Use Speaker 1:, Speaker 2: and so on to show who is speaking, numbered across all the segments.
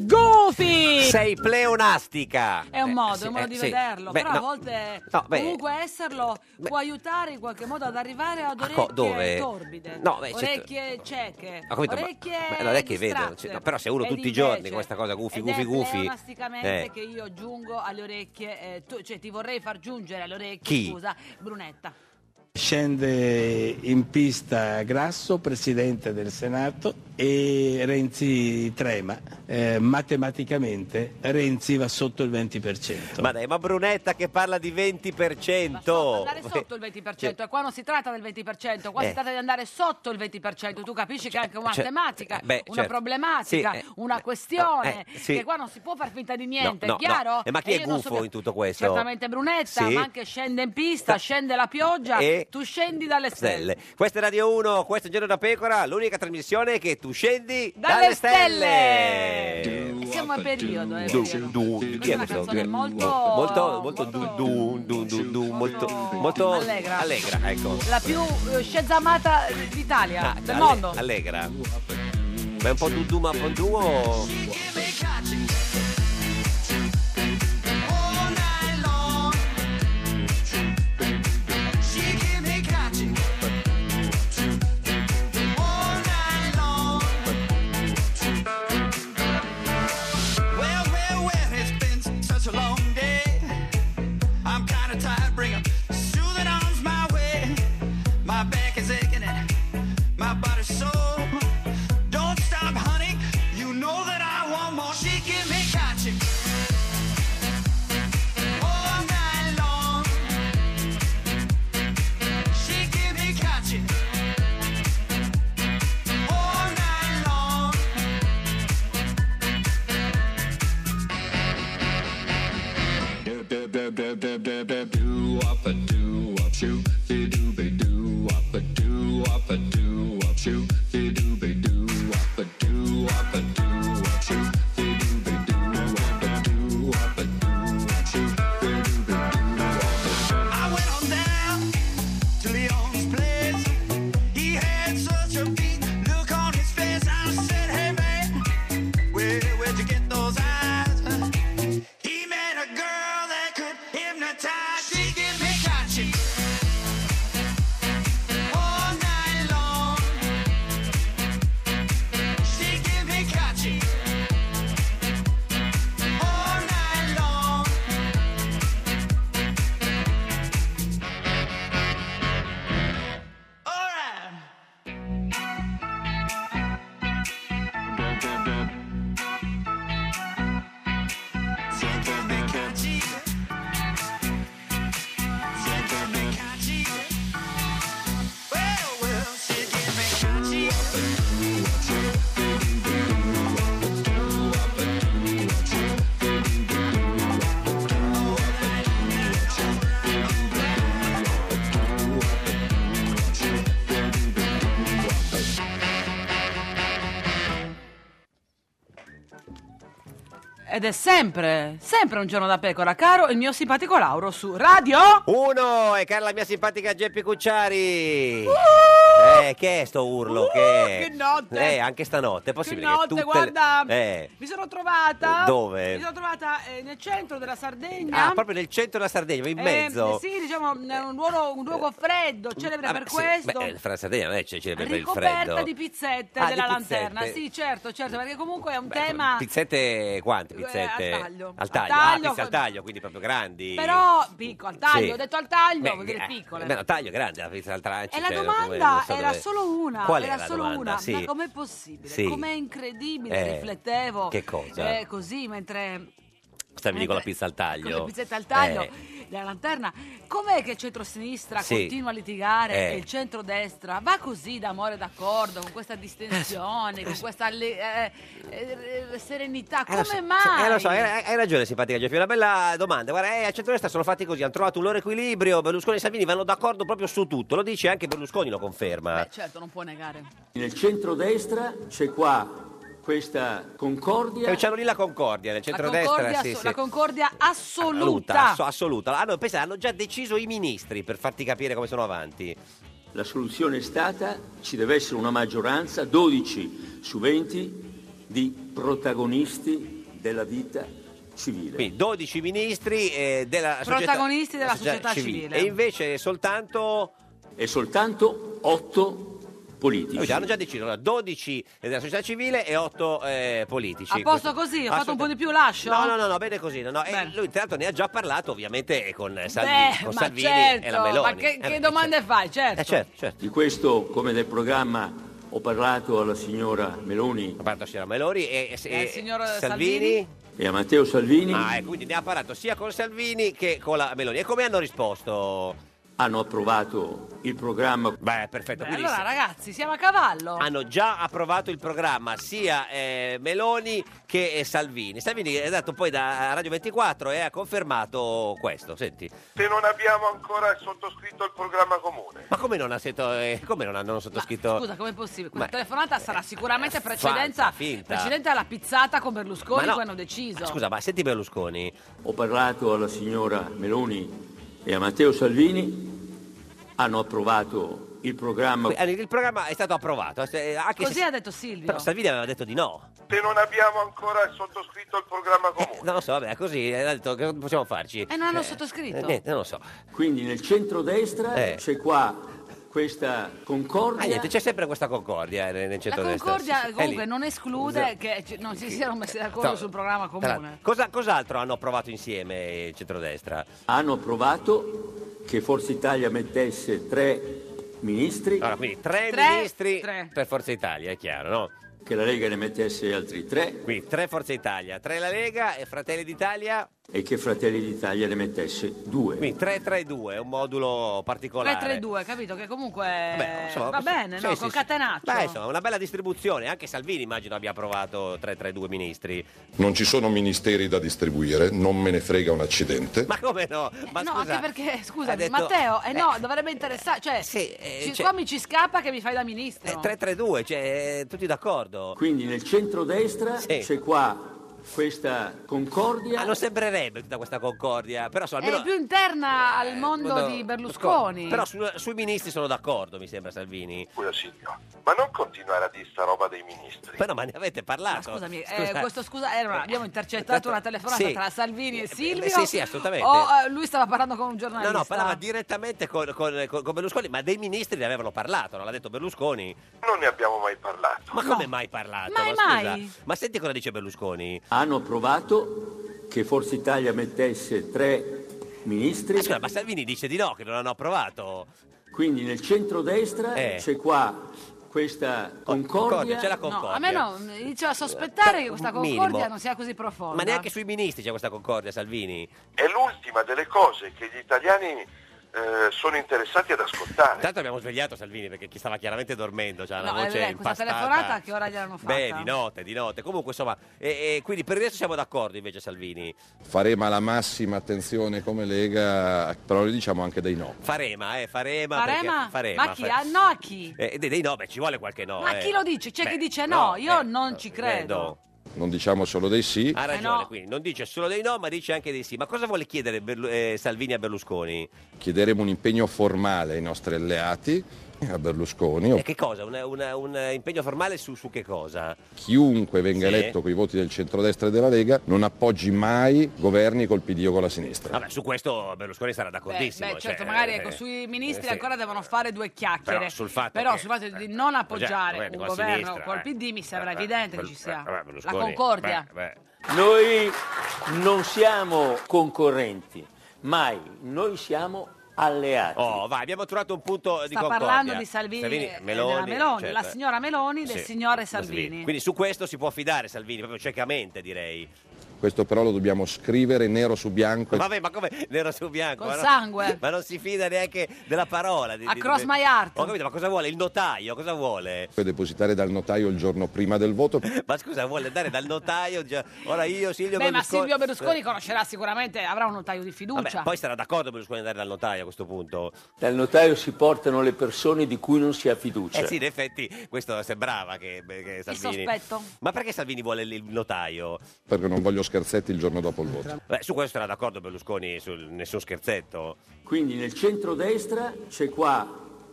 Speaker 1: Goofy!
Speaker 2: Sei pleonastica. Eh,
Speaker 1: È un modo, è un modo di vederlo, però a volte comunque
Speaker 2: comunque
Speaker 1: esserlo può aiutare in qualche modo ad arrivare ad
Speaker 2: Ah, co-
Speaker 1: orecchie
Speaker 2: dove?
Speaker 1: torbide,
Speaker 2: No, beh, certo.
Speaker 1: orecchie cieche,
Speaker 2: Ho capito, ma-
Speaker 1: orecchie
Speaker 2: ma allora è che vedono,
Speaker 1: distratte.
Speaker 2: cioè, no, però se uno
Speaker 1: Ed
Speaker 2: tutti i
Speaker 1: invece-
Speaker 2: giorni con questa cosa, gufi,
Speaker 1: ed
Speaker 2: gufi,
Speaker 1: è
Speaker 2: gufi,
Speaker 1: pleonasticamente
Speaker 2: eh.
Speaker 1: che io giungo alle orecchie, eh, tu- cioè ti vorrei far giungere alle orecchie,
Speaker 3: Chi?
Speaker 1: scusa, Brunetta.
Speaker 3: Scende in pista Grasso, presidente del Senato, e Renzi trema. Eh, matematicamente Renzi va sotto il 20%.
Speaker 2: Ma dai, ma Brunetta che parla di 20%.
Speaker 1: Andare sotto il 20%, e qua non si tratta del 20%, qua
Speaker 2: Oh, Eh.
Speaker 1: si tratta di andare sotto il 20%, tu capisci che è anche una
Speaker 2: cioè,
Speaker 1: tematica,
Speaker 2: eh, beh,
Speaker 1: una
Speaker 2: certo.
Speaker 1: problematica,
Speaker 2: Sì, eh,
Speaker 1: una questione,
Speaker 2: eh, sì.
Speaker 1: che qua non si può far finta di
Speaker 2: No,
Speaker 1: niente,
Speaker 2: no,
Speaker 1: è chiaro?
Speaker 2: no. Eh, ma chi
Speaker 1: E
Speaker 2: è
Speaker 1: io non
Speaker 2: gufo
Speaker 1: so-
Speaker 2: in tutto questo?
Speaker 1: Certamente Brunetta,
Speaker 2: Certo. Sì.
Speaker 1: ma anche scende in pista, scende la pioggia,
Speaker 2: E-
Speaker 1: tu scendi dalle stelle.
Speaker 2: Stelle. Questa è Radio 1, questo è Giorno da Pecora, l'unica trasmissione che tu scendi
Speaker 1: Dalle
Speaker 2: dalle, stelle.
Speaker 1: Siamo in periodo, eh.
Speaker 2: Du,
Speaker 1: perché-
Speaker 2: du, chi è
Speaker 1: Questa è una
Speaker 2: questo?
Speaker 1: canzone molto-
Speaker 2: molto, molto du, du, du, du, du, molto, molto
Speaker 1: Allegra.
Speaker 2: Oh, allegra, ecco. Ah,
Speaker 1: La più eh, scesamata d'Italia, del
Speaker 2: Alle-
Speaker 1: mondo.
Speaker 2: Allegra. Ma è un po' du, du, ma un po' du o...
Speaker 4: Well, well, well, it's been such a long day. I'm kind of tired, bring 'em soothing arms my way. My back is aching and my body's sore. Don't stop, honey. You know that I want more. She give me gotcha. All night long. She give me gotcha. All night long.
Speaker 5: Do do do do do do do do up a do up shoot the do be do up a do up a do up shoot the do be do up a do up a do up shoot the do be do up a do up a do up shoot the do be do up a do.
Speaker 4: I went on down to Leon's place. He had such a mean look on his face. I said, Hey man, where where'd you get those eyes? He met a girl that could hypnotize. She give me gotcha all night long. She give me gotcha all night long. All right.
Speaker 1: Ed è sempre, sempre un giorno da pecora, caro il mio simpatico Lauro su Radio.
Speaker 2: Uno, e cara la mia simpatica Geppi Cucciari. eh, che è sto urlo? che...
Speaker 1: Uh-huh. che notte.
Speaker 2: Eh, anche stanotte, è possibile
Speaker 1: Che notte,
Speaker 2: tutte le-
Speaker 1: guarda.
Speaker 2: Eh.
Speaker 1: Mi sono trovata.
Speaker 2: Dove?
Speaker 1: Mi sono trovata eh, nel centro della Sardegna.
Speaker 2: Ah, proprio nel centro della Sardegna, in
Speaker 1: Eh,
Speaker 2: mezzo.
Speaker 1: sì, diciamo, è un luogo, un luogo freddo, celebre
Speaker 2: Vabbè,
Speaker 1: per
Speaker 2: Ah, sì,
Speaker 1: questo.
Speaker 2: Beh, la Sardegna non è che c'è per il
Speaker 1: ricoperta
Speaker 2: freddo.
Speaker 1: di pizzette
Speaker 2: Ah, di
Speaker 1: della
Speaker 2: pizzette.
Speaker 1: lanterna. Sì, certo, certo, perché comunque è un tema.
Speaker 2: Pizzette quante? Pizzette?
Speaker 1: Ah. Eh, al taglio.
Speaker 2: Al taglio, ah,
Speaker 1: Al taglio,
Speaker 2: pizze al
Speaker 1: fa-
Speaker 2: taglio, quindi proprio grandi.
Speaker 1: Però piccolo, al taglio,
Speaker 2: Sì.
Speaker 1: ho detto al taglio,
Speaker 2: Beh,
Speaker 1: vuol dire
Speaker 2: eh,
Speaker 1: piccole.
Speaker 2: beh, no, taglio grande, la pizza al traccio.
Speaker 1: E la
Speaker 2: cioè, come-
Speaker 1: domanda
Speaker 2: non so
Speaker 1: era
Speaker 2: dove-
Speaker 1: solo una,
Speaker 2: Qual
Speaker 1: era
Speaker 2: era la
Speaker 1: solo
Speaker 2: domanda?
Speaker 1: una,
Speaker 2: Sì.
Speaker 1: ma com'è possibile?
Speaker 2: Sì.
Speaker 1: Com'è incredibile,
Speaker 2: Eh,
Speaker 1: riflettevo.
Speaker 2: che cosa?
Speaker 1: Eh, così mentre
Speaker 2: Stavi lì con la pizza al taglio.
Speaker 1: con le pizzette al taglio
Speaker 2: Eh,
Speaker 1: della lanterna, com'è che il centrosinistra
Speaker 2: Sì.
Speaker 1: continua a litigare
Speaker 2: Eh.
Speaker 1: e il centrodestra va così d'amore e d'accordo, con questa distensione, con questa alle- eh, eh, eh, serenità?
Speaker 2: Eh, lo
Speaker 1: Come
Speaker 2: so,
Speaker 1: mai?
Speaker 2: eh, lo so, hai, hai ragione, simpatica Geppi, è una bella domanda. Guarda, eh, a centrodestra sono fatti così, hanno trovato un loro equilibrio, Berlusconi e Salvini vanno d'accordo proprio su tutto, lo dice anche Berlusconi, lo conferma.
Speaker 1: Certo, non può negare.
Speaker 6: Nel centrodestra c'è qua questa concordia.
Speaker 2: E Eh, c'hanno lì la concordia, nel
Speaker 1: La
Speaker 2: centrodestra,
Speaker 1: concordia,
Speaker 2: sì,
Speaker 1: asso-
Speaker 2: sì.
Speaker 1: la concordia
Speaker 2: assoluta.
Speaker 1: assoluta.
Speaker 2: asso- assoluta. Hanno, pensa, hanno già deciso i ministri per farti capire come sono avanti.
Speaker 6: La soluzione è stata, ci deve essere una maggioranza, 12 su 20, di protagonisti della vita civile.
Speaker 2: Quindi 12 ministri eh, della società-
Speaker 1: Protagonisti della società civile.
Speaker 2: E invece soltanto...
Speaker 6: E soltanto 8 politici.
Speaker 2: Noi già- hanno già deciso, allora, 12 della società civile e 8 politici.
Speaker 1: A posto così, ho fatto un po' di più, lascio?
Speaker 2: No, no, no, no, bene così. no, no. E lui intanto ne ha già parlato ovviamente eh, con eh, Salvini,
Speaker 1: Beh,
Speaker 2: con
Speaker 1: ma
Speaker 2: Salvini
Speaker 1: certo,
Speaker 2: e la Meloni.
Speaker 1: ma che,
Speaker 2: Eh,
Speaker 1: che
Speaker 2: beh,
Speaker 1: domande fai? Certo.
Speaker 2: eh, certo, certo.
Speaker 6: Di questo, come del programma, ho parlato alla signora Meloni.
Speaker 2: Ha parlato alla signora Meloni e,
Speaker 6: e,
Speaker 2: Eh,
Speaker 1: signor Eh,
Speaker 2: Salvini?
Speaker 6: e a Matteo Salvini.
Speaker 2: Ah, e quindi ne ha parlato sia con Salvini che con la Meloni. E come hanno risposto?
Speaker 6: Hanno approvato il programma.
Speaker 2: Beh, perfetto. quindi
Speaker 1: Allora,
Speaker 2: se-
Speaker 1: ragazzi, siamo a cavallo.
Speaker 2: hanno già approvato il programma sia eh, Meloni che eh, Salvini. Salvini è andato poi da Radio 24 e ha confermato questo. Senti,
Speaker 7: se non abbiamo ancora sottoscritto il programma comune.
Speaker 2: ma come non, ha sento- eh, come non hanno sottoscritto?
Speaker 1: Scusa, com'è possibile? Questa
Speaker 2: Ma-
Speaker 1: telefonata sarà sicuramente precedenza,
Speaker 2: falsa, finta.
Speaker 1: precedente alla pizzata con Berlusconi
Speaker 2: Ma no.
Speaker 1: che hanno deciso.
Speaker 2: Scusa, ma senti Berlusconi.
Speaker 6: Ho parlato alla signora Meloni e a Matteo Salvini. Hanno approvato il programma.
Speaker 2: Eh, Il programma è stato approvato. eh, Anche
Speaker 1: Così
Speaker 2: se...
Speaker 1: ha detto Silvio.
Speaker 2: Però Salvini aveva detto di no.
Speaker 7: Se non abbiamo ancora sottoscritto il programma comune.
Speaker 2: Non lo so, vabbè, così eh, ha detto che possiamo farci.
Speaker 1: E non hanno
Speaker 2: Eh,
Speaker 1: sottoscritto?
Speaker 2: eh, niente, non lo so.
Speaker 6: Quindi nel centrodestra
Speaker 2: Eh.
Speaker 6: c'è qua questa
Speaker 2: Ah,
Speaker 6: concordia.
Speaker 2: niente, c'è sempre questa concordia eh, nel,
Speaker 1: La
Speaker 2: centro
Speaker 1: concordia comunque non esclude che ci- non si siano messi d'accordo
Speaker 2: Tra-
Speaker 1: sul programma comune.
Speaker 2: Cosa, cos'altro hanno approvato insieme il centrodestra?
Speaker 6: Hanno approvato che Forza Italia mettesse tre ministri.
Speaker 2: Allora, quindi tre,
Speaker 1: Tre,
Speaker 2: ministri
Speaker 1: tre.
Speaker 2: per Forza Italia, è chiaro, no?
Speaker 6: Che la Lega ne mettesse altri tre
Speaker 2: Quindi tre Forza Italia, tre la Lega e Fratelli d'Italia.
Speaker 6: e che Fratelli d'Italia ne mettesse due.
Speaker 2: Quindi 3-3-2, un modulo particolare.
Speaker 1: 3-3-2, capito? Che comunque
Speaker 2: Vabbè, insomma,
Speaker 1: va
Speaker 2: questo-
Speaker 1: bene,
Speaker 2: sì,
Speaker 1: no?
Speaker 2: sì, sì.
Speaker 1: Concatenaccio.
Speaker 2: Beh, insomma, una bella distribuzione. Anche Salvini immagino abbia approvato 3-3-2 ministri.
Speaker 8: Non ci sono ministeri da distribuire, non me ne frega un accidente.
Speaker 2: Ma come no? Ma
Speaker 1: no,
Speaker 2: scusa,
Speaker 1: anche perché, scusa,
Speaker 2: ha detto-
Speaker 1: Matteo, eh,
Speaker 2: eh,
Speaker 1: no, dovrebbe interessare, cioè, ci-
Speaker 2: cioè-
Speaker 1: qua mi ci scappa che mi fai da ministro.
Speaker 2: eh, 3-3-2, cioè, eh, tutti d'accordo.
Speaker 6: Quindi nel centrodestra
Speaker 2: Sì.
Speaker 6: c'è qua questa concordia.
Speaker 2: Ah, non sembrerebbe tutta questa concordia, però so, almeno...
Speaker 1: È più interna al mondo
Speaker 2: Mondo-
Speaker 1: di Berlusconi.
Speaker 2: Però su- sui ministri sono d'accordo, mi sembra Salvini.
Speaker 7: Scusa Silvio, ma non continuare a dire sta roba dei ministri.
Speaker 2: Però ma ne avete
Speaker 1: Ma
Speaker 2: parlato.
Speaker 1: scusami, eh,
Speaker 2: Scusa.
Speaker 1: questo scusa, eh, allora, abbiamo intercettato
Speaker 2: Esatto.
Speaker 1: una telefonata
Speaker 2: Sì.
Speaker 1: tra Salvini
Speaker 2: Eh,
Speaker 1: e Silvio.
Speaker 2: sì, sì, assolutamente.
Speaker 1: O eh, lui stava parlando con un
Speaker 2: No,
Speaker 1: giornalista.
Speaker 2: no, parlava direttamente con, con- con- con Berlusconi, ma dei ministri ne avevano parlato, non l'ha detto Berlusconi.
Speaker 7: Non ne abbiamo mai parlato.
Speaker 2: Ma come mai parlato?
Speaker 1: Mai,
Speaker 2: ma scusa,
Speaker 1: mai.
Speaker 2: ma senti cosa dice Berlusconi?
Speaker 6: Hanno approvato che Forza Italia mettesse tre
Speaker 2: Ma
Speaker 6: ministri.
Speaker 2: Eh, scusa, ma Salvini dice di no, che non hanno approvato.
Speaker 6: Quindi nel centrodestra
Speaker 2: Eh. Oh,
Speaker 6: c'è qua questa
Speaker 2: Concordia,
Speaker 6: concordia.
Speaker 2: c'è la
Speaker 1: No,
Speaker 2: concordia.
Speaker 1: a me no, mi inizio a sospettare che questa concordia
Speaker 2: Minimo.
Speaker 1: non sia così profonda.
Speaker 2: Ma neanche sui ministri c'è questa concordia, Salvini.
Speaker 7: È l'ultima delle cose che gli italiani eh, sono interessati ad ascoltare.
Speaker 2: Intanto abbiamo svegliato Salvini perché chi stava chiaramente dormendo, c'ha la
Speaker 1: No,
Speaker 2: voce
Speaker 1: eh, beh, questa
Speaker 2: impastata.
Speaker 1: telefonata a che ora gliel'hanno fatta?
Speaker 2: Beh, di notte, di notte. Comunque, insomma, eh, eh, quindi per adesso siamo d'accordo invece Salvini.
Speaker 8: Faremo la massima attenzione come Lega, però le diciamo anche dei no.
Speaker 2: Farema, eh, Farema.
Speaker 1: Farema?
Speaker 2: perché- Farema.
Speaker 1: Ma chi?
Speaker 2: fa-
Speaker 1: Ah, no, a chi?
Speaker 2: Eh, dei, dei no, beh, ci vuole qualche no.
Speaker 1: Ma
Speaker 2: eh.
Speaker 1: chi lo dice? C'è
Speaker 2: Beh,
Speaker 1: chi dice no, io non ci
Speaker 2: eh,
Speaker 1: credo.
Speaker 8: Non diciamo solo dei sì.
Speaker 2: Ha
Speaker 1: Eh,
Speaker 2: ragione,
Speaker 1: no.
Speaker 2: quindi non dice solo dei no, ma dice anche dei sì. Ma cosa vuole chiedere Berlu- eh, Salvini a Berlusconi?
Speaker 8: Chiederemo un impegno formale ai nostri alleati, eh, a Berlusconi,
Speaker 2: E
Speaker 8: o
Speaker 2: Eh, che cosa? Un, un- un, eh, impegno formale su, su che cosa?
Speaker 8: chiunque venga
Speaker 2: Sì.
Speaker 8: eletto con i voti del centrodestra e della Lega, non appoggi mai governi col PD o con la sinistra.
Speaker 2: Vabbè, su questo Berlusconi sarà
Speaker 1: Beh,
Speaker 2: d'accordissimo.
Speaker 1: beh, certo,
Speaker 2: cioè,
Speaker 1: magari
Speaker 2: eh,
Speaker 1: ecco, sui ministri
Speaker 2: sì.
Speaker 1: ancora devono fare due chiacchiere.
Speaker 2: Però sul fatto,
Speaker 1: Però
Speaker 2: che-
Speaker 1: sul fatto di
Speaker 2: eh,
Speaker 1: non appoggiare
Speaker 2: governi
Speaker 1: un
Speaker 2: con la
Speaker 1: governo
Speaker 2: sinistra,
Speaker 1: col
Speaker 2: eh.
Speaker 1: PD mi sembra
Speaker 2: Eh,
Speaker 1: evidente
Speaker 2: eh,
Speaker 1: che ci sia.
Speaker 2: eh, vabbè,
Speaker 1: la
Speaker 2: Berlusconi,
Speaker 1: concordia.
Speaker 2: beh, beh.
Speaker 6: Noi non siamo concorrenti, mai, noi siamo alleati.
Speaker 2: Oh, vai, abbiamo trovato un punto di
Speaker 1: Sta
Speaker 2: concordia.
Speaker 1: parlando di Salvini, e della Meloni,
Speaker 2: certo.
Speaker 1: la signora Meloni del
Speaker 2: Sì,
Speaker 1: signore
Speaker 2: Salvini.
Speaker 1: Salvini.
Speaker 2: Quindi su questo si può fidare Salvini, proprio ciecamente direi.
Speaker 8: Questo però lo dobbiamo scrivere nero su bianco.
Speaker 2: Vabbè, ma come nero su bianco? ma
Speaker 1: Col
Speaker 2: no-
Speaker 1: sangue.
Speaker 2: Ma non si fida neanche della parola. di- di-
Speaker 1: Across
Speaker 2: di-
Speaker 1: my heart.
Speaker 2: Ho capito, ma cosa vuole? Il notaio, cosa vuole?
Speaker 8: Per depositare dal notaio il giorno prima del voto.
Speaker 2: Ma scusa, vuole andare dal notaio? già- Ora io, Silvio
Speaker 1: Beh, ma
Speaker 2: Berlusconi... eh,
Speaker 1: Silvio Berlusconi conoscerà sicuramente, avrà un notaio di
Speaker 2: Vabbè,
Speaker 1: fiducia.
Speaker 2: poi sarà d'accordo Berlusconi ad andare dal notaio a questo punto.
Speaker 6: Dal notaio si portano le persone di cui non si ha fiducia.
Speaker 1: Cioè.
Speaker 2: Eh sì, in effetti, questo sembrava che, che Salvini... Ma perché Salvini vuole il notaio?
Speaker 8: Perché non voglio scherzetti il giorno dopo il voto.
Speaker 2: Beh, su questo era d'accordo Berlusconi, sul nessun scherzetto.
Speaker 6: Quindi nel centrodestra c'è qua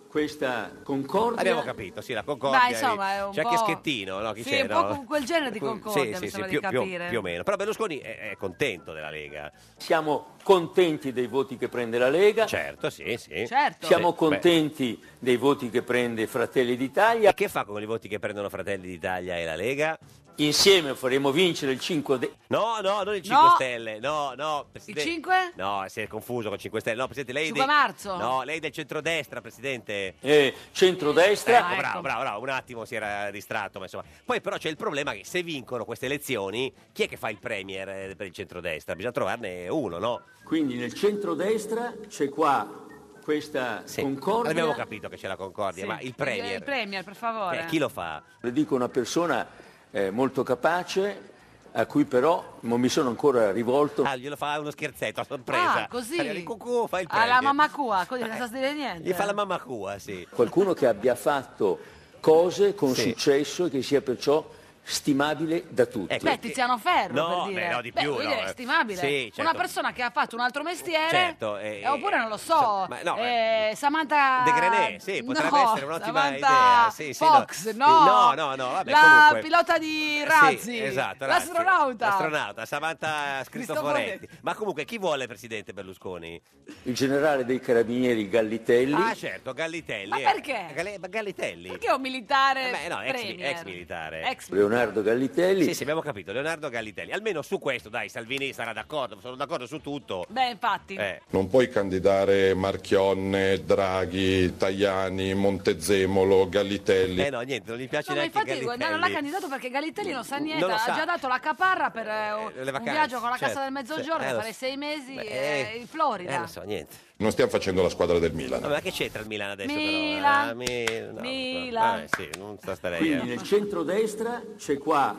Speaker 6: questa concordia.
Speaker 2: Abbiamo capito, sì, la concordia.
Speaker 1: Dai, insomma, è un
Speaker 2: c'è
Speaker 1: po'-
Speaker 2: anche Schettino, no? Chi
Speaker 1: sì, un
Speaker 2: c'era?
Speaker 1: po' con quel genere di concordia,
Speaker 2: Sì,
Speaker 1: mi
Speaker 2: sì, sì,
Speaker 1: sembra
Speaker 2: più,
Speaker 1: di
Speaker 2: più-
Speaker 1: capire.
Speaker 2: più o meno. Però Berlusconi è, è contento della Lega.
Speaker 6: Siamo contenti dei voti che prende la Lega.
Speaker 2: Certo, sì, sì.
Speaker 1: Certo.
Speaker 6: Siamo
Speaker 2: Sì, beh.
Speaker 6: contenti dei voti che prende Fratelli d'Italia.
Speaker 2: Che fa con i voti che prendono Fratelli d'Italia e la Lega?
Speaker 6: Insieme faremo vincere il 5 de-
Speaker 2: No, no, non il 5 Stelle, no, no.
Speaker 1: Il
Speaker 2: Presidente.
Speaker 1: 5?
Speaker 2: No, si è confuso con 5 Stelle. No, Presidente, lei...
Speaker 1: 5
Speaker 2: di-
Speaker 1: marzo?
Speaker 2: No, lei è del centrodestra, Presidente.
Speaker 6: eh, centrodestra.
Speaker 2: Ecco, bravo, bravo, bravo, un attimo si era distratto, ma insomma. Poi però c'è il problema che se vincono queste elezioni, chi è che fa il premier eh, per il centrodestra? Bisogna trovarne uno, no?
Speaker 6: Quindi nel centrodestra c'è qua questa concordia.
Speaker 2: Abbiamo capito che c'è la concordia,
Speaker 1: Sì.
Speaker 2: ma il premier,
Speaker 1: Il Premier, per favore.
Speaker 2: eh, chi lo fa?
Speaker 6: Le dico una persona eh, molto capace a cui però non mi sono ancora rivolto.
Speaker 2: Ah, glielo fa uno scherzetto a sorpresa.
Speaker 1: Ah, così?
Speaker 2: Allora, il cucù fa il premier. Eh,
Speaker 1: Alla mamma cua, così non sa dire niente.
Speaker 2: Gli fa la mamma cua, sì.
Speaker 6: Qualcuno che abbia fatto cose con
Speaker 2: Sì.
Speaker 6: successo e che sia perciò stimabile da tutti.
Speaker 2: Ecco.
Speaker 1: Beh, Tiziano Ferro,
Speaker 2: No,
Speaker 1: per dire.
Speaker 2: beh, no, di
Speaker 1: Beh,
Speaker 2: più,
Speaker 1: lui
Speaker 2: no,
Speaker 1: è
Speaker 2: eh.
Speaker 1: stimabile.
Speaker 2: Sì,
Speaker 1: Una
Speaker 2: certo.
Speaker 1: persona che ha fatto un altro mestiere,
Speaker 2: Certo, eh,
Speaker 1: eh, oppure non lo so,
Speaker 2: ma no,
Speaker 1: eh, Samantha
Speaker 2: De Grenet, sì, potrebbe
Speaker 1: no,
Speaker 2: essere un'ottima
Speaker 1: Samantha
Speaker 2: idea, sì, sì, no.
Speaker 1: Fox,
Speaker 2: Sì,
Speaker 1: no,
Speaker 2: no, no, no, vabbè,
Speaker 1: la
Speaker 2: comunque.
Speaker 1: pilota di
Speaker 2: Eh,
Speaker 1: razzi,
Speaker 2: sì, esatto, Razzi.
Speaker 1: l'astronauta.
Speaker 2: L'astronauta, Samantha Cristoforetti.
Speaker 1: Cristoforetti.
Speaker 2: Ma comunque chi vuole il presidente Berlusconi?
Speaker 6: Il generale dei carabinieri Gallitelli.
Speaker 2: Ah, certo, Gallitelli.
Speaker 1: Ma
Speaker 2: eh.
Speaker 1: perché?
Speaker 2: Galli- ma Gallitelli.
Speaker 1: Perché è un militare
Speaker 2: Eh, beh, no, ex,
Speaker 1: premier?
Speaker 2: ex militare.
Speaker 1: Ex
Speaker 6: Leonardo Gallitelli.
Speaker 2: Sì, sì, abbiamo capito, Leonardo Gallitelli. Almeno su questo, dai, Salvini sarà d'accordo, sono d'accordo su tutto.
Speaker 1: Beh, infatti.
Speaker 2: Eh.
Speaker 8: Non puoi candidare Marchionne, Draghi, Tajani, Montezemolo, Gallitelli.
Speaker 2: Eh no, niente, non gli piace
Speaker 1: No, ma
Speaker 2: neanche
Speaker 1: infatti
Speaker 2: Gallitelli.
Speaker 1: guarda, non l'ha candidato perché Gallitelli non sa niente,
Speaker 2: Non lo
Speaker 1: ha
Speaker 2: sa.
Speaker 1: già dato la caparra per eh, un-
Speaker 2: le
Speaker 1: un
Speaker 2: vacanze,
Speaker 1: viaggio con la
Speaker 2: certo,
Speaker 1: cassa del mezzogiorno,
Speaker 2: certo, eh, lo
Speaker 1: fare
Speaker 2: so.
Speaker 1: sei mesi
Speaker 2: Beh,
Speaker 1: eh, in Florida.
Speaker 2: Eh, non so, niente.
Speaker 8: Non stiamo facendo la squadra del Milan.
Speaker 2: Vabbè, ma che c'entra il Milan adesso però?
Speaker 1: Milan.
Speaker 2: Ah, Mil- no,
Speaker 1: Milan.
Speaker 2: vabbè, sì, non sta starei
Speaker 6: Quindi
Speaker 2: eh.
Speaker 6: nel centrodestra c'è qua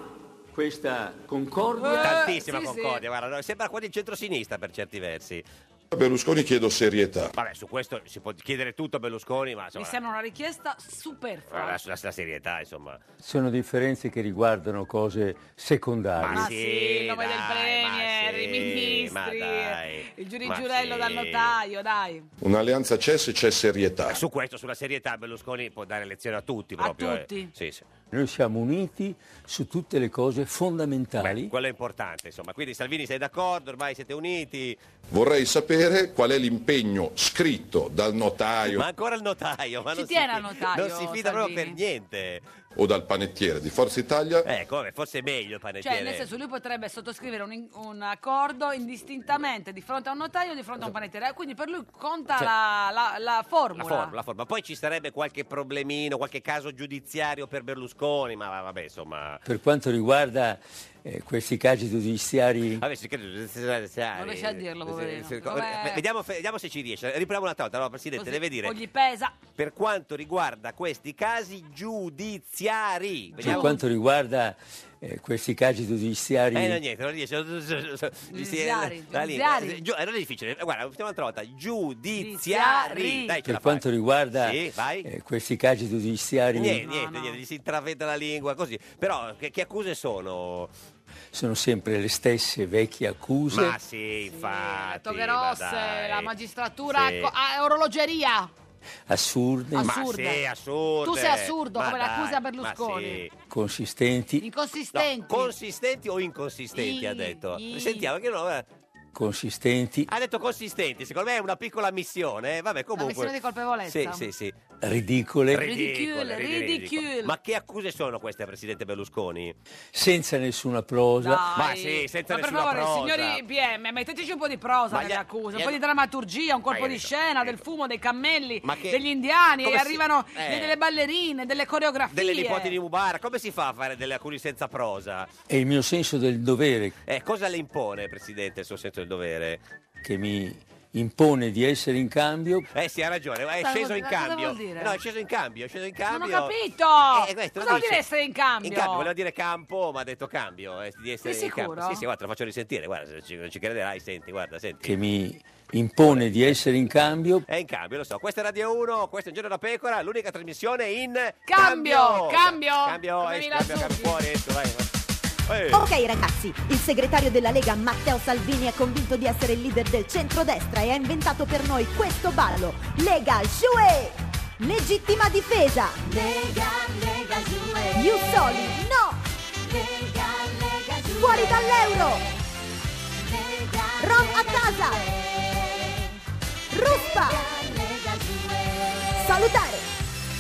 Speaker 6: questa concordia.
Speaker 2: Tantissima
Speaker 1: Eh, sì,
Speaker 2: concordia,
Speaker 1: sì.
Speaker 2: guarda, no, sembra quasi il centrosinistra per certi versi.
Speaker 8: A Berlusconi chiedo serietà.
Speaker 2: Vabbè, su questo si può chiedere tutto a Berlusconi, ma
Speaker 1: Mi
Speaker 2: insomma,
Speaker 1: sembra una richiesta
Speaker 2: Ah, la,
Speaker 1: superflua.
Speaker 2: la- la- la serietà, insomma.
Speaker 9: Sono differenze che riguardano cose secondarie.
Speaker 1: Ma
Speaker 2: sì,
Speaker 1: sì, il nome
Speaker 2: dai,
Speaker 1: del
Speaker 2: ma
Speaker 1: Premier,
Speaker 2: sì,
Speaker 1: i ministri,
Speaker 2: ma dai,
Speaker 1: il
Speaker 2: ma
Speaker 1: giurigiulello
Speaker 2: sì.
Speaker 1: dal notaio, dai,
Speaker 8: Un'alleanza c'è se c'è serietà.
Speaker 2: Su questo, sulla serietà, Berlusconi può dare lezione a tutti proprio. eh.
Speaker 1: tutti.
Speaker 2: Sì, sì.
Speaker 9: Noi siamo uniti su tutte le cose fondamentali.
Speaker 2: Quello è importante, insomma. Quindi Salvini sei d'accordo, ormai siete uniti.
Speaker 8: Vorrei sapere qual è l'impegno scritto dal notaio
Speaker 2: Ma ancora il notaio, ma
Speaker 1: Ci
Speaker 2: non si
Speaker 1: tiene al
Speaker 2: fi-
Speaker 1: notaio,
Speaker 2: Non si fida proprio
Speaker 1: Salvini.
Speaker 2: per niente.
Speaker 8: o dal panettiere di Forza Italia
Speaker 2: Eh, come, forse è meglio il panettiere.
Speaker 1: cioè nel senso lui potrebbe sottoscrivere un, un accordo indistintamente di fronte a un notaio o di fronte a un panettiere, Eh, quindi per lui conta
Speaker 2: Esatto. Cioè,
Speaker 1: la, la- la
Speaker 2: La
Speaker 1: formula.
Speaker 2: forma, la forma. Poi ci sarebbe qualche problemino, qualche caso giudiziario per Berlusconi, ma va- vabbè, insomma.
Speaker 9: Per quanto riguarda eh, questi casi giudiziari,
Speaker 2: Vabbè, si credo-
Speaker 1: Non riesce a dirlo, poverino.
Speaker 2: Se- se-
Speaker 1: Come-
Speaker 2: Vediamo, vediamo se ci riesce. Riproviamo una volta. Allora, Presidente,
Speaker 1: Così,
Speaker 2: deve
Speaker 1: O
Speaker 2: dire
Speaker 1: gli pesa.
Speaker 2: per quanto riguarda questi casi giudiziari.
Speaker 9: per
Speaker 2: Vediamo.
Speaker 9: quanto riguarda eh, questi casi giudiziari,
Speaker 2: Eh, no, niente, non riesce. Gli si-
Speaker 1: Giudiziari,
Speaker 2: la lingua-
Speaker 1: giudiziari.
Speaker 2: Giu- eh, non è difficile. Eh, Guarda, facciamo un'altra volta. Giudiziari.
Speaker 1: Giudiziari.
Speaker 2: Dai, ce la
Speaker 9: per quanto
Speaker 2: fai.
Speaker 9: riguarda
Speaker 2: Sì, vai.
Speaker 9: eh, questi casi giudiziari,
Speaker 2: Niente,
Speaker 1: No,
Speaker 2: niente,
Speaker 1: no.
Speaker 2: niente, gli si intravede la lingua così. Però che, che accuse sono?
Speaker 9: sono sempre le stesse vecchie accuse.
Speaker 2: Ma sì, infatti.
Speaker 1: Le toghe
Speaker 2: ma
Speaker 1: rosse,
Speaker 2: dai.
Speaker 1: la magistratura
Speaker 2: Sì.
Speaker 1: co- ah, orologeria.
Speaker 9: assurde,
Speaker 1: Ass-
Speaker 9: ma
Speaker 2: Ma
Speaker 1: Assurde.
Speaker 2: sì, assurde.
Speaker 1: Tu sei assurdo,
Speaker 2: Ma
Speaker 1: come
Speaker 2: dai,
Speaker 1: l'accusa a
Speaker 2: ma
Speaker 1: Berlusconi.
Speaker 2: sì.
Speaker 9: consistenti,
Speaker 2: No,
Speaker 1: Inconsistenti.
Speaker 2: consistenti o inconsistenti
Speaker 1: I-
Speaker 2: ha detto?
Speaker 1: i-
Speaker 2: Sentiamo che non...
Speaker 9: consistenti,
Speaker 2: Ha detto consistenti, secondo me è una piccola missione, eh, vabbè comunque.
Speaker 1: missione di colpevolezza.
Speaker 2: Sì, sì, sì.
Speaker 9: ridicole,
Speaker 2: Ridicole, ridicole. Ma che accuse sono queste, Presidente Berlusconi?
Speaker 9: senza nessuna prosa.
Speaker 1: Dai.
Speaker 2: Ma sì, senza
Speaker 1: Ma per
Speaker 2: nessuna
Speaker 1: favore,
Speaker 2: prosa.
Speaker 1: signori PM, metteteci un po' di prosa
Speaker 2: Ma
Speaker 1: nelle
Speaker 2: gli-
Speaker 1: accuse, un
Speaker 2: gli-
Speaker 1: po' di drammaturgia, un colpo
Speaker 2: Ma io
Speaker 1: di
Speaker 2: dico,
Speaker 1: scena, del fumo, dei cammelli,
Speaker 2: Ma che-
Speaker 1: degli indiani,
Speaker 2: come
Speaker 1: e
Speaker 2: si-
Speaker 1: arrivano
Speaker 2: eh.
Speaker 1: de- delle ballerine, delle coreografie.
Speaker 2: Delle nipoti di Mubarak, come si fa a fare delle accuse senza prosa?
Speaker 9: È il mio senso del dovere
Speaker 2: Eh, cosa le impone, Presidente, il suo senso del dovere?
Speaker 9: che mi impone di essere in cambio.
Speaker 2: Eh sì, ha ragione, è
Speaker 1: Cosa-
Speaker 2: sceso in
Speaker 1: cosa vuol
Speaker 2: cambio.
Speaker 1: dire?
Speaker 2: No, è sceso in cambio, è sceso in
Speaker 1: Non
Speaker 2: cambio.
Speaker 1: ho capito!
Speaker 2: Eh, questo
Speaker 1: Cosa
Speaker 2: lo
Speaker 1: vuol
Speaker 2: dice.
Speaker 1: dire essere in cambio?
Speaker 2: In cambio, voleva dire campo, ma ha detto cambio. eh, di essere
Speaker 1: Sei
Speaker 2: in campo.
Speaker 1: sicuro?
Speaker 2: Sì, sì, guarda, te lo faccio risentire, guarda, se ci- non ci crederai, senti, guarda, senti.
Speaker 9: Che mi impone di essere in cambio.
Speaker 2: È in cambio, lo so. Questa è Radio 1, questo è Un Giorno da Pecora, l'unica trasmissione in...
Speaker 1: Cambio, cambio.
Speaker 2: Cambio,
Speaker 1: Come
Speaker 2: esco,
Speaker 1: mi la
Speaker 2: cambio, cambio fuori, esco, vai. vai. Eh.
Speaker 10: Ok ragazzi, il segretario della Lega Matteo Salvini è convinto di essere il leader del centrodestra e ha inventato per noi questo ballo. Lega Giue! Legittima difesa! Lega, Lega Giue! Iu soli, no! Lega, Lega Giue! Fuori dall'euro! Rom a casa! Ruspa! Salutare!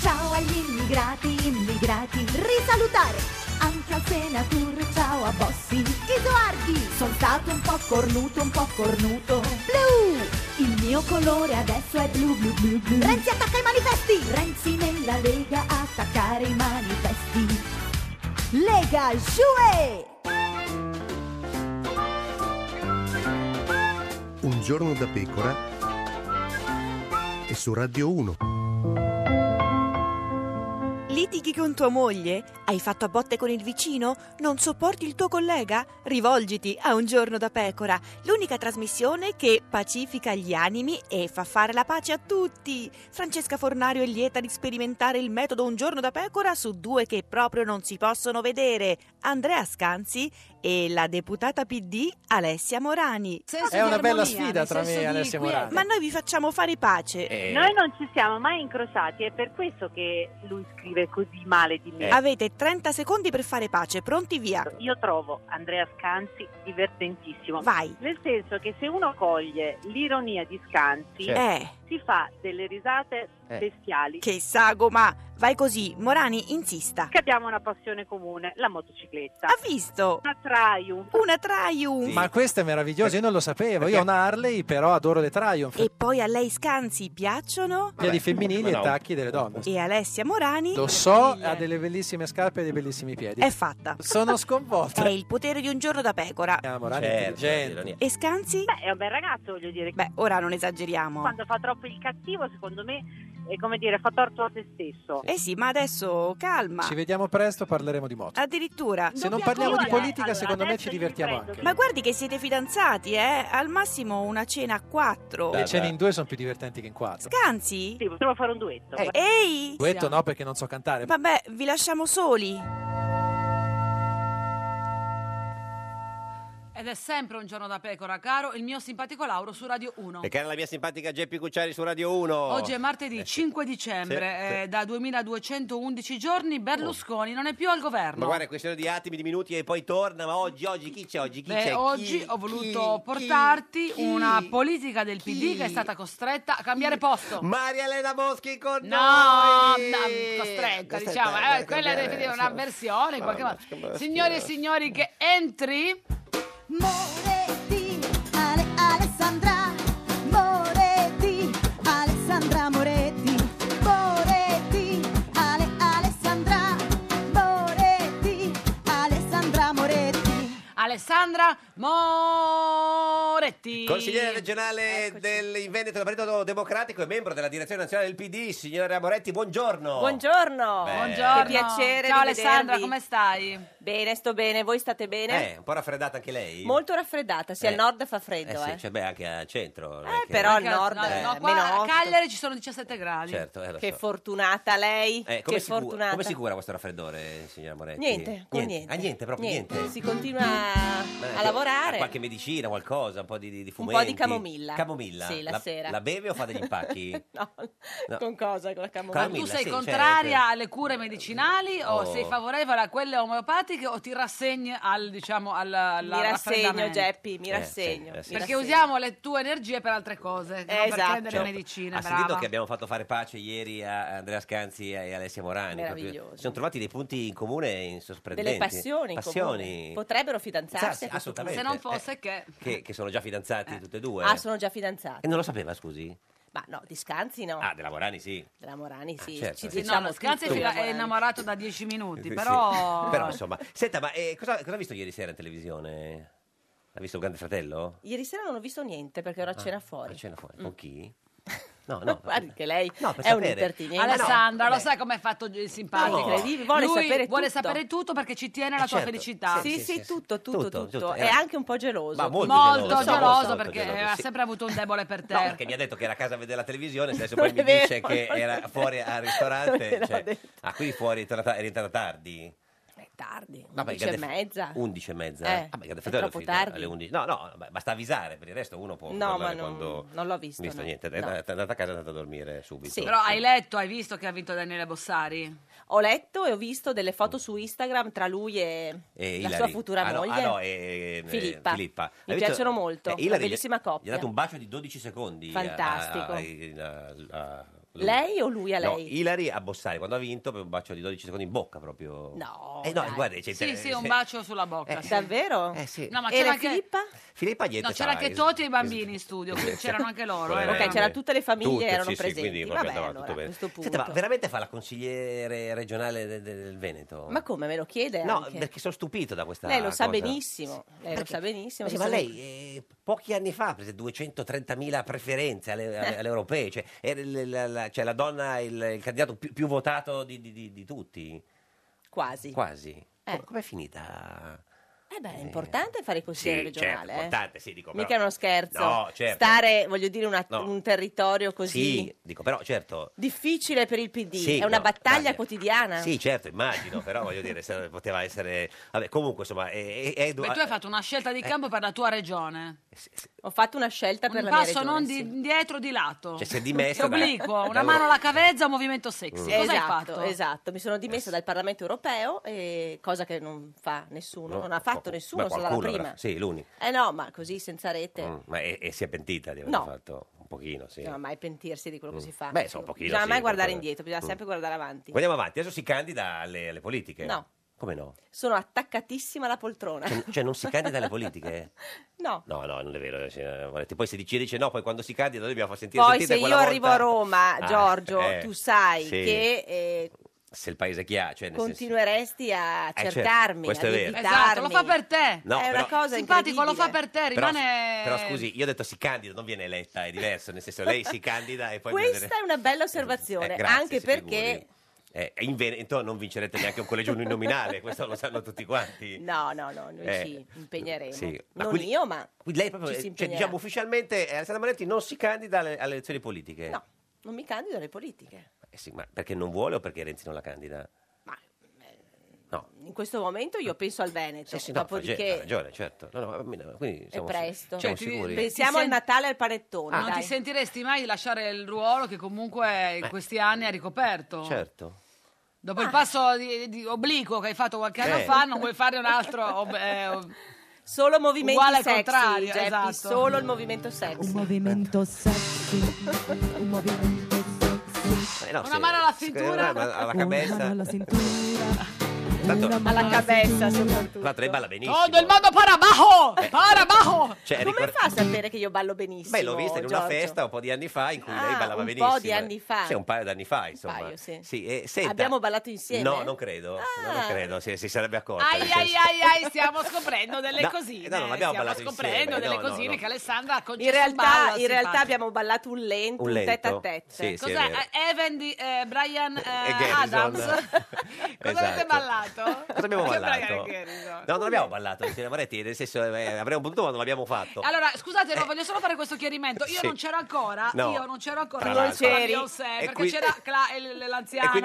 Speaker 10: Ciao agli immigrati, immigrati, risalutare! Anche al senatore, ciao a Bossi, Edoardi! Sono stato un po' cornuto, un po' cornuto, blu! Il mio colore adesso è blu, blu, blu, blu! Renzi attacca i manifesti! Renzi nella Lega a attaccare i manifesti! Lega Giue!
Speaker 11: Un giorno da pecora e su Radio 1.
Speaker 12: Litighi con tua moglie? Hai fatto a botte con il vicino? Non sopporti il tuo collega? Rivolgiti a Un giorno da pecora, l'unica trasmissione che pacifica gli animi e fa fare la pace a tutti. Francesca Fornario è lieta di sperimentare il metodo Un giorno da pecora su due che proprio non si possono vedere, Andrea Scanzi e la deputata PD Alessia Morani.
Speaker 13: Senso È di una bella armonia, sfida nel tra me senso e di Alessia equilibrio. Morani. Eh,
Speaker 12: Ma noi vi facciamo fare pace.
Speaker 2: Eh.
Speaker 13: Noi non ci siamo mai incrociati, è per questo che lui scrive così male di
Speaker 2: Eh.
Speaker 13: me.
Speaker 12: Avete 30 secondi per fare pace, pronti via.
Speaker 13: Io trovo Andrea Scanzi divertentissimo.
Speaker 12: Vai.
Speaker 13: Nel senso che se uno coglie l'ironia di Scanzi,
Speaker 12: Certo. Eh.
Speaker 13: si fa delle risate
Speaker 12: Eh.
Speaker 13: bestiali.
Speaker 12: Che sagoma! Vai così, Morani insista.
Speaker 13: Che abbiamo una passione comune, la motocicletta.
Speaker 12: Ha visto?
Speaker 13: Una Triumph.
Speaker 12: Una Triumph!
Speaker 14: Ma questo è meraviglioso, io non lo sapevo. Io ho una Harley, però adoro le Triumph.
Speaker 12: E poi a lei scanzi piacciono?
Speaker 14: Piedi femminili e tacchi delle donne.
Speaker 12: E Alessia Morani?
Speaker 14: Lo so, ha delle bellissime scarpe e dei bellissimi piedi.
Speaker 12: eh. È fatta.
Speaker 14: Sono sconvolta.
Speaker 12: È il potere di un giorno da pecora.
Speaker 14: Ah, Morani è intelligente.
Speaker 12: E scanzi?
Speaker 13: Beh, è un bel ragazzo, voglio dire.
Speaker 12: Beh, ora non esageriamo.
Speaker 13: Quando fa troppo il cattivo, secondo me, è come dire, fa torto a se stesso.
Speaker 12: Eh sì, ma adesso calma.
Speaker 14: Ci vediamo presto, parleremo di moto.
Speaker 12: Addirittura.
Speaker 14: Se non parliamo di politica, secondo me ci divertiamo anche.
Speaker 12: Ma guardi che siete fidanzati, eh? Al massimo una cena a quattro.
Speaker 14: Le cene in due sono più divertenti che in quattro.
Speaker 12: Scanzi? Sì,
Speaker 13: potremmo fare un duetto.
Speaker 12: Eh. Ehi!
Speaker 14: Duetto no, perché non so cantare.
Speaker 12: Vabbè, vi lasciamo soli.
Speaker 1: Ed è sempre un giorno da pecora, caro il mio simpatico Lauro su Radio 1.
Speaker 2: E cara la mia simpatica Geppi Cucciari su Radio 1.
Speaker 1: Oggi è martedì 5 dicembre,
Speaker 2: Sì, sì.
Speaker 1: eh, da 2211 giorni Berlusconi non è più al governo.
Speaker 2: Ma guarda, è questione di attimi, di minuti e poi torna. Ma oggi, oggi, chi c'è oggi? Chi
Speaker 1: Beh,
Speaker 2: c'è?
Speaker 1: oggi
Speaker 2: Chi?
Speaker 1: ho voluto portarti una politica del PD che è stata costretta a cambiare posto.
Speaker 2: Maria Elena Boschi con
Speaker 1: no,
Speaker 2: noi!
Speaker 1: No, costretta,
Speaker 2: Costretta,
Speaker 1: diciamo, eh,
Speaker 2: costretta,
Speaker 1: quella è definita
Speaker 2: insomma.
Speaker 1: un'avversione in qualche
Speaker 2: Mamma,
Speaker 1: modo.
Speaker 2: che maschera.
Speaker 1: Signore e signori, che entri
Speaker 10: Moretti, Ale- Alessandra, Moretti, Alessandra Moretti, Moretti, Ale- Alessandra, Moretti, Alessandra Moretti.
Speaker 1: Alessandra Moretti.
Speaker 2: Consigliere regionale del in Veneto del Partito Democratico e membro della direzione nazionale del PD, signora Moretti, buongiorno.
Speaker 15: Buongiorno.
Speaker 2: Beh.
Speaker 1: Buongiorno.
Speaker 15: Che piacere.
Speaker 1: Ciao
Speaker 15: rivedervi.
Speaker 1: Alessandra, come stai?
Speaker 15: Bene, sto bene. Voi state bene?
Speaker 2: Eh, un po' raffreddata anche lei?
Speaker 15: Molto raffreddata. Sì,
Speaker 2: Eh.
Speaker 15: al nord fa
Speaker 2: eh
Speaker 15: freddo.
Speaker 2: sì,
Speaker 15: eh.
Speaker 2: cioè, beh, anche al centro. non è che-
Speaker 15: però al nord
Speaker 1: No,
Speaker 15: eh,
Speaker 1: no,
Speaker 15: meno
Speaker 1: qua a
Speaker 15: otto.
Speaker 1: Cagliari ci sono 17 gradi.
Speaker 2: Certo, eh, lo
Speaker 15: Che
Speaker 2: so.
Speaker 15: fortunata lei.
Speaker 2: Eh, come,
Speaker 15: che
Speaker 2: si cu-
Speaker 15: fortunata.
Speaker 2: come si cura questo raffreddore, signora Moretti?
Speaker 15: Niente, con niente.
Speaker 2: Ah, niente, proprio niente.
Speaker 15: Si continua
Speaker 2: Beh,
Speaker 15: a
Speaker 2: eh,
Speaker 15: lavorare.
Speaker 2: Qualche medicina, qualcosa, un po' di, di, di
Speaker 15: Un
Speaker 2: fumenti.
Speaker 15: po' di camomilla.
Speaker 2: Camomilla.
Speaker 15: Sì, la sera.
Speaker 2: La beve o fa degli impacchi?
Speaker 15: no,
Speaker 2: No.
Speaker 15: con cosa? Con la camomilla.
Speaker 1: Ma
Speaker 2: Camilla,
Speaker 1: tu sei
Speaker 2: sì,
Speaker 1: contraria
Speaker 2: certo.
Speaker 1: alle cure medicinali o
Speaker 2: Oh.
Speaker 1: sei favorevole a quelle omeopatiche o ti rassegni al, diciamo, al, alla
Speaker 15: Mi rassegno,
Speaker 1: raffreddamento?
Speaker 15: Geppi, mi
Speaker 2: Eh,
Speaker 15: rassegno.
Speaker 2: sì, eh, sì.
Speaker 1: Perché
Speaker 15: rassegno.
Speaker 1: usiamo le tue energie per altre cose, che non per
Speaker 15: Esatto.
Speaker 1: prendere
Speaker 2: Certo.
Speaker 1: medicina,
Speaker 2: ha sentito
Speaker 1: brava.
Speaker 2: che abbiamo fatto fare pace ieri a Andrea Scanzi e a Alessia Morani. proprio-
Speaker 15: Meraviglioso.
Speaker 2: Si sono trovati dei punti in comune in sorprendenti.
Speaker 15: Delle passioni, in comune.
Speaker 2: Passioni.
Speaker 15: Potrebbero
Speaker 2: Sì,
Speaker 15: fidanzarsi. a questo punto.
Speaker 2: assolutamente.
Speaker 1: Se non fosse che...
Speaker 2: Che, che sono già fidanzati tutte e due.
Speaker 15: Ah, sono già
Speaker 2: E
Speaker 15: fidanzati.
Speaker 2: non lo sapeva, scusi?
Speaker 15: Ma no, di Scanzi no.
Speaker 2: Ah, della Morani sì.
Speaker 15: Della Morani sì.
Speaker 2: certo,
Speaker 15: Ci
Speaker 2: sì.
Speaker 1: No,
Speaker 15: diciamo
Speaker 1: lo Scanzi è
Speaker 15: tutto
Speaker 1: fila-
Speaker 15: della
Speaker 1: è
Speaker 15: Morani.
Speaker 1: innamorato da 10 minuti,
Speaker 2: Sì,
Speaker 1: però...
Speaker 2: sì. Però, insomma. Senta, ma eh, cosa, cosa ha visto ieri sera in televisione? Ha visto Grande Fratello?
Speaker 15: Ieri sera non ho visto niente perché ero a
Speaker 2: Ah,
Speaker 15: cena fuori.
Speaker 2: A cena fuori.
Speaker 15: Mm.
Speaker 2: Con chi? No, no.
Speaker 15: Guardi che lei
Speaker 2: per
Speaker 15: è un
Speaker 2: sapere. Ah,
Speaker 15: impertinente.
Speaker 1: Alessandra,
Speaker 15: No,
Speaker 1: lo sai com'è fatto il simpatico?
Speaker 15: No. Incredibile, vuole
Speaker 1: Lui
Speaker 15: sapere
Speaker 1: vuole
Speaker 15: tutto.
Speaker 1: sapere tutto perché ci tiene alla
Speaker 15: Eh,
Speaker 1: tua
Speaker 15: certo.
Speaker 1: felicità.
Speaker 15: Sì, sì, sì, tutto, tutto, tutto.
Speaker 2: Tutto, tutto. Eh,
Speaker 15: È
Speaker 2: Era-
Speaker 15: anche un po' geloso.
Speaker 2: Ma molto
Speaker 1: Molto
Speaker 2: geloso,
Speaker 1: geloso,
Speaker 2: molto
Speaker 1: perché
Speaker 2: geloso,
Speaker 1: ha
Speaker 2: sì.
Speaker 1: sempre avuto un debole per te.
Speaker 2: No, perché mi ha detto che era a casa a vedere la televisione, se adesso
Speaker 1: Non
Speaker 2: poi mi
Speaker 1: è vero,
Speaker 2: dice che
Speaker 1: non è
Speaker 2: era
Speaker 1: vero.
Speaker 2: fuori al
Speaker 1: Non
Speaker 2: ristorante.
Speaker 1: me
Speaker 2: cioè,
Speaker 1: l'ha
Speaker 2: ah, quindi fuori è entrata- è rientrata tardi.
Speaker 15: È tardi,
Speaker 2: No, beh,
Speaker 15: 11 e
Speaker 2: grande-
Speaker 15: mezza.
Speaker 2: 11 e mezza.
Speaker 15: Eh,
Speaker 2: ah, beh, Grande
Speaker 15: è
Speaker 2: Fratello
Speaker 15: troppo
Speaker 2: fino
Speaker 15: tardi.
Speaker 2: alle 11. No, no, beh, basta avvisare, per il resto uno può
Speaker 15: No, ma
Speaker 2: parlare
Speaker 15: non,
Speaker 2: quando...
Speaker 15: non l'ho visto.
Speaker 2: visto
Speaker 15: no.
Speaker 2: niente, è
Speaker 15: No.
Speaker 2: andata è andata a casa, è andata a dormire subito.
Speaker 15: Sì.
Speaker 1: Però hai letto, hai visto che ha vinto Daniele Bossari?
Speaker 15: Ho letto e ho visto delle foto su Instagram tra lui e,
Speaker 2: E
Speaker 15: la
Speaker 2: Hilary.
Speaker 15: sua futura
Speaker 2: Ah, no,
Speaker 15: moglie.
Speaker 2: ah, no, eh, eh,
Speaker 15: Filippa.
Speaker 2: Filippa.
Speaker 15: Mi
Speaker 2: Hai
Speaker 15: piacciono molto, una
Speaker 2: Hilary gli-
Speaker 15: bellissima
Speaker 2: Gli
Speaker 15: coppia.
Speaker 2: ha dato un bacio di 12 secondi. a- a-
Speaker 15: Fantastico.
Speaker 2: a- a- a- lui.
Speaker 15: Lei o lui a lei?
Speaker 2: No, Ilari a Bossari quando ha vinto per un bacio di 12 secondi in bocca proprio.
Speaker 15: No,
Speaker 2: Eh, no,
Speaker 15: dai.
Speaker 2: guarda, c'è
Speaker 1: Sì,
Speaker 2: inter-
Speaker 1: sì, un
Speaker 2: c'è-
Speaker 1: bacio sulla bocca.
Speaker 2: Eh,
Speaker 1: sì.
Speaker 15: Davvero?
Speaker 1: No, ma
Speaker 15: E
Speaker 1: c'era
Speaker 15: la
Speaker 1: anche,
Speaker 15: Filippa?
Speaker 2: Filippa Niente eh,
Speaker 1: no, c'era
Speaker 2: sai.
Speaker 1: anche Toti e i bambini in studio, quindi c'erano anche loro. eh.
Speaker 2: Veramente.
Speaker 15: Ok, c'era tutte le famiglie
Speaker 2: Tutte,
Speaker 15: erano
Speaker 2: sì, sì,
Speaker 15: presenti.
Speaker 2: quindi
Speaker 15: Vabbè,
Speaker 2: proprio andava
Speaker 15: allora,
Speaker 2: tutto bene.
Speaker 15: a questo punto.
Speaker 2: Senta, ma veramente fa la consigliere regionale de- de- del, Veneto?
Speaker 15: Ma come me lo chiede?
Speaker 2: no,
Speaker 15: anche?
Speaker 2: perché sono stupito da questa
Speaker 15: Lei lo sa
Speaker 2: cosa.
Speaker 15: benissimo. Lei lo sa benissimo.
Speaker 2: Sì,
Speaker 15: che
Speaker 2: ma
Speaker 15: sono-
Speaker 2: lei eh, pochi anni fa ha preso 230.000 preferenze alle, alle- alle europee, cioè, era il- la, la- cioè, la donna, il, il candidato più, più votato di, di- di- di tutti,
Speaker 15: Quasi.
Speaker 2: quasi.
Speaker 15: Eh.
Speaker 2: Com- Com'è finita?
Speaker 15: Eh beh, è importante fare il
Speaker 2: Sì,
Speaker 15: consigliere
Speaker 2: certo,
Speaker 15: regionale. eh.
Speaker 2: importante, sì, dico,
Speaker 15: Mica
Speaker 2: però-
Speaker 15: è uno scherzo.
Speaker 2: No, certo.
Speaker 15: Stare, voglio dire, una-
Speaker 2: No.
Speaker 15: un territorio così
Speaker 2: Sì, dico, però certo.
Speaker 15: difficile per il PD.
Speaker 2: Sì,
Speaker 15: è una
Speaker 2: no,
Speaker 15: battaglia
Speaker 2: dai.
Speaker 15: quotidiana.
Speaker 2: Sì, certo, immagino, però voglio dire, se- poteva essere... Vabbè, comunque, insomma, è, è- è-
Speaker 1: Beh, tu hai fatto una scelta di
Speaker 2: Eh.
Speaker 1: campo per la tua regionone.
Speaker 15: Ho fatto una scelta per
Speaker 1: un
Speaker 15: la mia
Speaker 1: passo
Speaker 15: regione,
Speaker 1: non
Speaker 15: sì.
Speaker 1: di- indietro di lato.
Speaker 2: Cioè, si è dimessa
Speaker 1: È obliquo,
Speaker 2: da-
Speaker 1: una
Speaker 2: da-
Speaker 1: mano alla cavezza, un movimento sexy. Cosa
Speaker 15: esatto,
Speaker 1: hai fatto?
Speaker 15: esatto, mi sono dimessa dal Parlamento europeo, e- cosa che non fa nessuno,
Speaker 2: No,
Speaker 15: non ha fatto nessuno,
Speaker 2: Beh,
Speaker 15: sono stata la
Speaker 2: qualcuno
Speaker 15: prima.
Speaker 2: avrà- Sì, l'uni.
Speaker 15: Eh no, ma così senza rete.
Speaker 2: Mm, ma e, e si è pentita di aver
Speaker 15: No.
Speaker 2: fatto un pochino, sì.
Speaker 15: Bisogna mai pentirsi di quello che
Speaker 2: Mm.
Speaker 15: si fa.
Speaker 2: Beh, insomma, un pochino,
Speaker 15: Bisogna
Speaker 2: sì,
Speaker 15: mai guardare
Speaker 2: qualcosa.
Speaker 15: indietro, bisogna
Speaker 2: Mm.
Speaker 15: sempre guardare avanti.
Speaker 2: Andiamo avanti, adesso si candida alle, alle politiche?
Speaker 15: No.
Speaker 2: Come no?
Speaker 15: Sono attaccatissima alla poltrona.
Speaker 2: Cioè, cioè, non si candida alle politiche?
Speaker 15: No.
Speaker 2: No, no, non è vero. cioè, guardate, poi se dice, dice no, poi quando si candida noi dobbiamo far sentire
Speaker 15: Poi
Speaker 2: sentite
Speaker 15: se io
Speaker 2: quella volta-
Speaker 15: arrivo a Roma,
Speaker 2: Ah,
Speaker 15: Giorgio,
Speaker 2: eh,
Speaker 15: tu sai
Speaker 2: sì.
Speaker 15: che eh,
Speaker 2: Se il paese chi ha, cioè nel senso-
Speaker 15: continueresti a
Speaker 2: certo,
Speaker 15: cercarmi,
Speaker 2: questo è
Speaker 15: ad
Speaker 2: vero.
Speaker 15: evitarmi.
Speaker 1: Esatto, lo fa per te.
Speaker 2: No,
Speaker 15: è una
Speaker 2: però-
Speaker 15: cosa
Speaker 1: Simpatico, lo fa per
Speaker 15: incredibile.
Speaker 1: te,
Speaker 2: Però,
Speaker 1: rimane...
Speaker 2: però scusi, io ho detto si candida, non viene eletta, è diverso, nel senso lei si candida e poi...
Speaker 15: Questa è una bella osservazione,
Speaker 2: Eh, grazie,
Speaker 15: anche
Speaker 2: si
Speaker 15: perché
Speaker 2: Eh, in Veneto non vincerete neanche un collegio uninominale, questo lo sanno tutti quanti.
Speaker 15: No, no, no, noi
Speaker 2: Eh,
Speaker 15: ci impegneremo.
Speaker 2: sì. Ma
Speaker 15: Non
Speaker 2: quindi-
Speaker 15: io, ma
Speaker 2: Quindi lei proprio,
Speaker 15: ci si
Speaker 2: cioè,
Speaker 15: impegnerà.
Speaker 2: diciamo ufficialmente, eh, Alessandra Manetti non si candida alle, alle elezioni politiche?
Speaker 15: No. non mi candido alle politiche.
Speaker 2: Eh sì, ma perché non vuole o perché Renzi non la candida?
Speaker 15: eh,
Speaker 2: No.
Speaker 15: In questo momento io penso al Veneto,
Speaker 2: Sì, sì, no, fa- ha
Speaker 15: dopodiché
Speaker 2: ragione, certo. No, no, mi- quindi
Speaker 15: è
Speaker 2: siamo,
Speaker 15: presto.
Speaker 2: siamo sicuri.
Speaker 15: Pensiamo al Natale e al panettone.
Speaker 1: non
Speaker 15: dai.
Speaker 1: ti sentiresti mai di lasciare il ruolo che comunque in
Speaker 2: Beh.
Speaker 1: questi anni hai ricoperto?
Speaker 2: Eh. Certo.
Speaker 1: Dopo
Speaker 15: Ah.
Speaker 1: il passo di, di obliquo che hai fatto qualche anno
Speaker 2: Eh.
Speaker 1: fa, non vuoi fare un altro... ob- eh, ob-
Speaker 15: Solo movimenti
Speaker 1: Uguale al
Speaker 15: sexy,
Speaker 1: contrario,
Speaker 15: Geppi,
Speaker 1: esatto.
Speaker 15: solo il movimento sexy.
Speaker 10: movimento sexy, un movimento
Speaker 2: Eh, no,
Speaker 1: Una
Speaker 2: sì,
Speaker 1: mano alla
Speaker 2: sì,
Speaker 1: cintura.
Speaker 2: Una mano alla cabeza. Tanto,
Speaker 15: alla cabeza soprattutto.
Speaker 2: tanto lei balla benissimo.
Speaker 1: Todo il mondo para abajo! Para abajo!
Speaker 2: Cioè,
Speaker 15: Come
Speaker 2: ricor-
Speaker 15: fa a sapere che io ballo benissimo?
Speaker 2: Beh, l'ho vista in una
Speaker 15: Giorgio?
Speaker 2: festa un po' di anni fa in cui lei
Speaker 15: Ah,
Speaker 2: ballava
Speaker 15: un po'
Speaker 2: benissimo.
Speaker 15: di anni fa.
Speaker 2: Sì, un paio d'anni fa, insomma.
Speaker 15: paio, sì.
Speaker 2: eh, senta-
Speaker 15: Abbiamo ballato insieme? Ah.
Speaker 2: No, non credo. no, non credo, si, si sarebbe accorta. nel
Speaker 1: Ai, ai,
Speaker 2: senso-
Speaker 1: ai, ai, stiamo scoprendo delle
Speaker 2: No,
Speaker 1: cosine.
Speaker 2: no, non abbiamo
Speaker 1: stiamo
Speaker 2: ballato
Speaker 1: scoprendo
Speaker 2: insieme,
Speaker 1: delle
Speaker 2: no, no,
Speaker 1: cosine
Speaker 2: no.
Speaker 1: che Alessandra ha concesso
Speaker 15: In realtà,
Speaker 1: ballo
Speaker 15: in realtà
Speaker 1: simpatico.
Speaker 15: abbiamo ballato un lento,
Speaker 2: Un
Speaker 15: un
Speaker 2: lento.
Speaker 15: tete a tete.
Speaker 2: Sì, sì, è
Speaker 1: Cos'è?
Speaker 2: vero.
Speaker 1: Eh, Evan di eh, Brian eh,
Speaker 2: Garrison.
Speaker 1: Adams? Cosa avete
Speaker 2: Esatto.
Speaker 1: ballato?
Speaker 16: ballato?
Speaker 2: Cosa abbiamo
Speaker 16: Sembra
Speaker 2: ballato?
Speaker 16: che- che riso-
Speaker 2: No, non abbiamo ballato, signora Moretti, nel senso eh, avremmo potuto ma non l'abbiamo fatto.
Speaker 1: Allora, scusate, no, voglio solo fare questo chiarimento. Io
Speaker 2: Sì.
Speaker 1: non c'ero ancora,
Speaker 2: No.
Speaker 1: io non c'ero ancora
Speaker 2: Tra
Speaker 1: quando
Speaker 2: l'altro.
Speaker 1: c'era
Speaker 2: Non c'eri?
Speaker 1: Beyoncé,
Speaker 2: E
Speaker 1: eh, perché
Speaker 2: qui-
Speaker 1: c'era Cla- il- l-
Speaker 2: E quindi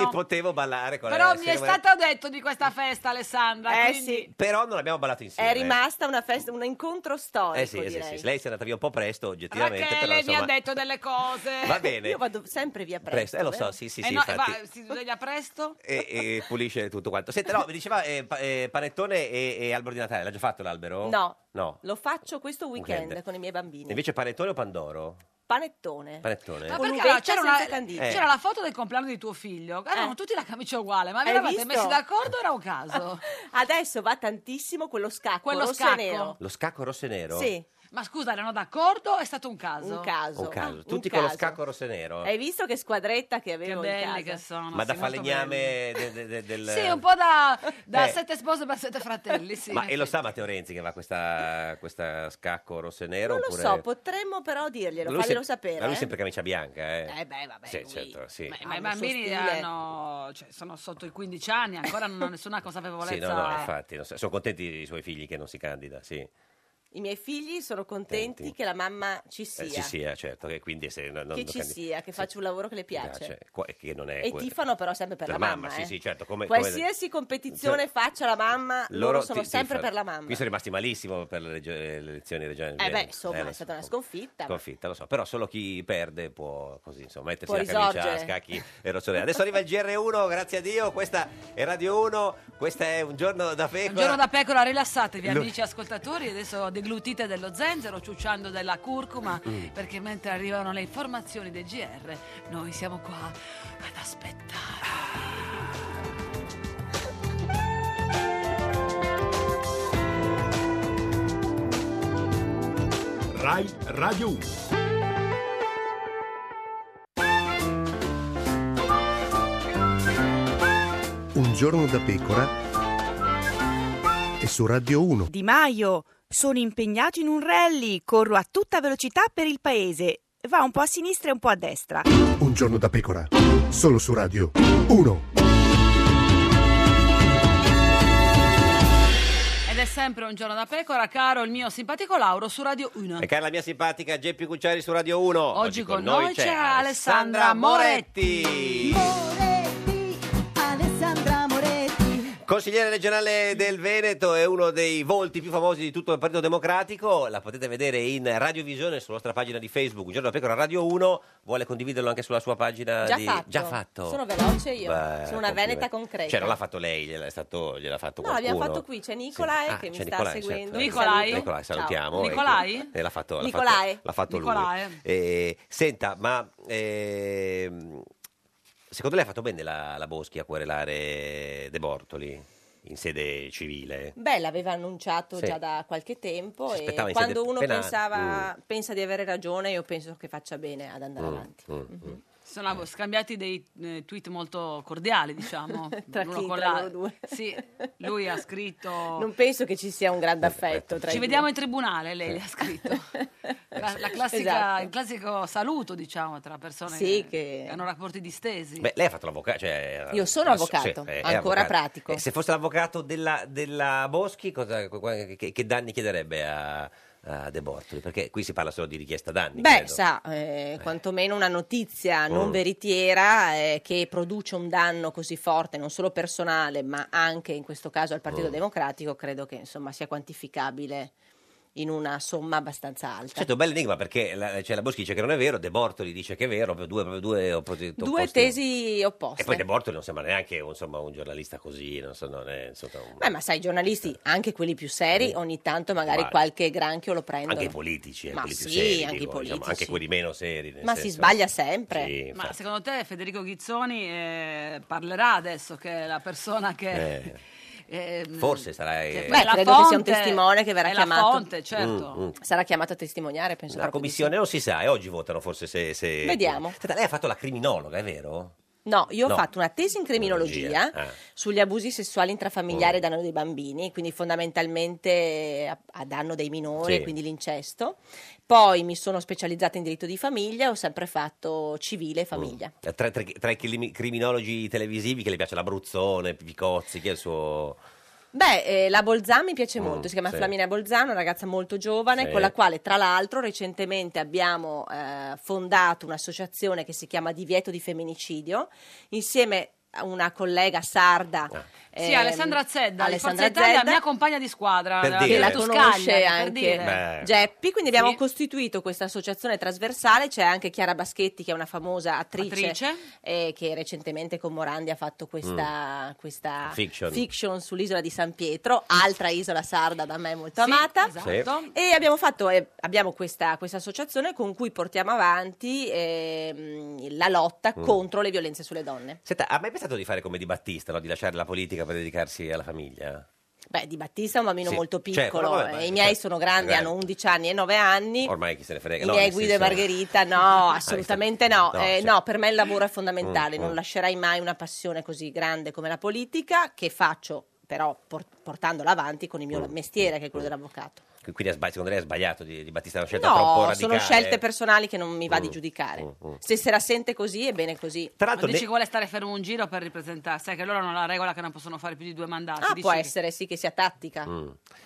Speaker 1: l'anziano.
Speaker 2: potevo ballare con la
Speaker 1: Però mi è
Speaker 2: signora Moretti.
Speaker 1: stato detto di questa festa, Alessandra.
Speaker 15: Eh
Speaker 1: quindi-
Speaker 15: sì,
Speaker 2: Però non abbiamo ballato insieme.
Speaker 15: è rimasta una festa, un incontro storico.
Speaker 2: Eh sì, eh sì,
Speaker 15: direi.
Speaker 2: sì, lei si è andata via un po' presto, oggettivamente.
Speaker 1: Rachele
Speaker 2: però,
Speaker 1: mi ha
Speaker 2: insomma,
Speaker 1: detto delle cose.
Speaker 2: Va bene.
Speaker 15: Io vado sempre via presto.
Speaker 2: Presto, eh, lo
Speaker 15: vero?
Speaker 2: so, sì, sì,
Speaker 1: Eh
Speaker 2: sì,
Speaker 1: no,
Speaker 2: infatti.
Speaker 1: va, si sveglia presto?
Speaker 2: E, e pulisce tutto quanto. Senta, no, mi diceva eh, pa- eh, panettone e, e albero di Natale. L'ha già fatto l'albero?
Speaker 15: No.
Speaker 2: No.
Speaker 15: Lo faccio questo weekend,
Speaker 2: Weekend.
Speaker 15: con i miei bambini.
Speaker 2: Oh. Invece panettone o pandoro?
Speaker 15: Panettone.
Speaker 2: Panettone.
Speaker 1: Ma
Speaker 15: Con
Speaker 1: perché
Speaker 15: uvetta
Speaker 1: allora, c'era,
Speaker 15: senza
Speaker 1: una-
Speaker 15: canditi.
Speaker 2: Eh.
Speaker 1: c'era la foto del compleanno di tuo figlio, erano
Speaker 15: Eh.
Speaker 1: tutti la camicia uguale, ma vi
Speaker 15: Hai
Speaker 1: eravate
Speaker 15: visto?
Speaker 1: messi d'accordo o era un caso?
Speaker 15: Adesso va tantissimo quello scacco
Speaker 1: Quello
Speaker 15: rosso
Speaker 1: scacco?
Speaker 15: e nero.
Speaker 2: Lo scacco rosso e nero?
Speaker 1: Ma scusa, erano d'accordo o è stato un caso?
Speaker 15: Un caso. Ah,
Speaker 2: Un caso.
Speaker 15: Un
Speaker 2: Tutti con lo
Speaker 15: caso.
Speaker 2: scacco rosso e nero?
Speaker 15: Hai visto che squadretta che avevo
Speaker 1: Che
Speaker 15: in
Speaker 1: belli
Speaker 15: casa?
Speaker 1: che sono,
Speaker 2: Ma da falegname de- de- de- del...
Speaker 1: Sì, un po' da, da
Speaker 2: Eh.
Speaker 1: sette spose per sette fratelli, sì.
Speaker 2: Ma e lo sa Matteo Renzi che va questa, questa scacco rosso e nero?
Speaker 15: Non lo
Speaker 2: oppure...
Speaker 15: so, potremelo però dirglielo,
Speaker 2: Lui
Speaker 15: faglielo
Speaker 2: sem-
Speaker 15: sapere.
Speaker 2: Ma lui
Speaker 15: eh.
Speaker 2: sempre camicia bianca, eh?
Speaker 1: Eh beh, vabbè,
Speaker 2: Sì,
Speaker 1: lui-
Speaker 2: certo, sì.
Speaker 1: Eh, Ma- Ma i
Speaker 15: Hanno il suo
Speaker 1: bambini
Speaker 15: stile.
Speaker 1: hanno- cioè, sono sotto i 15 anni, ancora non hanno nessuna
Speaker 2: Sì,
Speaker 1: consapevolezza.
Speaker 2: no,
Speaker 15: eh.
Speaker 2: no, infatti, non so- sono contenti i suoi figli che non si candida, sì. Eh,
Speaker 15: I miei figli sono contenti che la mamma ci sia.
Speaker 2: ci sia, certo, che quindi se no- Eh, non-
Speaker 15: che
Speaker 2: non
Speaker 15: ci
Speaker 2: candida-
Speaker 15: sia, che faccia un lavoro che le piace.
Speaker 2: piace, Eh, qua- che non è
Speaker 15: E
Speaker 2: que-
Speaker 15: tifano però sempre per la, mamma.
Speaker 2: sì,
Speaker 15: eh.
Speaker 2: sì, certo, come- come-
Speaker 15: Qualsiasi competizione faccia la mamma, Ah, loro, sono
Speaker 2: ti- ti
Speaker 15: sempre
Speaker 2: fanno-
Speaker 15: per la mamma.
Speaker 2: Qui sono rimasti malissimo per le, regio- le elezioni regionali.
Speaker 15: Eh beh,
Speaker 2: lo
Speaker 15: insomma, è
Speaker 2: so,
Speaker 15: stata una sconfitta. ma-
Speaker 2: Sconfitta, lo so, però solo chi perde può così, insomma, mettersi
Speaker 15: Può
Speaker 2: la camicia a
Speaker 15: risorgere.
Speaker 2: scacchi e rossonera. Adesso arriva il GR1, grazie a Dio, questa è Radio 1, questa è un giorno da pecora.
Speaker 1: Un giorno da pecora, rilassatevi
Speaker 2: Lui-
Speaker 1: amici ascoltatori, adesso deglutite dello zenzero, ciucciando della curcuma,
Speaker 2: Mm.
Speaker 1: perché mentre arrivano le informazioni del GR, noi siamo qua ad aspettare.
Speaker 17: Rai Radio 1.
Speaker 11: Un giorno da pecora e su Radio 1.
Speaker 12: Di Maio, sono impegnato in un rally, corro a tutta velocità per il paese. Va un po' a sinistra e un po' a destra.
Speaker 11: Un giorno da pecora, solo su Radio 1.
Speaker 1: Ed è sempre un giorno da pecora, caro il mio simpatico Lauro su Radio 1.
Speaker 2: E cara la mia simpatica Geppi Cucciari su Radio 1. Oggi,
Speaker 1: Ecco, con noi c'è Alessandra
Speaker 2: Moretti.
Speaker 10: Alessandra Moretti.
Speaker 2: Consigliere regionale del Veneto è uno dei volti più famosi di tutto il Partito Democratico, la potete vedere in radiovisione sulla nostra pagina di Facebook, Un giorno da pecora Radio 1, vuole condividerlo anche sulla sua pagina
Speaker 15: Già
Speaker 2: Eh, di...
Speaker 15: fatto.
Speaker 2: Già fatto.
Speaker 15: Sono veloce
Speaker 2: Beh,
Speaker 15: io. sono una
Speaker 2: complimenti.
Speaker 15: veneta concreta.
Speaker 2: Cioè non l'ha fatto lei, gliel'ha, è stato, gliel'ha fatto
Speaker 15: No,
Speaker 2: qualcuno.
Speaker 15: l'abbiamo fatto qui, c'è Nicolai
Speaker 2: Ah,
Speaker 15: che mi
Speaker 2: c'è
Speaker 15: sta
Speaker 2: Nicolai,
Speaker 15: seguendo.
Speaker 2: certo.
Speaker 15: Ti
Speaker 1: Nicolai?
Speaker 15: saluto.
Speaker 2: Nicolai,
Speaker 15: Ciao.
Speaker 2: salutiamo.
Speaker 1: Nicolai?
Speaker 2: E- e l'ha fatto, l'ha
Speaker 15: Nicolai?
Speaker 2: fatto- l'ha fatto
Speaker 1: Nicolai.
Speaker 2: lui. Eh, senta, ma ehm, secondo lei ha fatto bene la, la Boschi a querelare De Bortoli in sede civile?
Speaker 15: Beh, l'aveva annunciato
Speaker 2: Sì.
Speaker 15: già da qualche tempo
Speaker 2: Si
Speaker 15: e
Speaker 2: aspettava in
Speaker 15: quando
Speaker 2: sede
Speaker 15: uno
Speaker 2: penale.
Speaker 15: pensava, pensa di avere ragione, io penso che faccia bene ad andare
Speaker 2: Mm,
Speaker 15: avanti.
Speaker 2: mm, mm.
Speaker 1: Sono scambiati dei eh, tweet molto cordiali, diciamo.
Speaker 15: Tra
Speaker 1: l'uno
Speaker 15: chi?
Speaker 1: con
Speaker 15: Tra
Speaker 1: la-
Speaker 15: loro due?
Speaker 1: Sì, lui ha scritto...
Speaker 15: Non penso che ci sia un grande affetto tra
Speaker 1: Ci
Speaker 15: i
Speaker 1: vediamo
Speaker 15: due.
Speaker 1: in tribunale, Ah, lei gli ha scritto. La, la classica-
Speaker 15: Esatto.
Speaker 1: Il classico saluto, diciamo, tra persone
Speaker 15: Sì,
Speaker 1: che hanno rapporti distesi.
Speaker 2: Beh, lei ha fatto l'avvocato. Cioè,
Speaker 15: Io sono
Speaker 2: adesso-
Speaker 15: avvocato,
Speaker 2: è
Speaker 15: ancora pratico.
Speaker 2: Eh, se fosse l'avvocato della, della Boschi, cosa- che, che danni chiederebbe a, a De Bortoli? Perché qui si parla solo di richiesta danni.
Speaker 15: Beh,
Speaker 2: credo.
Speaker 15: sa, eh, quantomeno una notizia non
Speaker 2: Mm.
Speaker 15: veritiera eh, che produce un danno così forte, non solo personale, ma anche in questo caso al Partito
Speaker 2: Mm.
Speaker 15: Democratico, credo che insomma sia quantificabile in una somma abbastanza alta.
Speaker 2: Certo, è un bel enigma perché la, cioè, la Boschi dice che non è vero, De Bortoli dice che è vero, proprio due, proprio due opposi-
Speaker 15: Due
Speaker 2: opposti.
Speaker 15: tesi
Speaker 2: E
Speaker 15: opposte.
Speaker 2: poi De Bortoli non sembra neanche insomma, un giornalista così, non so, non è, insomma, un-
Speaker 15: Beh, ma sai, i giornalisti, anche quelli più seri, ogni tanto magari
Speaker 2: Vale.
Speaker 15: qualche granchio lo prendono.
Speaker 2: anche i politici, eh,
Speaker 15: Ma
Speaker 2: quelli più
Speaker 15: sì,
Speaker 2: seri,
Speaker 15: anche i
Speaker 2: dico,
Speaker 15: politici.
Speaker 2: insomma, anche quelli meno seri. nel
Speaker 15: Ma si
Speaker 2: senso-
Speaker 15: sbaglia sempre.
Speaker 2: Sì,
Speaker 1: Ma
Speaker 2: infatti.
Speaker 1: secondo te Federico Ghizzoni eh, parlerà adesso che è la persona che...
Speaker 2: Eh,
Speaker 1: eh,
Speaker 2: forse sarà
Speaker 1: che-
Speaker 2: eh,
Speaker 15: Beh,
Speaker 1: la
Speaker 15: credo che sia un
Speaker 1: fonte-
Speaker 15: testimone che verrà
Speaker 1: è la
Speaker 15: chiamato.
Speaker 1: fonte, certo.
Speaker 2: Mm, mm.
Speaker 15: Sarà chiamato a testimoniare, penso
Speaker 2: La
Speaker 15: proprio di
Speaker 2: commissione non si sa, e oggi votano eh, forse se... se-
Speaker 15: Vediamo.
Speaker 2: Senta, lei ha fatto la criminologa, è vero?
Speaker 15: No, io ho
Speaker 2: No.
Speaker 15: fatto una tesi in criminologia
Speaker 2: Criminologia, Mm. ah.
Speaker 15: sugli abusi sessuali intrafamiliari a danno dei bambini, quindi fondamentalmente a, a danno dei minori,
Speaker 2: Sì.
Speaker 15: quindi l'incesto. Poi mi sono specializzata in diritto di famiglia, ho sempre fatto civile e famiglia.
Speaker 2: Eh, Tra, tra- tra i crimi- criminologi televisivi che le piace l'Abruzzone, Picozzi, chi è il suo...
Speaker 15: Beh, eh, la Bolzano mi piace
Speaker 2: Mm,
Speaker 15: molto, si chiama
Speaker 2: sì.
Speaker 15: Flaminia Bolzano, una ragazza molto giovane
Speaker 2: Sì.
Speaker 15: con la quale tra l'altro recentemente abbiamo eh, fondato un'associazione che si chiama Divieto di Femminicidio insieme a una collega sarda.
Speaker 2: Ah.
Speaker 1: Sì,
Speaker 15: ehm,
Speaker 1: Alessandra Zedda, di
Speaker 15: Alessandra
Speaker 1: Forza Italia,
Speaker 15: Zedda.
Speaker 1: mia compagna di squadra.
Speaker 15: Per
Speaker 1: Ah, della
Speaker 15: dire. Che la
Speaker 1: Virtus
Speaker 15: conosce
Speaker 1: Cagliari,
Speaker 15: anche.
Speaker 1: Per dire.
Speaker 15: Beh. Geppi, quindi abbiamo costituito questa associazione trasversale, c'è anche Chiara Baschetti che è una famosa attrice,
Speaker 1: Attrice.
Speaker 15: eh, che recentemente con Morandi ha fatto questa, questa
Speaker 2: Mm. Fiction.
Speaker 15: sull'isola di San Pietro, altra isola sarda da me molto
Speaker 1: Sì,
Speaker 15: amata.
Speaker 2: esatto. Sì.
Speaker 15: E abbiamo, fatto, eh, abbiamo questa, questa associazione con cui portiamo avanti ehm, la lotta
Speaker 2: Mm.
Speaker 15: contro le violenze sulle donne.
Speaker 2: Senta, ha mai pensato di fare come Di Battista, no? di lasciare la politica per dedicarsi alla famiglia?
Speaker 15: Beh, Di Battista è un bambino
Speaker 2: Sì,
Speaker 15: molto
Speaker 2: certo,
Speaker 15: piccolo,
Speaker 2: no, vabbè,
Speaker 15: eh, i miei sono grandi,
Speaker 2: magari-
Speaker 15: hanno 11 anni e 9 anni.
Speaker 2: Ormai chi se ne frega.
Speaker 15: I
Speaker 2: no,
Speaker 15: miei
Speaker 2: nel
Speaker 15: Guido e
Speaker 2: senso-
Speaker 15: Margherita, no, assolutamente no.
Speaker 2: No,
Speaker 15: Eh,
Speaker 2: sì.
Speaker 15: no, per me il lavoro è fondamentale,
Speaker 2: Mm, mm.
Speaker 15: non lascerai mai una passione così grande come la politica, che faccio però por- portandola avanti con il
Speaker 2: Mm,
Speaker 15: mio mestiere, che è quello dell'avvocato.
Speaker 2: Quindi ha sbag- secondo lei ha sbagliato Di, Di Battista, è una scelta troppo
Speaker 15: No,
Speaker 2: radicale.
Speaker 15: sono scelte personali che non mi va di
Speaker 2: Mm,
Speaker 15: giudicare.
Speaker 2: mm, mm.
Speaker 15: Se se la sente così, è bene così.
Speaker 2: Tra
Speaker 1: Ma
Speaker 2: l'altro,
Speaker 1: dici
Speaker 2: ne-
Speaker 1: che vuole stare fermo un giro per ripresentarsi, sai che loro hanno la regola che non possono fare più di due mandati.
Speaker 15: Ah,
Speaker 1: dici
Speaker 15: può
Speaker 1: che-
Speaker 15: essere sì che sia tattica.
Speaker 2: Mm.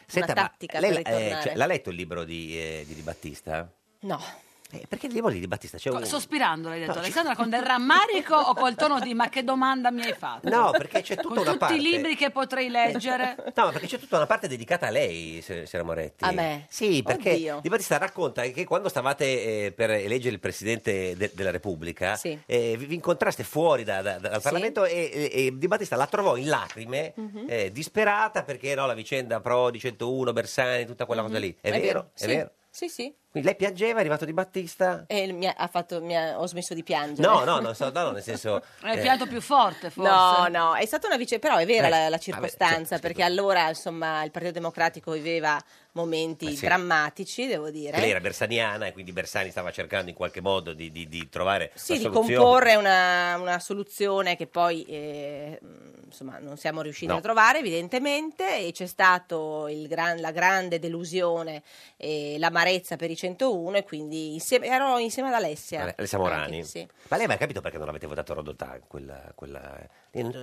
Speaker 15: una
Speaker 2: ma
Speaker 15: tattica
Speaker 2: lei
Speaker 15: per
Speaker 2: l'ha- eh,
Speaker 15: ritornare.
Speaker 2: cioè, l'ha letto il libro di, eh, di Di Battista?
Speaker 15: No.
Speaker 2: Eh, perché il libro di Di Battista c'è
Speaker 1: Co-
Speaker 2: un...
Speaker 1: Sospirando, l'hai detto
Speaker 2: No,
Speaker 1: Alessandra, con del rammarico o col tono di ma che domanda mi hai fatto?
Speaker 2: No, perché c'è tutta
Speaker 1: con
Speaker 2: una
Speaker 1: tutti
Speaker 2: parte.
Speaker 1: i libri che potrei leggere.
Speaker 2: No, ma perché c'è tutta una parte dedicata a lei, se- Sera Moretti.
Speaker 1: A me?
Speaker 2: Sì, perché
Speaker 1: Oddio.
Speaker 2: Di Battista racconta che quando stavate eh, per eleggere il Presidente de- della Repubblica,
Speaker 15: Sì.
Speaker 2: eh, vi, vi incontraste fuori da- da- dal
Speaker 15: Sì.
Speaker 2: Parlamento e, e- e Di Battista la trovò in lacrime,
Speaker 15: Mhm.
Speaker 2: eh, disperata, perché no, la vicenda Prodi, 101, Bersani, tutta quella cosa lì. È, vero, è
Speaker 15: Mhm. sì.
Speaker 2: vero.
Speaker 15: Sì, sì.
Speaker 2: Quindi lei piangeva, è arrivato Di Battista...
Speaker 15: E mi ha- ha fatto- mi ha- ho smesso di piangere.
Speaker 2: No, no, non so, no, no, nel senso...
Speaker 1: Hai
Speaker 2: eh,
Speaker 1: pianto più forte, forse.
Speaker 15: No, no, è stata una vicenda, però è vera
Speaker 2: Eh,
Speaker 15: la, la
Speaker 2: vabbè, certo.
Speaker 15: circostanza, perché allora insomma il Partito Democratico viveva momenti
Speaker 2: Eh sì.
Speaker 15: drammatici, devo dire.
Speaker 2: che lei era bersaniana e quindi Bersani stava cercando in qualche modo di, di- di trovare
Speaker 15: Sì,
Speaker 2: una
Speaker 15: di
Speaker 2: soluzione.
Speaker 15: comporre una, una soluzione che poi eh, mh, insomma, non siamo riusciti
Speaker 2: No.
Speaker 15: a trovare evidentemente e c'è stata la grande delusione e l'amarezza per i 101 e quindi insieme, ero insieme ad Alessia.
Speaker 2: Ale- Alessia Morani.
Speaker 15: Anche, Eh, sì.
Speaker 2: Ma lei mi ha capito perché non avete votato Rodotà? Quella, quella-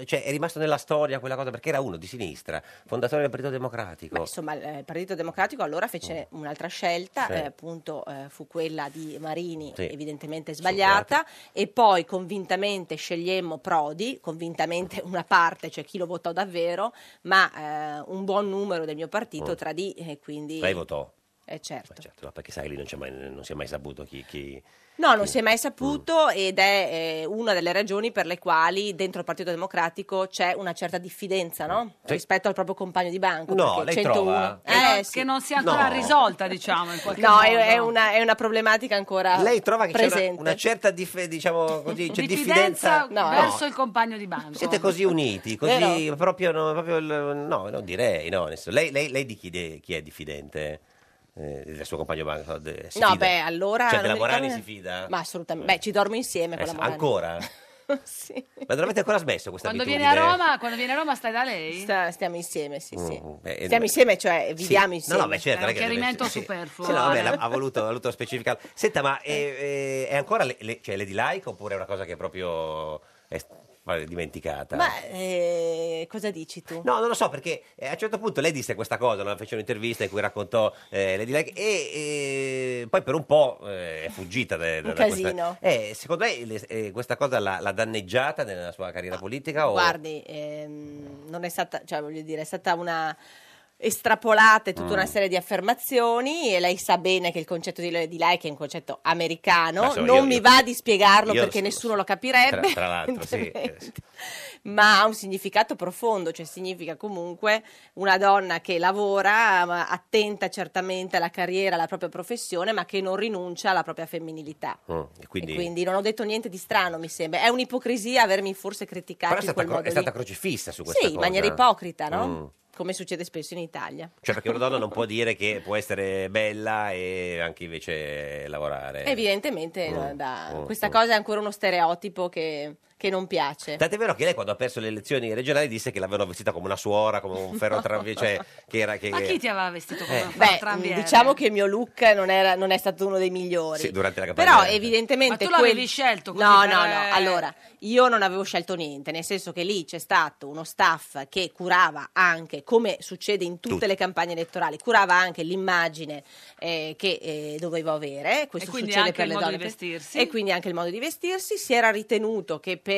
Speaker 2: Cioè, è rimasto nella storia quella cosa perché era uno di sinistra, fondatore del Partito Democratico.
Speaker 15: Insomma, il eh, Partito Democratico allora fece un'altra scelta,
Speaker 2: Mm. Sì.
Speaker 15: eh, appunto eh, fu quella di Marini,
Speaker 2: Sì.
Speaker 15: evidentemente sbagliata, e poi convintamente scegliemmo Prodi, convintamente una parte, cioè chi lo votò davvero, ma eh, un buon numero del mio partito
Speaker 2: Mm.
Speaker 15: tradì, e quindi...
Speaker 2: Lei votò,
Speaker 15: Eh, certo.
Speaker 2: certo, no, perché sai lì non, c'è mai- non si è mai saputo chi... chi-
Speaker 15: No, non si è
Speaker 2: Mm.
Speaker 15: mai saputo ed è eh, una delle ragioni per le quali dentro il Partito Democratico c'è una certa diffidenza no?
Speaker 2: Sì.
Speaker 15: rispetto al proprio compagno di banco.
Speaker 2: No,
Speaker 15: perché
Speaker 2: lei trova?
Speaker 1: Che non-
Speaker 15: Eh, sì.
Speaker 1: Che non sia ancora
Speaker 2: No.
Speaker 1: risolta, diciamo, in qualche
Speaker 15: No,
Speaker 1: modo.
Speaker 15: è, è una, è una problematica ancora
Speaker 2: Lei trova che c'è
Speaker 15: Ah, presente.
Speaker 2: una, una certa dif- diciamo così, c'è
Speaker 1: diffidenza
Speaker 2: diffidenza...
Speaker 1: verso il compagno di banco.
Speaker 2: Siete così uniti, così
Speaker 1: Vero?
Speaker 2: proprio, no, proprio il- no, non direi, no, nel senso- lei, lei- lei di chi, de- chi è diffidente? Eh, del suo compagno banco? de- si
Speaker 15: no,
Speaker 2: fida?
Speaker 15: beh, allora...
Speaker 2: Cioè,
Speaker 15: non
Speaker 2: della
Speaker 15: mi
Speaker 2: Morani
Speaker 15: ricordo-
Speaker 2: si fida?
Speaker 15: Ma assolutamente. Beh, ci dormo insieme con
Speaker 2: Eh,
Speaker 15: la
Speaker 2: sa-
Speaker 15: Morani.
Speaker 2: ancora?
Speaker 15: sì.
Speaker 2: Ma non avete ancora smesso questa
Speaker 1: Quando viene,
Speaker 2: abitudine?
Speaker 1: a Roma, quando viene a Roma stai da lei?
Speaker 15: Sta- stiamo insieme, sì, sì.
Speaker 2: Mm, beh,
Speaker 15: Stiamo
Speaker 2: eh,
Speaker 15: insieme, cioè,
Speaker 2: sì.
Speaker 15: viviamo insieme.
Speaker 2: No, no, beh, certo, non è che deve-
Speaker 1: chiarimento
Speaker 2: sì.
Speaker 1: superfluo.
Speaker 2: Sì, no, vabbè, l'ha-
Speaker 1: Eh.
Speaker 2: ha voluto, ha voluto specificarlo. Senta, ma eh, eh, è ancora le, le, cioè, Lady Like oppure è una cosa che proprio è s- vale, dimenticata?
Speaker 15: Ma eh, cosa dici tu?
Speaker 2: No, non lo so perché eh, a un certo punto lei disse questa cosa, no? fece un'intervista in cui raccontò eh, Lady Like e eh, poi per un po' eh, è fuggita. da- da-
Speaker 15: Un
Speaker 2: da questa-
Speaker 15: casino.
Speaker 2: Eh, secondo lei le- eh, questa cosa l'ha, l'ha danneggiata nella sua carriera politica? O...
Speaker 15: Ah, Guardi, ehm, non è stata, cioè, voglio dire, è stata una estrapolate tutta
Speaker 2: Mm.
Speaker 15: una serie di affermazioni e lei sa bene che il concetto di, di like è un concetto
Speaker 2: Ma
Speaker 15: americano,
Speaker 2: insomma,
Speaker 15: non
Speaker 2: io-
Speaker 15: mi
Speaker 2: io-
Speaker 15: va di spiegarlo
Speaker 2: io
Speaker 15: perché
Speaker 2: so-
Speaker 15: nessuno lo
Speaker 2: Tra,
Speaker 15: capirebbe.
Speaker 2: tra l'altro, sì. eh, sì.
Speaker 15: ma ha un significato profondo, cioè significa comunque una donna che lavora, ma attenta certamente alla carriera, alla propria professione, ma che non rinuncia alla propria femminilità.
Speaker 2: Mm, e quindi...
Speaker 15: Quindi non ho detto niente di strano, mi sembra. È un'ipocrisia avermi forse criticato
Speaker 2: Però è
Speaker 15: in
Speaker 2: stata,
Speaker 15: quel
Speaker 2: cro-
Speaker 15: modo
Speaker 2: è stata
Speaker 15: lì.
Speaker 2: crocifissa su questa
Speaker 15: Sì, in
Speaker 2: cosa.
Speaker 15: maniera ipocrita, no?
Speaker 2: Mm.
Speaker 15: Come succede spesso in Italia.
Speaker 2: Cioè perché una donna non può dire che può essere bella e anche invece lavorare.
Speaker 15: Evidentemente
Speaker 2: Mm,
Speaker 15: no, da-
Speaker 2: mm,
Speaker 15: questa
Speaker 2: mm.
Speaker 15: cosa è ancora uno stereotipo che che non piace.
Speaker 2: Tant'è vero che lei quando ha perso le elezioni regionali disse che l'avevano vestita come una suora, come un ferro tranviere, cioè che era che...
Speaker 1: Ma chi ti aveva vestito come
Speaker 2: Eh.
Speaker 1: un
Speaker 15: Beh,
Speaker 1: tranviere?
Speaker 15: diciamo che il mio look non, era- non è stato uno dei migliori.
Speaker 2: Sì, durante la campagna.
Speaker 15: Però
Speaker 2: elettorale.
Speaker 15: evidentemente
Speaker 1: Ma tu l'avevi
Speaker 15: quel-
Speaker 1: scelto così
Speaker 15: No,
Speaker 1: per-
Speaker 15: no, no. Allora, io non avevo scelto niente, nel senso che lì c'è stato uno staff che curava anche, come succede in tutte
Speaker 1: Tutti.
Speaker 15: le campagne elettorali, curava anche l'immagine eh, che eh, dovevo avere. Questo
Speaker 1: quindi
Speaker 15: succede
Speaker 1: anche
Speaker 15: per
Speaker 1: il
Speaker 15: le
Speaker 1: modo
Speaker 15: donne.
Speaker 1: di vestirsi.
Speaker 15: E quindi anche il modo di vestirsi. Si era ritenuto che per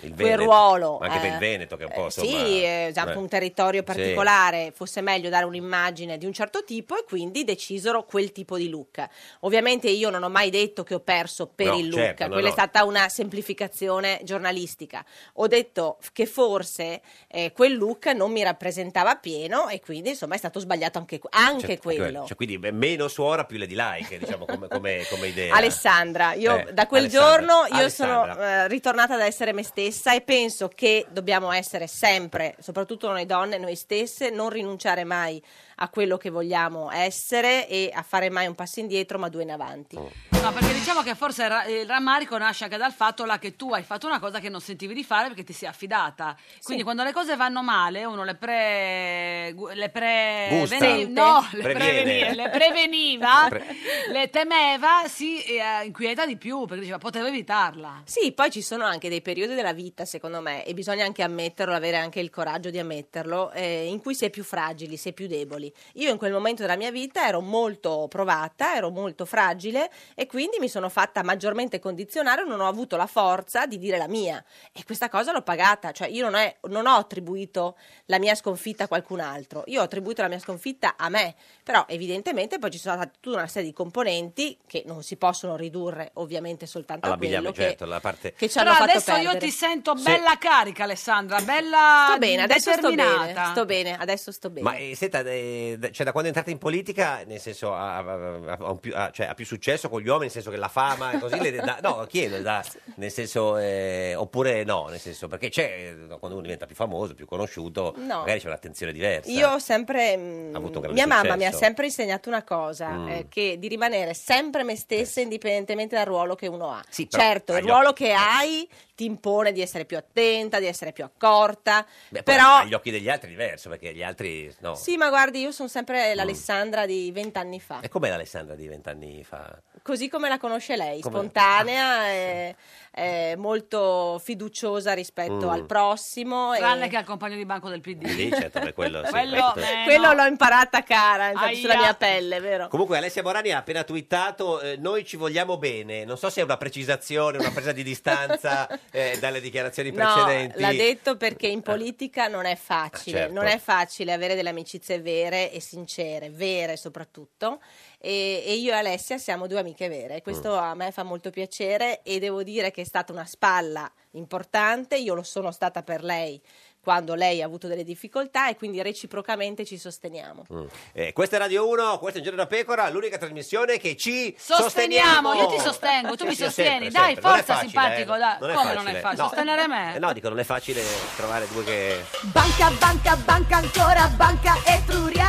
Speaker 2: Il
Speaker 15: quel
Speaker 2: Veneto,
Speaker 15: ruolo.
Speaker 2: ma anche per
Speaker 15: eh,
Speaker 2: il Veneto che è un po'
Speaker 15: sì,
Speaker 2: insomma,
Speaker 15: eh, già
Speaker 2: beh.
Speaker 15: un territorio
Speaker 2: Sì.
Speaker 15: particolare fosse meglio dare un'immagine di un certo tipo e quindi decisero quel tipo di look. Ovviamente io non ho mai detto che ho perso per
Speaker 16: No,
Speaker 15: il look,
Speaker 16: certo, no,
Speaker 15: quella
Speaker 16: no.
Speaker 15: è stata una semplificazione giornalistica. Ho detto che forse eh, quel look non mi rappresentava pieno e quindi insomma è stato sbagliato anche, anche
Speaker 2: Cioè,
Speaker 15: quello.
Speaker 2: cioè, quindi beh, meno suora più Lady Like, diciamo, come, come- come idea.
Speaker 15: Alessandra, io
Speaker 2: Eh,
Speaker 15: da quel
Speaker 2: Alessandra,
Speaker 15: giorno io
Speaker 2: Alessandra.
Speaker 15: sono eh, ritornata ad essere me stessa e penso che dobbiamo essere sempre, soprattutto noi donne, noi stesse, non rinunciare mai a quello che vogliamo essere e a fare mai un passo indietro ma due in avanti.
Speaker 2: Mm.
Speaker 1: No, perché diciamo che forse il ra- il rammarico nasce anche dal fatto là che tu hai fatto una cosa che non sentivi di fare perché ti sei affidata. Quindi quando le cose vanno male, uno le pre. gu- le pre.
Speaker 15: Gusta.
Speaker 1: vene- no, le,
Speaker 15: Previene.
Speaker 1: preveni- le preveniva,
Speaker 15: Pre-
Speaker 1: le temeva, si eh, inquieta di più perché diceva poteva evitarla.
Speaker 15: Sì, poi ci sono anche dei periodi della vita, secondo me, e bisogna anche ammetterlo, avere anche il coraggio di ammetterlo, eh, in cui si è più fragili, si è più deboli. Io in quel momento della mia vita ero molto provata, ero molto fragile e quindi mi sono fatta maggiormente condizionare, non ho avuto la forza di dire la mia e questa cosa l'ho pagata, cioè io non, è- non ho attribuito la mia sconfitta a qualcun altro, io ho attribuito la mia sconfitta a me, però evidentemente poi ci sono stata tutta una serie di componenti che non si possono ridurre ovviamente soltanto a quello
Speaker 2: All'abbigliamento,
Speaker 15: che
Speaker 2: certo, la parte...
Speaker 15: che ci hanno
Speaker 1: Però
Speaker 15: fatto
Speaker 1: adesso io
Speaker 15: perdere.
Speaker 1: ti sento
Speaker 2: Sì.
Speaker 1: bella carica, Alessandra, bella.
Speaker 15: Sto bene, adesso sto bene,
Speaker 1: determinata.
Speaker 15: sto bene, adesso sto bene.
Speaker 2: Ma eh, senta, eh, da- cioè, da quando è entrata in politica, nel senso, ha, ha- ha un più, ha- cioè, ha più successo con gli uomini, nel senso che la fama e così, le dà- no, chiedo, dà- nel senso, eh, oppure no, nel senso, perché c'è, eh, quando uno diventa più famoso, più conosciuto,
Speaker 15: No.
Speaker 2: magari c'è un'attenzione diversa.
Speaker 15: Io ho sempre. mm,
Speaker 2: Ha avuto un grande
Speaker 15: mia mamma
Speaker 2: successo.
Speaker 15: mi ha sempre insegnato una cosa:
Speaker 2: Mm.
Speaker 15: eh, che di rimanere sempre me stessa, indipendentemente dal ruolo che uno ha.
Speaker 2: Sì, però
Speaker 15: certo, il
Speaker 2: agli
Speaker 15: ruolo
Speaker 2: occhi-
Speaker 15: che hai ti impone di essere più attenta, di essere più accorta.
Speaker 2: Beh, poi
Speaker 15: però.
Speaker 2: agli occhi degli altri è diverso, perché gli altri, no.
Speaker 15: Sì, ma guardi, io sono sempre
Speaker 2: Mm.
Speaker 15: l'Alessandra di vent'anni fa.
Speaker 2: E com'è l'Alessandra di vent'anni fa?
Speaker 15: Così come la conosce lei,
Speaker 2: Come- Ah,
Speaker 15: spontanea, e- e molto fiduciosa rispetto
Speaker 2: Mm.
Speaker 15: al prossimo.
Speaker 1: Tranne
Speaker 15: e...
Speaker 1: che al compagno di banco del PD.
Speaker 2: Sì, certo, per quello, sì,
Speaker 1: Quello-
Speaker 2: questo-
Speaker 1: eh,
Speaker 15: Quello
Speaker 1: no.
Speaker 15: l'ho imparata cara, infatti,
Speaker 1: Aia.
Speaker 15: sulla mia pelle, vero?
Speaker 2: Comunque Alessia Morani ha appena twittato eh, noi ci vogliamo bene, non so se è una precisazione, una presa di distanza eh, dalle dichiarazioni precedenti.
Speaker 15: No, l'ha detto perché in politica non è facile,
Speaker 2: Ah, certo.
Speaker 15: non è facile avere delle amicizie vere e sincere, vere soprattutto. E, e io e Alessia siamo due amiche vere, questo
Speaker 1: Mm.
Speaker 15: a me fa molto piacere e devo dire che è stata una spalla importante, io lo sono stata per lei quando lei ha avuto delle difficoltà e quindi reciprocamente ci sosteniamo.
Speaker 2: Mm. Eh, questa è Radio 1, questo è Un Giorno da Pecora, l'unica trasmissione che ci
Speaker 1: Sosteniamo,
Speaker 2: sosteniamo.
Speaker 1: io ti sostengo, tu mi
Speaker 2: sì,
Speaker 1: sostieni.
Speaker 2: sempre,
Speaker 1: Dai,
Speaker 2: sempre. Non è
Speaker 1: forza,
Speaker 2: facile,
Speaker 1: simpatico,
Speaker 2: eh,
Speaker 1: dai. Come non è facile?
Speaker 2: No.
Speaker 1: Sostenere me?
Speaker 2: Eh, no, dico, non è facile trovare due che...
Speaker 10: Banca, banca, banca ancora, banca Etruria.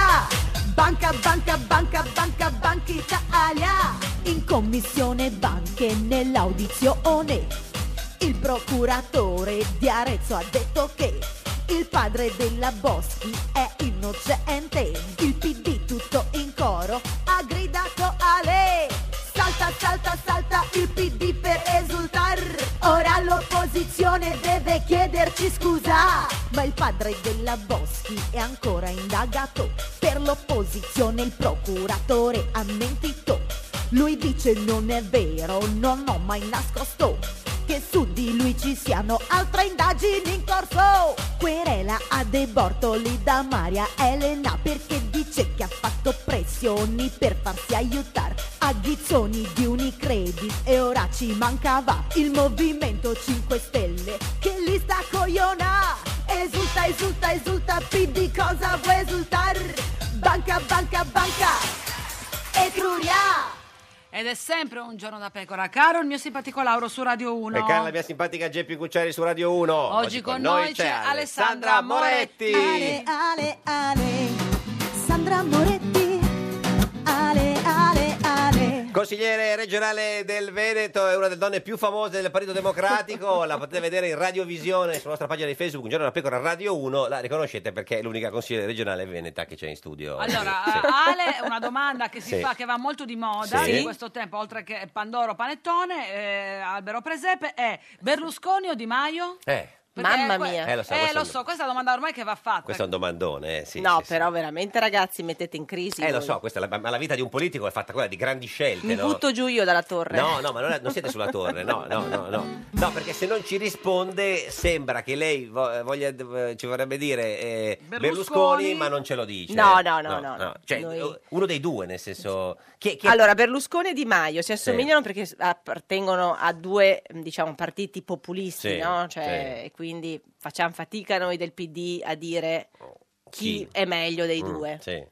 Speaker 10: Banca, banca, banca, banca, banca Italia. In commissione banche nell'audizione. Il procuratore di Arezzo ha detto che il padre della Boschi è innocente. Il PD tutto in coro ha gridato Ale. Salta, salta, salta il PD per esultar. Ora l'opposizione deve chiederci scusa. Ma il padre della Boschi è ancora indagato. Per l'opposizione il procuratore ha mentito. Lui dice non è vero, non ho mai nascosto che su di lui ci siano altre indagini in corso. Querela a De Bortoli da Maria Elena perché dice che ha fatto pressioni per farsi aiutare a Ghizzoni di Unicredit e ora ci mancava il Movimento 5 Stelle che li sta a cogliona. Esulta, esulta, esulta, PD cosa vuoi esultar? Banca, banca, banca, Etruria!
Speaker 1: Ed è sempre un giorno da pecora. Caro il mio simpatico Lauro su Radio 1.
Speaker 2: E cara la mia simpatica Geppi Cucciari su Radio 1.
Speaker 1: Oggi con noi c'è Alessandra
Speaker 2: Moretti.
Speaker 10: Ale, ale, ale, Sandra Moretti. Ale, ale, ale.
Speaker 2: Consigliere regionale del Veneto è una delle donne più famose del Partito Democratico, la potete vedere in radiovisione sulla nostra pagina di Facebook, un giorno la pecora Radio 1, la riconoscete perché è l'unica consigliere regionale veneta che c'è in studio.
Speaker 1: Allora,
Speaker 2: Sì.
Speaker 1: Ale, una domanda che si
Speaker 2: Sì.
Speaker 1: fa, che va molto di moda
Speaker 2: Sì.
Speaker 1: in questo tempo, oltre che Pandoro Panettone, eh, Albero Presepe, è Berlusconi o Di Maio?
Speaker 2: Eh,
Speaker 1: Perché
Speaker 15: Mamma
Speaker 1: que-
Speaker 15: mia.
Speaker 2: Eh, lo so,
Speaker 1: eh,
Speaker 2: questo è
Speaker 1: lo
Speaker 2: un-
Speaker 1: so, questa è la domanda ormai che va fatta.
Speaker 2: questo è un domandone, eh, sì.
Speaker 15: no,
Speaker 2: sì, sì.
Speaker 15: però veramente ragazzi mettete in crisi.
Speaker 2: Eh, lo
Speaker 15: voi.
Speaker 2: so, questa è la, ma la vita di un politico è fatta quella di grandi scelte,
Speaker 15: Mi
Speaker 2: no?
Speaker 15: butto giù io dalla torre.
Speaker 2: No, no, ma non, è- non siete sulla torre, no, no, no, no. No, perché se non ci risponde sembra che lei vo- voglia, eh, ci vorrebbe dire eh, Berlusconi,
Speaker 15: Berlusconi,
Speaker 2: ma non ce lo dice.
Speaker 15: No, no, no, no, no.
Speaker 2: Cioè,
Speaker 15: Noi-
Speaker 2: uno dei due, nel senso... Chi, chi-
Speaker 15: Allora, Berlusconi e Di Maio si assomigliano perché s- appartengono a due, mh, diciamo, partiti populisti,
Speaker 2: Sì,
Speaker 15: no? Cioè, e quindi facciamo fatica noi del PD a dire chi è meglio dei
Speaker 2: Oh, Mm,
Speaker 15: due.
Speaker 2: sì.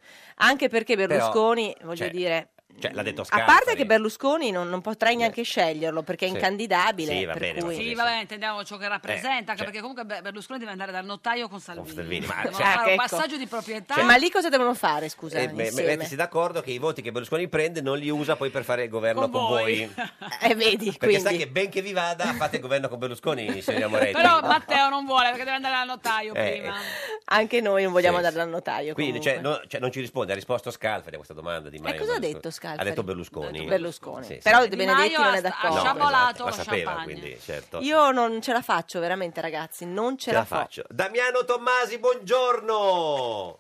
Speaker 15: Anche perché Berlusconi,
Speaker 2: Però,
Speaker 15: voglio
Speaker 2: cioè,
Speaker 15: dire...
Speaker 2: Cioè, l'ha detto
Speaker 15: A
Speaker 2: Scarpa.
Speaker 15: parte che Berlusconi non, non potrai neanche sceglierlo perché è
Speaker 2: Sì.
Speaker 15: incandidabile.
Speaker 2: Sì, va
Speaker 15: per
Speaker 2: bene,
Speaker 15: cui-
Speaker 1: Sì, vabbè, intendiamo ciò che rappresenta,
Speaker 15: Eh, cioè-
Speaker 1: perché comunque Be- Berlusconi deve andare dal notaio con Salvini.
Speaker 2: Con Salvini, ma-
Speaker 1: Devono
Speaker 2: cioè-
Speaker 1: fare
Speaker 2: Ah,
Speaker 1: un
Speaker 2: ecco.
Speaker 1: passaggio di proprietà.
Speaker 2: Cioè- Ma lì
Speaker 15: cosa devono fare, scusa?
Speaker 2: Eh, me- me- mettersi d'accordo che i voti che Berlusconi prende non li usa poi per fare il governo con, voi.
Speaker 15: Eh, vedi,
Speaker 2: Perché
Speaker 15: quindi...
Speaker 2: sa che ben che vi vada fate il governo con Berlusconi, signor Moretti.
Speaker 1: Però Matteo non vuole perché deve andare dal notaio
Speaker 2: Eh,
Speaker 1: prima.
Speaker 15: Anche noi non vogliamo
Speaker 2: Sì,
Speaker 15: andare dal notaio.
Speaker 2: Quindi
Speaker 15: comunque.
Speaker 2: cioè, no- cioè, non ci risponde, ha risposto Scalfari a questa domanda di Maio.
Speaker 15: cosa ha
Speaker 2: Berlusconi.
Speaker 15: detto Scalfari?
Speaker 2: Ha detto Berlusconi.
Speaker 15: Berlusconi.
Speaker 2: Sì, sì.
Speaker 15: Però
Speaker 1: Di
Speaker 15: De Benedetti
Speaker 1: Maio
Speaker 15: non
Speaker 1: ha-
Speaker 15: è d'accordo.
Speaker 2: No, esatto,
Speaker 1: lo
Speaker 2: la sapeva,
Speaker 1: champagne.
Speaker 2: quindi, certo.
Speaker 15: Io non ce la faccio veramente, ragazzi, non ce,
Speaker 2: ce la faccio. Damiano Tommasi, buongiorno.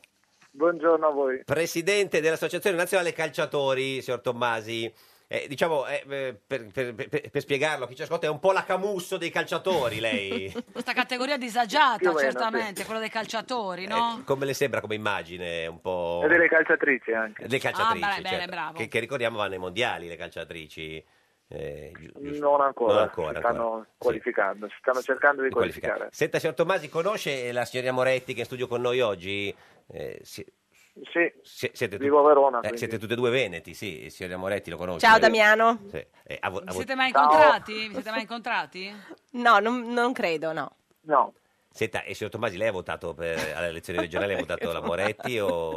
Speaker 16: Buongiorno a voi.
Speaker 2: Presidente dell'Associazione Nazionale Calciatori, signor Tommasi. Eh, diciamo, eh, eh, per, per- per- per spiegarlo, a chi ci ascolta è un po' la camusso dei calciaciatori, lei.
Speaker 1: Questa categoria disagiata,
Speaker 16: Più o meno,
Speaker 1: certamente, quella dei calciatori, no?
Speaker 2: Come le sembra come immagine? Un po'...
Speaker 16: E delle calciatrici anche.
Speaker 2: Le calciatrici,
Speaker 1: Ah, beh, bene,
Speaker 2: certo.
Speaker 1: bravo.
Speaker 2: Che, che ricordiamo vanno ai mondiali le calciatrici. Eh, giu- giusto?
Speaker 16: Non ancora,
Speaker 2: Non ancora,
Speaker 16: si stanno
Speaker 2: ancora.
Speaker 16: qualificando, si stanno cercando di qualificare.
Speaker 2: Senta, signor Tomasi, conosce la signorina Moretti che è in studio con noi oggi? Eh, si-
Speaker 16: Sì,
Speaker 2: si- siete tu-
Speaker 16: vivo a Verona.
Speaker 2: eh,
Speaker 16: quindi.
Speaker 2: siete tutti e due veneti, sì, il signor Moretti lo conosce.
Speaker 15: Ciao, Damiano.
Speaker 2: Sì. Eh, ha vo- ha
Speaker 1: Vi
Speaker 2: vo-
Speaker 1: siete mai incontrati? Vi siete mai incontrati?
Speaker 15: No, non, non credo, no.
Speaker 16: No.
Speaker 2: Senta, e signor Tomasi, lei ha votato per, alle elezioni regionali, ha votato la Moretti o, o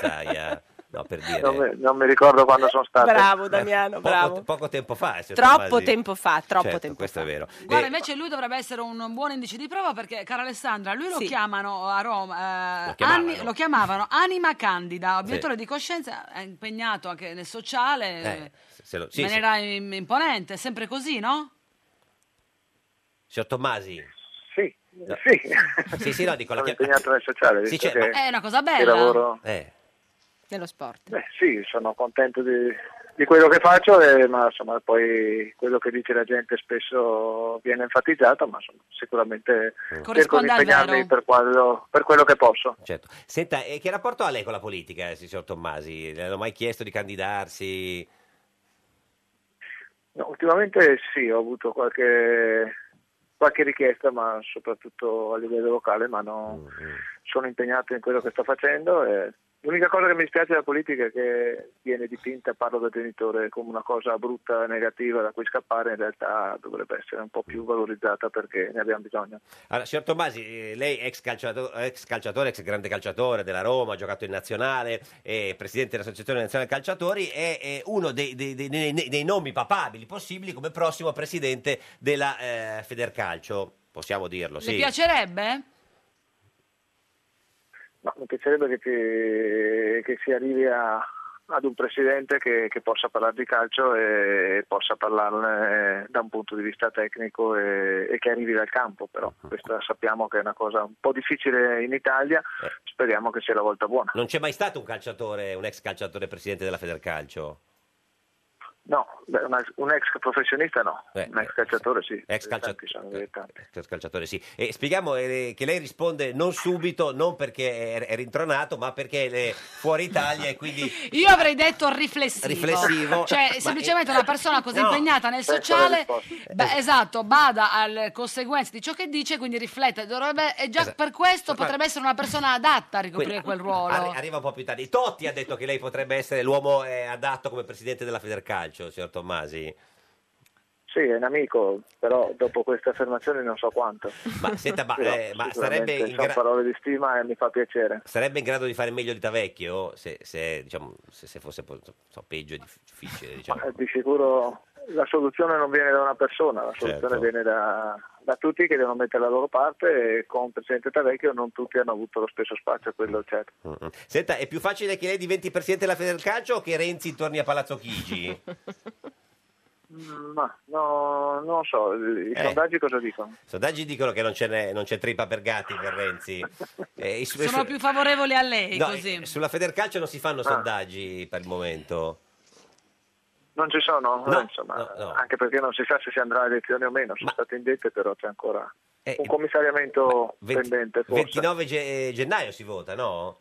Speaker 2: Zaia? No, per dire. Eh,
Speaker 16: Non mi, non mi ricordo quando sono stato.
Speaker 15: Bravo, Damiano,
Speaker 2: poco,
Speaker 15: bravo.
Speaker 2: Poco tempo fa, signor
Speaker 15: Troppo
Speaker 2: Tomasi.
Speaker 15: tempo fa, troppo
Speaker 2: Cioè, Certo,
Speaker 15: tempo
Speaker 2: questo è vero.
Speaker 1: Guarda,
Speaker 2: Eh,
Speaker 1: invece lui dovrebbe essere un buon indice di prova perché, cara Alessandra, lui lo chiamano a Roma, eh,
Speaker 2: Lo chiamavano.
Speaker 1: anni- lo chiamavano Anima Candida, obiettore
Speaker 2: Sì.
Speaker 1: di coscienza, è impegnato anche nel sociale,
Speaker 2: eh, se lo- sì,
Speaker 1: in
Speaker 2: sì.
Speaker 1: maniera im- imponente, sempre così, no?
Speaker 2: Signor Tommasi?
Speaker 16: Sì,
Speaker 2: sì. Sì, no, dico la
Speaker 16: Sono
Speaker 2: chiam-
Speaker 16: impegnato nel sociale.
Speaker 2: Sì, cioè, certo. Eh. c'è-
Speaker 16: visto che
Speaker 1: È
Speaker 15: Eh,
Speaker 1: una cosa
Speaker 16: il
Speaker 1: bella.
Speaker 16: lavoro...
Speaker 15: Nello sport.
Speaker 16: Beh, sì, sono contento di, di quello che faccio, eh, ma insomma, poi quello che dice la gente spesso viene enfatizzato, ma insomma, sicuramente cerco di
Speaker 2: Corrisponde al
Speaker 16: impegnarmi
Speaker 2: vero.
Speaker 16: per quello, per quello che posso.
Speaker 2: Certo. Senta, e che rapporto ha lei con la politica, eh, signor Tommasi? Le hanno mai chiesto di candidarsi?
Speaker 16: No, ultimamente sì, ho avuto qualche, qualche richiesta, ma soprattutto a livello locale, ma non sono impegnato in quello che sto facendo. eh, e l'unica cosa che mi dispiace della politica è che viene dipinta, parlo da genitore, come una cosa brutta, negativa da cui scappare, in realtà dovrebbe essere un po' più valorizzata perché ne abbiamo bisogno.
Speaker 2: Allora, signor Tommasi, eh, lei ex calciato- ex calciatore, ex grande calciatore della Roma, ha giocato in nazionale, è presidente dell'Associazione Nazionale Calciatori, è, è uno dei, dei- dei- dei- dei nomi papabili possibili come prossimo presidente della eh, Federcalcio, possiamo dirlo,
Speaker 1: Le
Speaker 2: sì.
Speaker 1: piacerebbe?
Speaker 16: Ma mi piacerebbe che, ti- che si arrivi a- ad un presidente che, che possa parlare di calcio e possa parlarne eh, da un punto di vista tecnico e, e che arrivi dal campo, però questa sappiamo che è una cosa un po' difficile in Italia, speriamo che sia la volta buona.
Speaker 2: Non c'è mai stato un calciatore, un ex calciatore presidente della Federcalcio?
Speaker 16: No, beh, una- un ex professionista no, un ex calciatore sì.
Speaker 2: Ex calciatore.
Speaker 16: Tanti sono dilettanti.
Speaker 2: Ex calciatore, sì. E spieghiamo eh, che lei risponde non subito, non perché è, è rintronato, ma perché è fuori Italia e quindi...
Speaker 1: Io avrei detto riflessivo.
Speaker 2: Riflessivo.
Speaker 1: Cioè,
Speaker 2: Ma-
Speaker 1: semplicemente una persona così
Speaker 2: No, Eh,
Speaker 1: impegnata nel
Speaker 2: penso alla
Speaker 1: sociale,
Speaker 2: risposta.
Speaker 1: beh, esatto, bada alle conseguenze di ciò che dice, quindi riflette. Dovrebbe, e già
Speaker 2: Esatto.
Speaker 1: per questo
Speaker 2: Ma-
Speaker 1: potrebbe essere una persona adatta a ricoprire
Speaker 2: Quindi-
Speaker 1: quel ruolo.
Speaker 2: Arri- arriva un po' più tardi. Totti ha detto che lei potrebbe essere l'uomo eh, adatto come presidente della Federcalcio, signor Tommasi.
Speaker 16: Sì, è un amico, però dopo queste affermazioni non so quanto.
Speaker 2: Ma, senta, ma,
Speaker 16: Però
Speaker 2: eh, ma sarebbe,
Speaker 16: sicuramente
Speaker 2: in
Speaker 16: Sono
Speaker 2: gra-
Speaker 16: parole di stima e mi fa piacere.
Speaker 2: sarebbe in grado di fare meglio di Tavecchio? Se, se, diciamo, se, se fosse po- so, peggio e dif- difficile, diciamo.
Speaker 16: Eh, Di sicuro la soluzione non viene da una persona, la soluzione
Speaker 2: Certo.
Speaker 16: viene da, da tutti che devono mettere la loro parte e con Presidente Tavecchio non tutti hanno avuto lo stesso spazio, quello certo.
Speaker 2: Mm-mm. Senta, è più facile che lei diventi presidente della Federcalcio o che Renzi torni a Palazzo Chigi?
Speaker 16: Ma no, non so, i
Speaker 2: Eh.
Speaker 16: sondaggi cosa dicono?
Speaker 2: I sondaggi dicono che non, ce n'è- non c'è trippa per gatti per Renzi. Eh, i su-
Speaker 1: Sono
Speaker 2: su-
Speaker 1: più favorevoli a lei
Speaker 2: no,
Speaker 1: così.
Speaker 2: eh, Sulla Federcalcio non si
Speaker 16: Ah.
Speaker 2: fanno sondaggi per il momento.
Speaker 16: Non ci sono, eh,
Speaker 2: No,
Speaker 16: insomma, anche perché non si sa se si andrà alle elezioni o meno, sono state indette però c'è ancora
Speaker 2: Eh,
Speaker 16: un commissariamento pendente forse.
Speaker 2: 29 ge- gennaio si vota, no?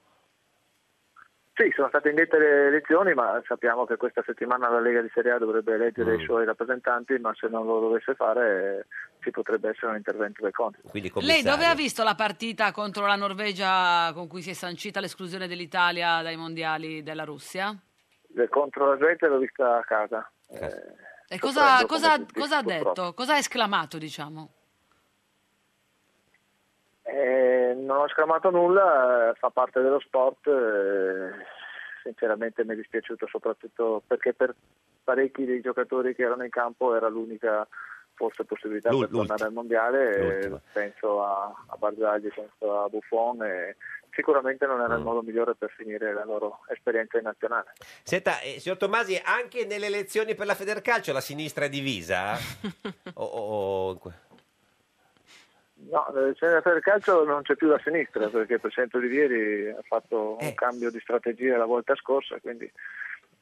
Speaker 16: Sì, sono state indette le elezioni, ma sappiamo che questa settimana la Lega di Serie A dovrebbe eleggere i suoi rappresentanti, ma se non lo dovesse fare eh, ci potrebbe essere un intervento del Conte.
Speaker 2: Quindi
Speaker 1: Lei dove ha visto la partita contro la Norvegia con cui si è sancita l'esclusione dell'Italia dai mondiali della Russia?
Speaker 16: Contro la Svezia l'ho vista a casa. Eh,
Speaker 1: E
Speaker 16: Sorprendo
Speaker 1: cosa,
Speaker 16: come
Speaker 1: cosa-
Speaker 16: tutti,
Speaker 1: cosa ha
Speaker 16: purtroppo.
Speaker 1: detto? Cosa ha esclamato, diciamo?
Speaker 16: eh, non ho sclamato nulla, eh, fa parte dello sport, eh, sinceramente mi è dispiaciuto soprattutto perché per parecchi dei giocatori che erano in campo era l'unica forse possibilità
Speaker 2: L'ul-
Speaker 16: per tornare al mondiale, eh, penso a, a Barzagli, penso a Buffon e sicuramente non era il modo migliore per finire la loro esperienza in nazionale.
Speaker 2: Senta, eh, signor Tomasi, anche nelle elezioni per la Federcalcio la sinistra è divisa? O- o- o-
Speaker 16: No, eh, nel senatore del calcio non c'è più la sinistra perché il presidente Olivieri ha fatto un cambio di strategia la volta scorsa, quindi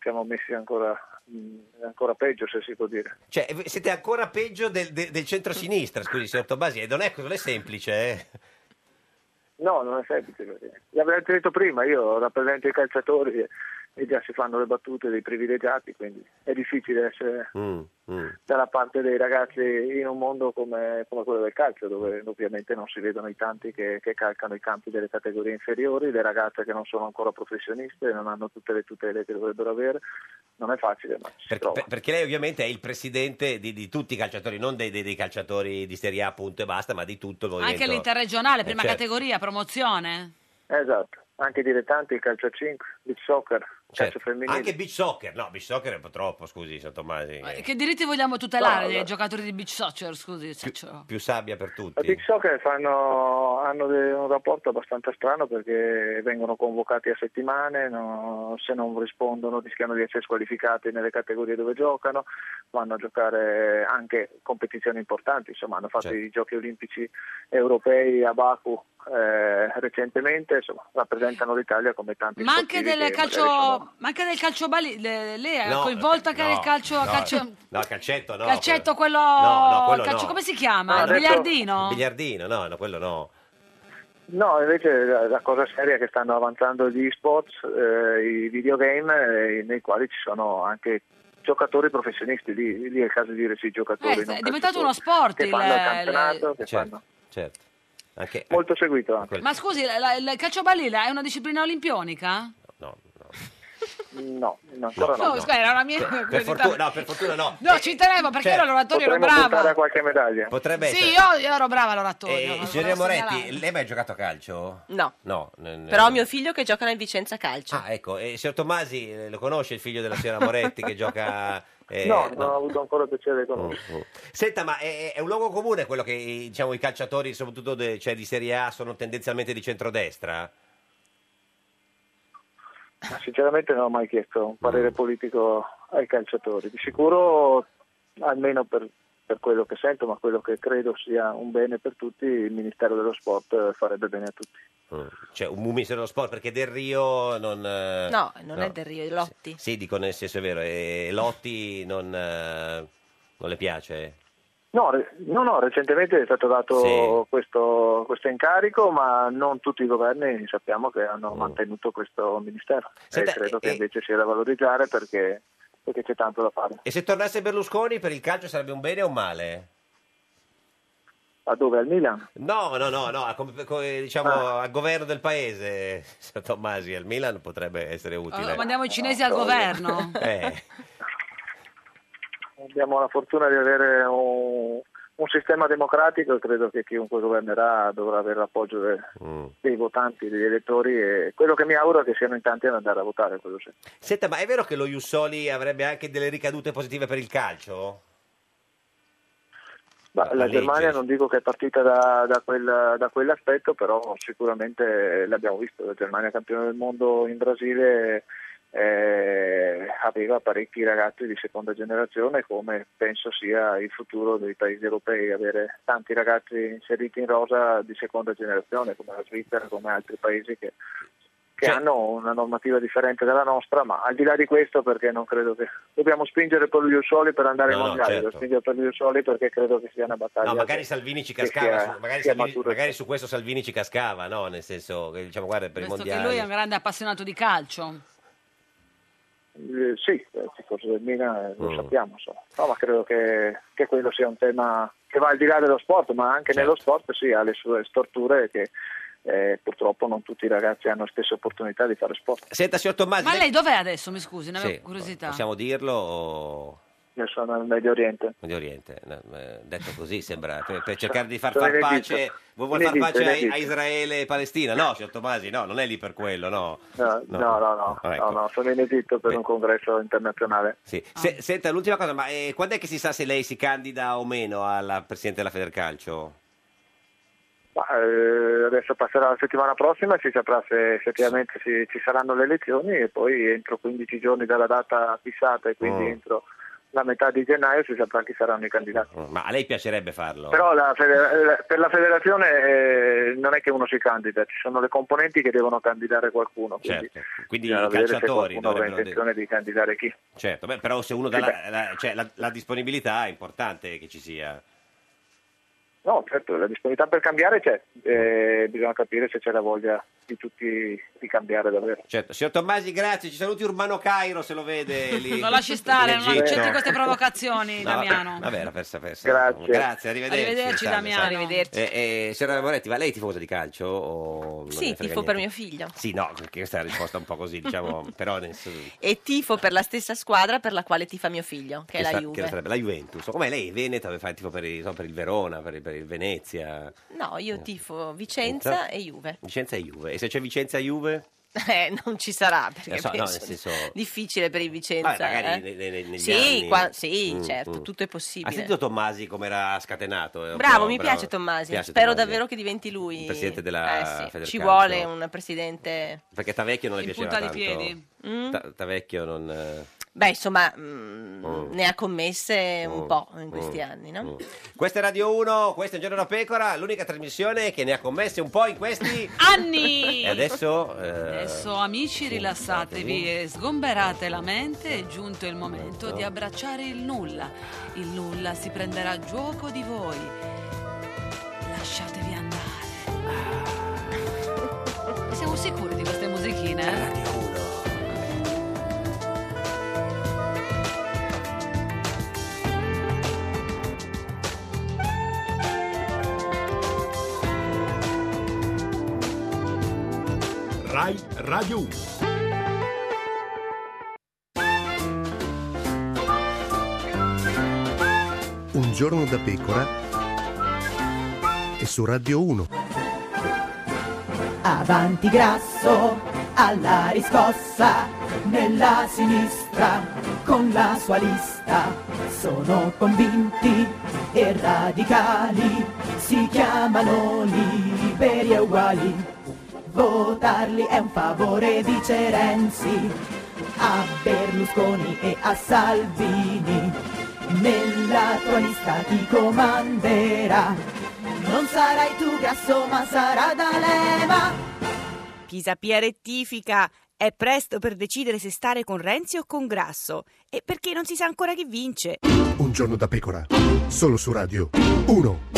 Speaker 16: siamo messi ancora, mh, ancora peggio se si può dire.
Speaker 2: Cioè, v- siete ancora peggio del, de- del centro-sinistra, scusi, signor Tomasi, e non è, non è semplice, eh?
Speaker 16: No, non è semplice. perché- L'avete detto prima, io rappresento i calciatori e- e già si fanno le battute dei privilegiati, quindi è difficile essere
Speaker 2: Mm,
Speaker 16: dalla parte dei ragazzi in un mondo come, come quello del calcio, dove ovviamente non si vedono i tanti che, che calcano i campi delle categorie inferiori, le ragazze che non sono ancora professioniste, non hanno tutte le tutele che dovrebbero avere. Non è facile, ma
Speaker 2: Per- per- perché lei ovviamente è il presidente di, di tutti i calciatori, non dei, dei- dei calciatori di Serie A punto e basta, ma di tutto il movimento.
Speaker 1: Anche l'interregionale, prima
Speaker 2: certo.
Speaker 1: categoria, promozione?
Speaker 16: esatto. Anche i dilettanti, il calcio a 5, il soccer, il calcio femminile.
Speaker 2: Cioè, Anche beach soccer, no, beach soccer è un po' troppo, scusi, signor eh. Tomasi. che-
Speaker 1: Che diritti vogliamo tutelare
Speaker 16: No,
Speaker 1: dei
Speaker 16: allora-
Speaker 1: giocatori di beach soccer? Scusi, Ciccio.
Speaker 2: Più sabbia per
Speaker 16: La
Speaker 2: tutti.
Speaker 16: Big Soccer fanno, hanno de- un rapporto abbastanza strano perché vengono convocati a settimane, no- se non rispondono rischiano di essere squalificati nelle categorie dove giocano, vanno a giocare anche competizioni importanti, insomma hanno fatto i giochi olimpici europei a Baku eh, recentemente, insomma rappresentano l'Italia come tanti
Speaker 1: Ma anche
Speaker 16: sportivi
Speaker 1: del
Speaker 16: che magari sono-
Speaker 1: calcio, ma anche del calcio bali, le- lei è
Speaker 2: No,
Speaker 1: coinvolta anche
Speaker 2: no,
Speaker 1: nel calcio,
Speaker 2: no,
Speaker 1: calcio
Speaker 2: No, il calcetto no.
Speaker 1: Calcetto, quello,
Speaker 2: No, no, quello
Speaker 1: calcio
Speaker 2: no.
Speaker 1: come si chiama?
Speaker 2: No,
Speaker 1: il
Speaker 2: no.
Speaker 1: biliardino?
Speaker 2: Biliardino, no, no, quello no.
Speaker 16: No, invece la, la cosa seria è che stanno avanzando gli e-sports, eh, i videogame, eh, nei quali ci sono anche giocatori professionisti, lì, lì è il caso di dire sì, giocatori.
Speaker 1: Eh,
Speaker 16: non
Speaker 1: è diventato eh,
Speaker 16: calciatori,
Speaker 1: uno sport
Speaker 16: Che
Speaker 1: il-
Speaker 16: fanno il
Speaker 1: il-
Speaker 16: campionato, che fanno...
Speaker 2: Certo. Anche,
Speaker 16: Molto seguito anche.
Speaker 1: Ma scusi, la- la- il calcio balilla è una disciplina olimpionica?
Speaker 16: No, no, ancora no.
Speaker 1: No, Oh, scusa, era una mia
Speaker 2: Per, per
Speaker 1: curiosità.
Speaker 2: fortuna, no, per fortuna no.
Speaker 1: No, ci tenevo perché
Speaker 2: Cioè,
Speaker 1: io all'oratorio ero
Speaker 16: Potremmo puntare
Speaker 1: brava.
Speaker 16: a qualche medaglia.
Speaker 2: Potrebbe
Speaker 1: Sì,
Speaker 2: essere.
Speaker 1: io, io ero brava all'oratorio.
Speaker 2: Eh,
Speaker 1: volevo
Speaker 2: signorina
Speaker 1: segnalare.
Speaker 2: Moretti, lei mai ha giocato a calcio?
Speaker 15: No.
Speaker 2: No. n- n-
Speaker 15: Però ho mio figlio che gioca nel Vicenza Calcio.
Speaker 2: Ah, ecco, eh, signor Tomasi eh, lo conosce il figlio della signora Moretti che gioca... eh, Oh,
Speaker 16: no, non ho avuto ancora il piacere di conoscere.
Speaker 2: Senta, ma è, è un luogo comune quello che eh, diciamo, i calciatori, soprattutto de- cioè, di Serie A, sono tendenzialmente di centrodestra?
Speaker 16: Ma Sinceramente non ho mai chiesto un parere
Speaker 2: Mm.
Speaker 16: politico ai calciatori. Di sicuro, almeno per, per quello che sento, ma quello che credo sia un bene per tutti, il Ministero dello Sport eh, farebbe bene a tutti.
Speaker 2: Mm. Cioè, un ministero dello sport, perché Del Rio non... eh,
Speaker 15: No, non è Del Rio, è Lotti.
Speaker 2: Sì, dico nel senso è vero, e Lotti non, eh, non le piace?
Speaker 16: No, re- no, no, recentemente è stato dato
Speaker 2: Sì.
Speaker 16: questo, questo incarico, ma non tutti i governi sappiamo che hanno mantenuto questo ministero.
Speaker 2: Mm. Senta,
Speaker 16: e credo che
Speaker 2: eh,
Speaker 16: invece sia da valorizzare perché, perché c'è tanto da fare.
Speaker 2: E se tornasse Berlusconi per il calcio sarebbe un bene o un male?
Speaker 16: A dove? Al Milan?
Speaker 2: No, no, no, no, a come- come, diciamo al governo del paese, signor Tommasi, al Milan potrebbe essere utile.
Speaker 1: Allora, mandiamo i cinesi al governo.
Speaker 2: Eh,
Speaker 16: abbiamo la fortuna di avere un, un sistema democratico e credo che chiunque governerà dovrà avere l'appoggio de-
Speaker 2: mm.
Speaker 16: dei votanti, degli elettori e quello che mi auguro è che siano in tanti ad andare a votare, quello sì.
Speaker 2: Senta, ma è vero che lo Jussoli avrebbe anche delle ricadute positive per il calcio?
Speaker 16: Ma la
Speaker 2: legge.
Speaker 16: Germania non dico che è partita da, da quel- da quell'aspetto, però sicuramente l'abbiamo visto, la Germania campione del mondo in Brasile eh, aveva parecchi ragazzi di seconda generazione, come penso sia il futuro dei paesi europei, avere tanti ragazzi inseriti in rosa di seconda generazione, come la Svizzera, come altri paesi che che
Speaker 2: Cioè-
Speaker 16: hanno una normativa differente dalla nostra, ma al di là di questo perché non credo che dobbiamo spingere per gli Soli per andare ai
Speaker 2: No, no,
Speaker 16: mondiali,
Speaker 2: certo.
Speaker 16: dobbiamo spingere per gli Soli perché credo che sia una battaglia.
Speaker 2: No, magari
Speaker 16: che-
Speaker 2: Salvini ci
Speaker 16: che
Speaker 2: cascava,
Speaker 16: sia-
Speaker 2: su- magari,
Speaker 16: sia
Speaker 2: Salvini-
Speaker 16: matura.
Speaker 2: magari su questo Salvini ci cascava, no? Nel senso che diciamo guarda per i
Speaker 1: Visto che
Speaker 2: mondiali.
Speaker 1: lui è un grande appassionato di calcio.
Speaker 16: Eh, sì, il tifoso del Milan eh, lo
Speaker 2: Mm.
Speaker 16: sappiamo, insomma. No, ma credo che, che quello sia un tema che va al di là dello sport, ma anche
Speaker 2: Certo.
Speaker 16: nello sport sì, ha le sue storture che eh, purtroppo non tutti i ragazzi hanno le stesse opportunità di fare sport.
Speaker 2: Senta signor Tommasi,
Speaker 1: Ma
Speaker 2: lei-
Speaker 1: lei dov'è adesso? Mi scusi, ne avevo
Speaker 2: Ah, Sì,
Speaker 1: curiosità.
Speaker 2: possiamo dirlo o
Speaker 16: Io sono nel Medio Oriente.
Speaker 2: Medio Oriente? No, eh, detto così sembra per, per cercare di far,
Speaker 16: Sono
Speaker 2: far
Speaker 16: in
Speaker 2: pace,
Speaker 16: Egitto.
Speaker 2: vuol vuol
Speaker 16: In
Speaker 2: far
Speaker 16: Egitto,
Speaker 2: pace
Speaker 16: in
Speaker 2: a, a
Speaker 16: Egitto.
Speaker 2: Israele e Palestina? No, signor Tomasi, no, non è lì per quello, no.
Speaker 16: No, no, no, no,
Speaker 2: Ah, ecco.
Speaker 16: no, no, sono in Egitto per un congresso internazionale.
Speaker 2: Sì. Se- senta, l'ultima cosa, ma eh, quando è che si sa se lei si candida o meno alla Presidente della Federcalcio?
Speaker 16: Ma, eh, adesso passerà la settimana prossima e si saprà se effettivamente si- ci saranno le elezioni e poi entro 15 giorni dalla data fissata e quindi
Speaker 2: Mm.
Speaker 16: entro la metà di gennaio si saprà chi saranno i candidati.
Speaker 2: Ma a lei piacerebbe farlo?
Speaker 16: Però la fede- la- per la federazione eh, non è che uno si candida, ci sono le componenti che devono candidare qualcuno, quindi
Speaker 2: Certo, quindi
Speaker 16: bisogna
Speaker 2: i
Speaker 16: vedere se
Speaker 2: calciatori
Speaker 16: qualcuno ha
Speaker 2: dovrebbero...
Speaker 16: intenzione di candidare chi.
Speaker 2: Certo, beh, però se uno dà
Speaker 16: Sì,
Speaker 2: la, la- cioè, la- la disponibilità è importante che ci sia.
Speaker 16: No, certo, la disponibilità per cambiare c'è, eh, bisogna capire se c'è la voglia di tutti di cambiare davvero.
Speaker 2: Certo. Signor Tommasi, grazie, ci saluti Urbano Cairo se lo vede lì.
Speaker 1: Non lasci stare,
Speaker 2: in
Speaker 1: non
Speaker 2: Egitto.
Speaker 1: accetti queste provocazioni,
Speaker 2: No,
Speaker 1: Damiano.
Speaker 2: Vabbè, era per sapere. Grazie. Grazie, arrivederci.
Speaker 1: Arrivederci,
Speaker 2: salve,
Speaker 1: Damiano.
Speaker 2: salve.
Speaker 15: Arrivederci.
Speaker 2: Eh, eh, signora Moretti, ma lei è tifosa di calcio? O non ne
Speaker 15: Sì,
Speaker 2: frega
Speaker 15: tifo
Speaker 2: niente?
Speaker 15: per mio figlio.
Speaker 2: Sì, no, perché questa è una risposta un po' così, diciamo, però nel senso-
Speaker 15: E tifo per la stessa squadra per la quale tifa mio figlio, che è la
Speaker 2: sa- che
Speaker 15: Juve.
Speaker 2: sarebbe la Juventus. Come lei è Veneta, dove fa tipo per il, so, per il Verona, per il, per il Venezia.
Speaker 15: No,
Speaker 2: Eh.
Speaker 15: io tifo Vicenza e Juve.
Speaker 2: Vicenza e Juve. E se c'è Vicenza e Juve?
Speaker 15: Eh, non ci sarà perché
Speaker 2: Eh, so- no,
Speaker 15: penso-
Speaker 2: nel senso-
Speaker 15: difficile per il Vicenza.
Speaker 2: Vabbè, magari
Speaker 15: eh.
Speaker 2: ne- ne- ne- negli
Speaker 15: sì,
Speaker 2: anni.
Speaker 15: qua- sì,
Speaker 2: Mm,
Speaker 15: certo,
Speaker 2: mm.
Speaker 15: tutto è
Speaker 2: Ha
Speaker 15: possibile.
Speaker 2: sentito Tommasi come era scatenato? È un
Speaker 15: Bravo,
Speaker 2: po'
Speaker 15: mi piace Tommasi.
Speaker 2: Piace
Speaker 15: Spero
Speaker 2: Tommasi.
Speaker 15: davvero che diventi lui.
Speaker 2: Il presidente della
Speaker 15: Eh sì, Ci
Speaker 2: Federcalcio.
Speaker 15: vuole un presidente.
Speaker 2: Perché Tavecchio non le
Speaker 15: In
Speaker 2: piaceva
Speaker 15: punta
Speaker 2: tanto.
Speaker 15: di piedi. Mm?
Speaker 2: Ta- Tavecchio non... eh,
Speaker 15: Beh, insomma, mm,
Speaker 2: Mm.
Speaker 15: ne ha commesse un
Speaker 2: Mm.
Speaker 15: po' in questi
Speaker 2: Mm.
Speaker 15: anni, no?
Speaker 2: Questa è Radio 1, questo è Giorno da Pecora, l'unica trasmissione che ne ha commesse un po' in questi...
Speaker 1: Anni!
Speaker 2: E adesso... eh,
Speaker 1: Adesso amici rilassatevi e sgomberate la mente, è giunto il momento di abbracciare il nulla. Il nulla si prenderà gioco di voi. Lasciatevi andare. Siamo sicuri di queste musichine? eh?
Speaker 17: Rai Radio 1.
Speaker 11: Un giorno da pecora e su Radio 1.
Speaker 10: Avanti grasso, alla riscossa, nella sinistra, con la sua lista. Sono convinti e radicali, si chiamano liberi e uguali. Votarli è un favore, dice Renzi, a Berlusconi e a Salvini. Nella tua lista chi comanderà? Non sarai tu grasso ma sarà D'Alema
Speaker 12: Pisa Pia rettifica. È presto per decidere se stare con Renzi o con Grasso. E perché non si sa ancora chi vince.
Speaker 11: Un giorno da pecora. Solo su Radio 1.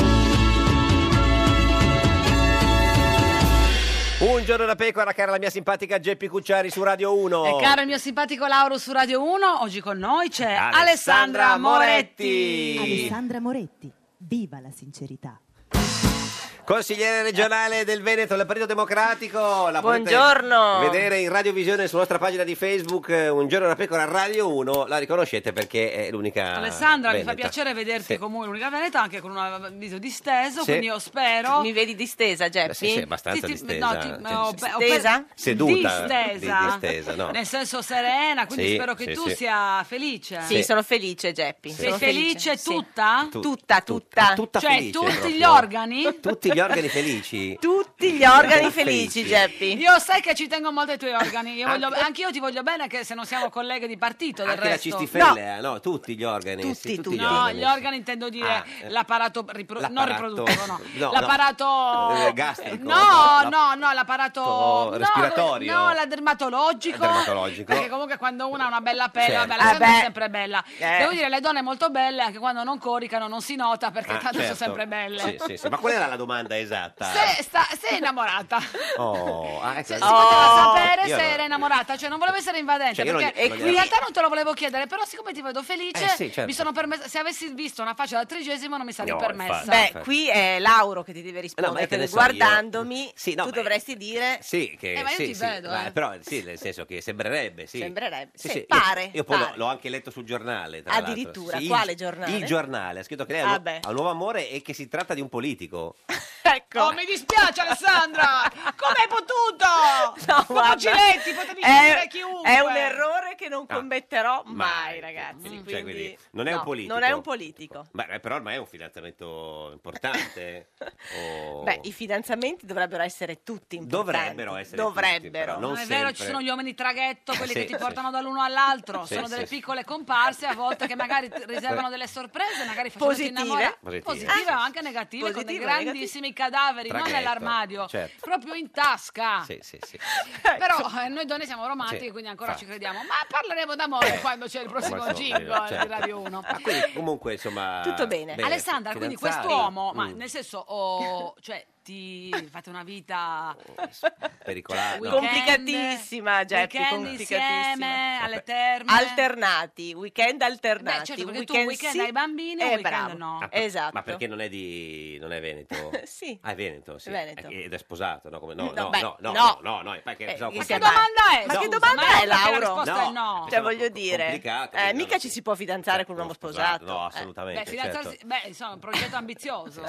Speaker 2: Un giorno da Pecora, cara la mia simpatica Geppi Cucciari su Radio 1.
Speaker 15: Eh,
Speaker 1: E caro il mio simpatico Lauro su Radio 1, oggi con noi c'è
Speaker 2: Alessandra
Speaker 1: Alessandra Moretti.
Speaker 2: Moretti.
Speaker 10: Alessandra Moretti, viva la sincerità
Speaker 2: Consigliere regionale del Veneto del Partito Democratico. La potete
Speaker 15: Buongiorno.
Speaker 2: Vedere in radiovisione sulla nostra pagina di Facebook eh, Un giorno la pecora Radio 1. La riconoscete perché è l'unica
Speaker 1: Alessandra, mi fa
Speaker 2: Ah, veneta.
Speaker 1: piacere vederti
Speaker 2: Sì.
Speaker 1: come l'unica Veneta anche con un viso disteso,
Speaker 2: Sì.
Speaker 1: quindi io spero...
Speaker 15: Mi vedi distesa, Geppi?
Speaker 2: Sì, sì, abbastanza
Speaker 1: Sì, sì,
Speaker 2: distesa.
Speaker 1: no, ti-
Speaker 2: Cioè,
Speaker 1: ho- ho-
Speaker 15: Distesa?
Speaker 2: Seduta.
Speaker 1: Distesa.
Speaker 2: Di- distesa, no.
Speaker 1: Nel senso serena, quindi
Speaker 2: Sì,
Speaker 1: spero che
Speaker 2: sì,
Speaker 1: tu
Speaker 2: sì.
Speaker 1: sia felice.
Speaker 2: Sì, Sì. sono
Speaker 15: felice, Geppi.
Speaker 1: Sei
Speaker 15: sono
Speaker 1: felice,
Speaker 15: felice, sì.
Speaker 1: tutta?
Speaker 2: Tu-
Speaker 15: Tutta, tutta.
Speaker 2: tutta
Speaker 1: cioè,
Speaker 2: felice,
Speaker 1: tutti
Speaker 2: proprio.
Speaker 1: gli organi?
Speaker 2: Tutti gli organi felici.
Speaker 15: Tutti gli organi
Speaker 2: Felici.
Speaker 15: felici, Geppi.
Speaker 1: Io sai che ci tengo molto ai tuoi organi. Io voglio,
Speaker 2: Anche-
Speaker 1: anch'io ti voglio bene, anche se non siamo colleghe di partito. Del
Speaker 2: Anche la
Speaker 1: resto.
Speaker 2: cistifellea, no. Tutti gli organi. sì, Tutti, gli
Speaker 1: No,
Speaker 2: organi.
Speaker 1: gli organi intendo dire
Speaker 2: Ah, eh.
Speaker 1: l'apparato, ripro- non
Speaker 2: L'apparato-
Speaker 1: riproduttivo, no.
Speaker 2: no, no.
Speaker 1: l'apparato
Speaker 2: Eh, gastrico,
Speaker 1: No,
Speaker 2: no,
Speaker 1: no, no,
Speaker 2: l'apparato
Speaker 1: l'apparato no,
Speaker 2: respiratorio.
Speaker 1: No, la dermatologico.
Speaker 2: Dermatologico.
Speaker 1: Perché comunque quando una ha una bella pelle,
Speaker 2: Certo.
Speaker 1: vabbè, la
Speaker 2: Eh
Speaker 1: gente
Speaker 2: beh.
Speaker 1: è sempre bella.
Speaker 2: Eh.
Speaker 1: Devo dire le donne molto belle anche quando non coricano, non si nota perché
Speaker 2: Ah,
Speaker 1: tanto
Speaker 2: certo.
Speaker 1: sono sempre belle.
Speaker 2: Sì, sì, sì. Ma qual era la domanda esatta?
Speaker 1: Se sta- sei innamorata.
Speaker 2: Oh, ah, ecco.
Speaker 15: Cioè,
Speaker 1: Se si poteva
Speaker 2: Oh.
Speaker 1: sapere
Speaker 2: Io
Speaker 1: se
Speaker 2: no.
Speaker 1: era innamorata, cioè non volevo essere invadente.
Speaker 2: Cioè, io non
Speaker 1: perché
Speaker 2: gli- non gli-
Speaker 1: in realtà non te lo volevo chiedere, però siccome ti vedo felice,
Speaker 2: Eh, sì, certo.
Speaker 1: mi sono permessa. Se avessi visto una faccia da tredicesimo, non mi sarei
Speaker 2: No,
Speaker 1: permessa.
Speaker 2: infatti, Beh, infatti.
Speaker 15: Qui è Lauro che ti deve rispondere,
Speaker 2: Eh, ma che ne
Speaker 15: perché
Speaker 2: so io?
Speaker 15: guardandomi
Speaker 2: Sì, no,
Speaker 15: tu
Speaker 2: ma-
Speaker 15: dovresti dire...
Speaker 2: Sì, che
Speaker 15: Eh, ma io
Speaker 2: sì,
Speaker 15: ti
Speaker 2: sì,
Speaker 15: vedo,
Speaker 2: ma-
Speaker 15: eh.
Speaker 2: però sì, nel senso che sembrerebbe, sì.
Speaker 15: Sembrerebbe.
Speaker 2: Sì,
Speaker 15: Sì,
Speaker 2: sì, io-
Speaker 15: pare,
Speaker 2: Io, poi
Speaker 15: pare.
Speaker 2: l'ho- l'ho anche letto sul giornale. tra l'altro.
Speaker 15: Addirittura,
Speaker 2: Sì, il-
Speaker 15: quale giornale?
Speaker 2: Il giornale ha scritto che lei
Speaker 15: Ah,
Speaker 2: ha,
Speaker 15: beh.
Speaker 2: ha un nuovo amore e che si tratta di un politico.
Speaker 15: Ecco.
Speaker 1: Oh, mi dispiace, Alessandra! Come hai potuto?
Speaker 15: No,
Speaker 1: Come
Speaker 15: guarda,
Speaker 1: Giletti, potevi
Speaker 2: Eh,
Speaker 15: è-
Speaker 1: scegliere chiunque.
Speaker 15: È un errore che non
Speaker 2: Ah,
Speaker 15: commetterò
Speaker 2: mai,
Speaker 15: mai, ragazzi.
Speaker 2: quindi-
Speaker 15: Quindi,
Speaker 2: cioè, quindi non è un
Speaker 15: no,
Speaker 2: politico.
Speaker 15: Non è un politico.
Speaker 2: Ma eh, però ormai è un fidanzamento importante. o-
Speaker 15: Beh, i fidanzamenti dovrebbero essere tutti importanti.
Speaker 2: Oh. Dovrebbero essere tutti,
Speaker 15: Dovrebbero.
Speaker 2: però
Speaker 1: Non, è vero, ci sono gli uomini traghetto, quelli
Speaker 2: Sì,
Speaker 1: che ti
Speaker 2: sì.
Speaker 1: portano dall'uno all'altro.
Speaker 2: Sì,
Speaker 1: sono
Speaker 2: sì,
Speaker 1: delle
Speaker 2: sì.
Speaker 1: piccole comparse a volte che magari ti riservano delle sorprese, magari facendoti
Speaker 15: Positive. Ah,
Speaker 1: innamorare.
Speaker 2: Positive.
Speaker 1: Positive o anche negative, con dei
Speaker 15: Positive o negative.
Speaker 1: grandissimi cadaveri,
Speaker 2: Traghetto,
Speaker 1: non nell'armadio,
Speaker 2: certo.
Speaker 1: proprio in
Speaker 15: Ah.
Speaker 1: tasca.
Speaker 2: Sì, sì, sì.
Speaker 15: Ecco.
Speaker 1: Però eh, noi donne siamo romantiche,
Speaker 2: Sì,
Speaker 1: quindi ancora
Speaker 2: infatti.
Speaker 1: ci crediamo. Ma parleremo d'amore
Speaker 2: Eh,
Speaker 1: quando c'è il prossimo
Speaker 2: Ma so,
Speaker 1: jingle
Speaker 2: certo.
Speaker 1: di Radio 1.
Speaker 2: Ma quindi, comunque, insomma...
Speaker 1: Alessandra, quindi
Speaker 2: fidanzati.
Speaker 1: quest'uomo, ma
Speaker 2: Mm,
Speaker 1: nel senso, oh, cioè, ti fate una vita
Speaker 2: Oh, pericolato. no.
Speaker 15: Complicatissima, Geppi,
Speaker 1: weekend insieme,
Speaker 15: complicatissima.
Speaker 1: alle terme.
Speaker 15: Alternati, weekend alternati.
Speaker 1: Beh, certo, perché tu
Speaker 15: weekend
Speaker 1: weekend
Speaker 15: sì,
Speaker 1: hai bambini,
Speaker 15: eh,
Speaker 1: weekend
Speaker 15: bravo.
Speaker 1: no.
Speaker 2: Ah, per-
Speaker 15: Esatto.
Speaker 2: Ma perché non è di non è Veneto?
Speaker 15: Sì.
Speaker 2: Ah, è Veneto, sì.
Speaker 15: Veneto.
Speaker 2: Eh, Ed è sposato, no? Come, no,
Speaker 15: No,
Speaker 2: no,
Speaker 15: beh,
Speaker 2: no, no, no,
Speaker 15: no.
Speaker 2: no, no, perché-
Speaker 15: Eh,
Speaker 2: no,
Speaker 15: chi
Speaker 1: Ma
Speaker 2: questo-
Speaker 1: che domanda è?
Speaker 15: Ma
Speaker 1: No,
Speaker 15: che domanda
Speaker 1: ma
Speaker 15: è,
Speaker 1: perché la
Speaker 15: Lauro?
Speaker 1: risposta è no.
Speaker 15: Cioè, voglio dire,
Speaker 2: diciamo complicato,
Speaker 15: eh,
Speaker 2: quindi, certo,
Speaker 15: mica ci si può fidanzare con un uomo sposato.
Speaker 2: No,
Speaker 15: eh.
Speaker 2: assolutamente.
Speaker 1: Beh, fidanzarsi,
Speaker 2: certo.
Speaker 1: beh, insomma, un progetto ambizioso.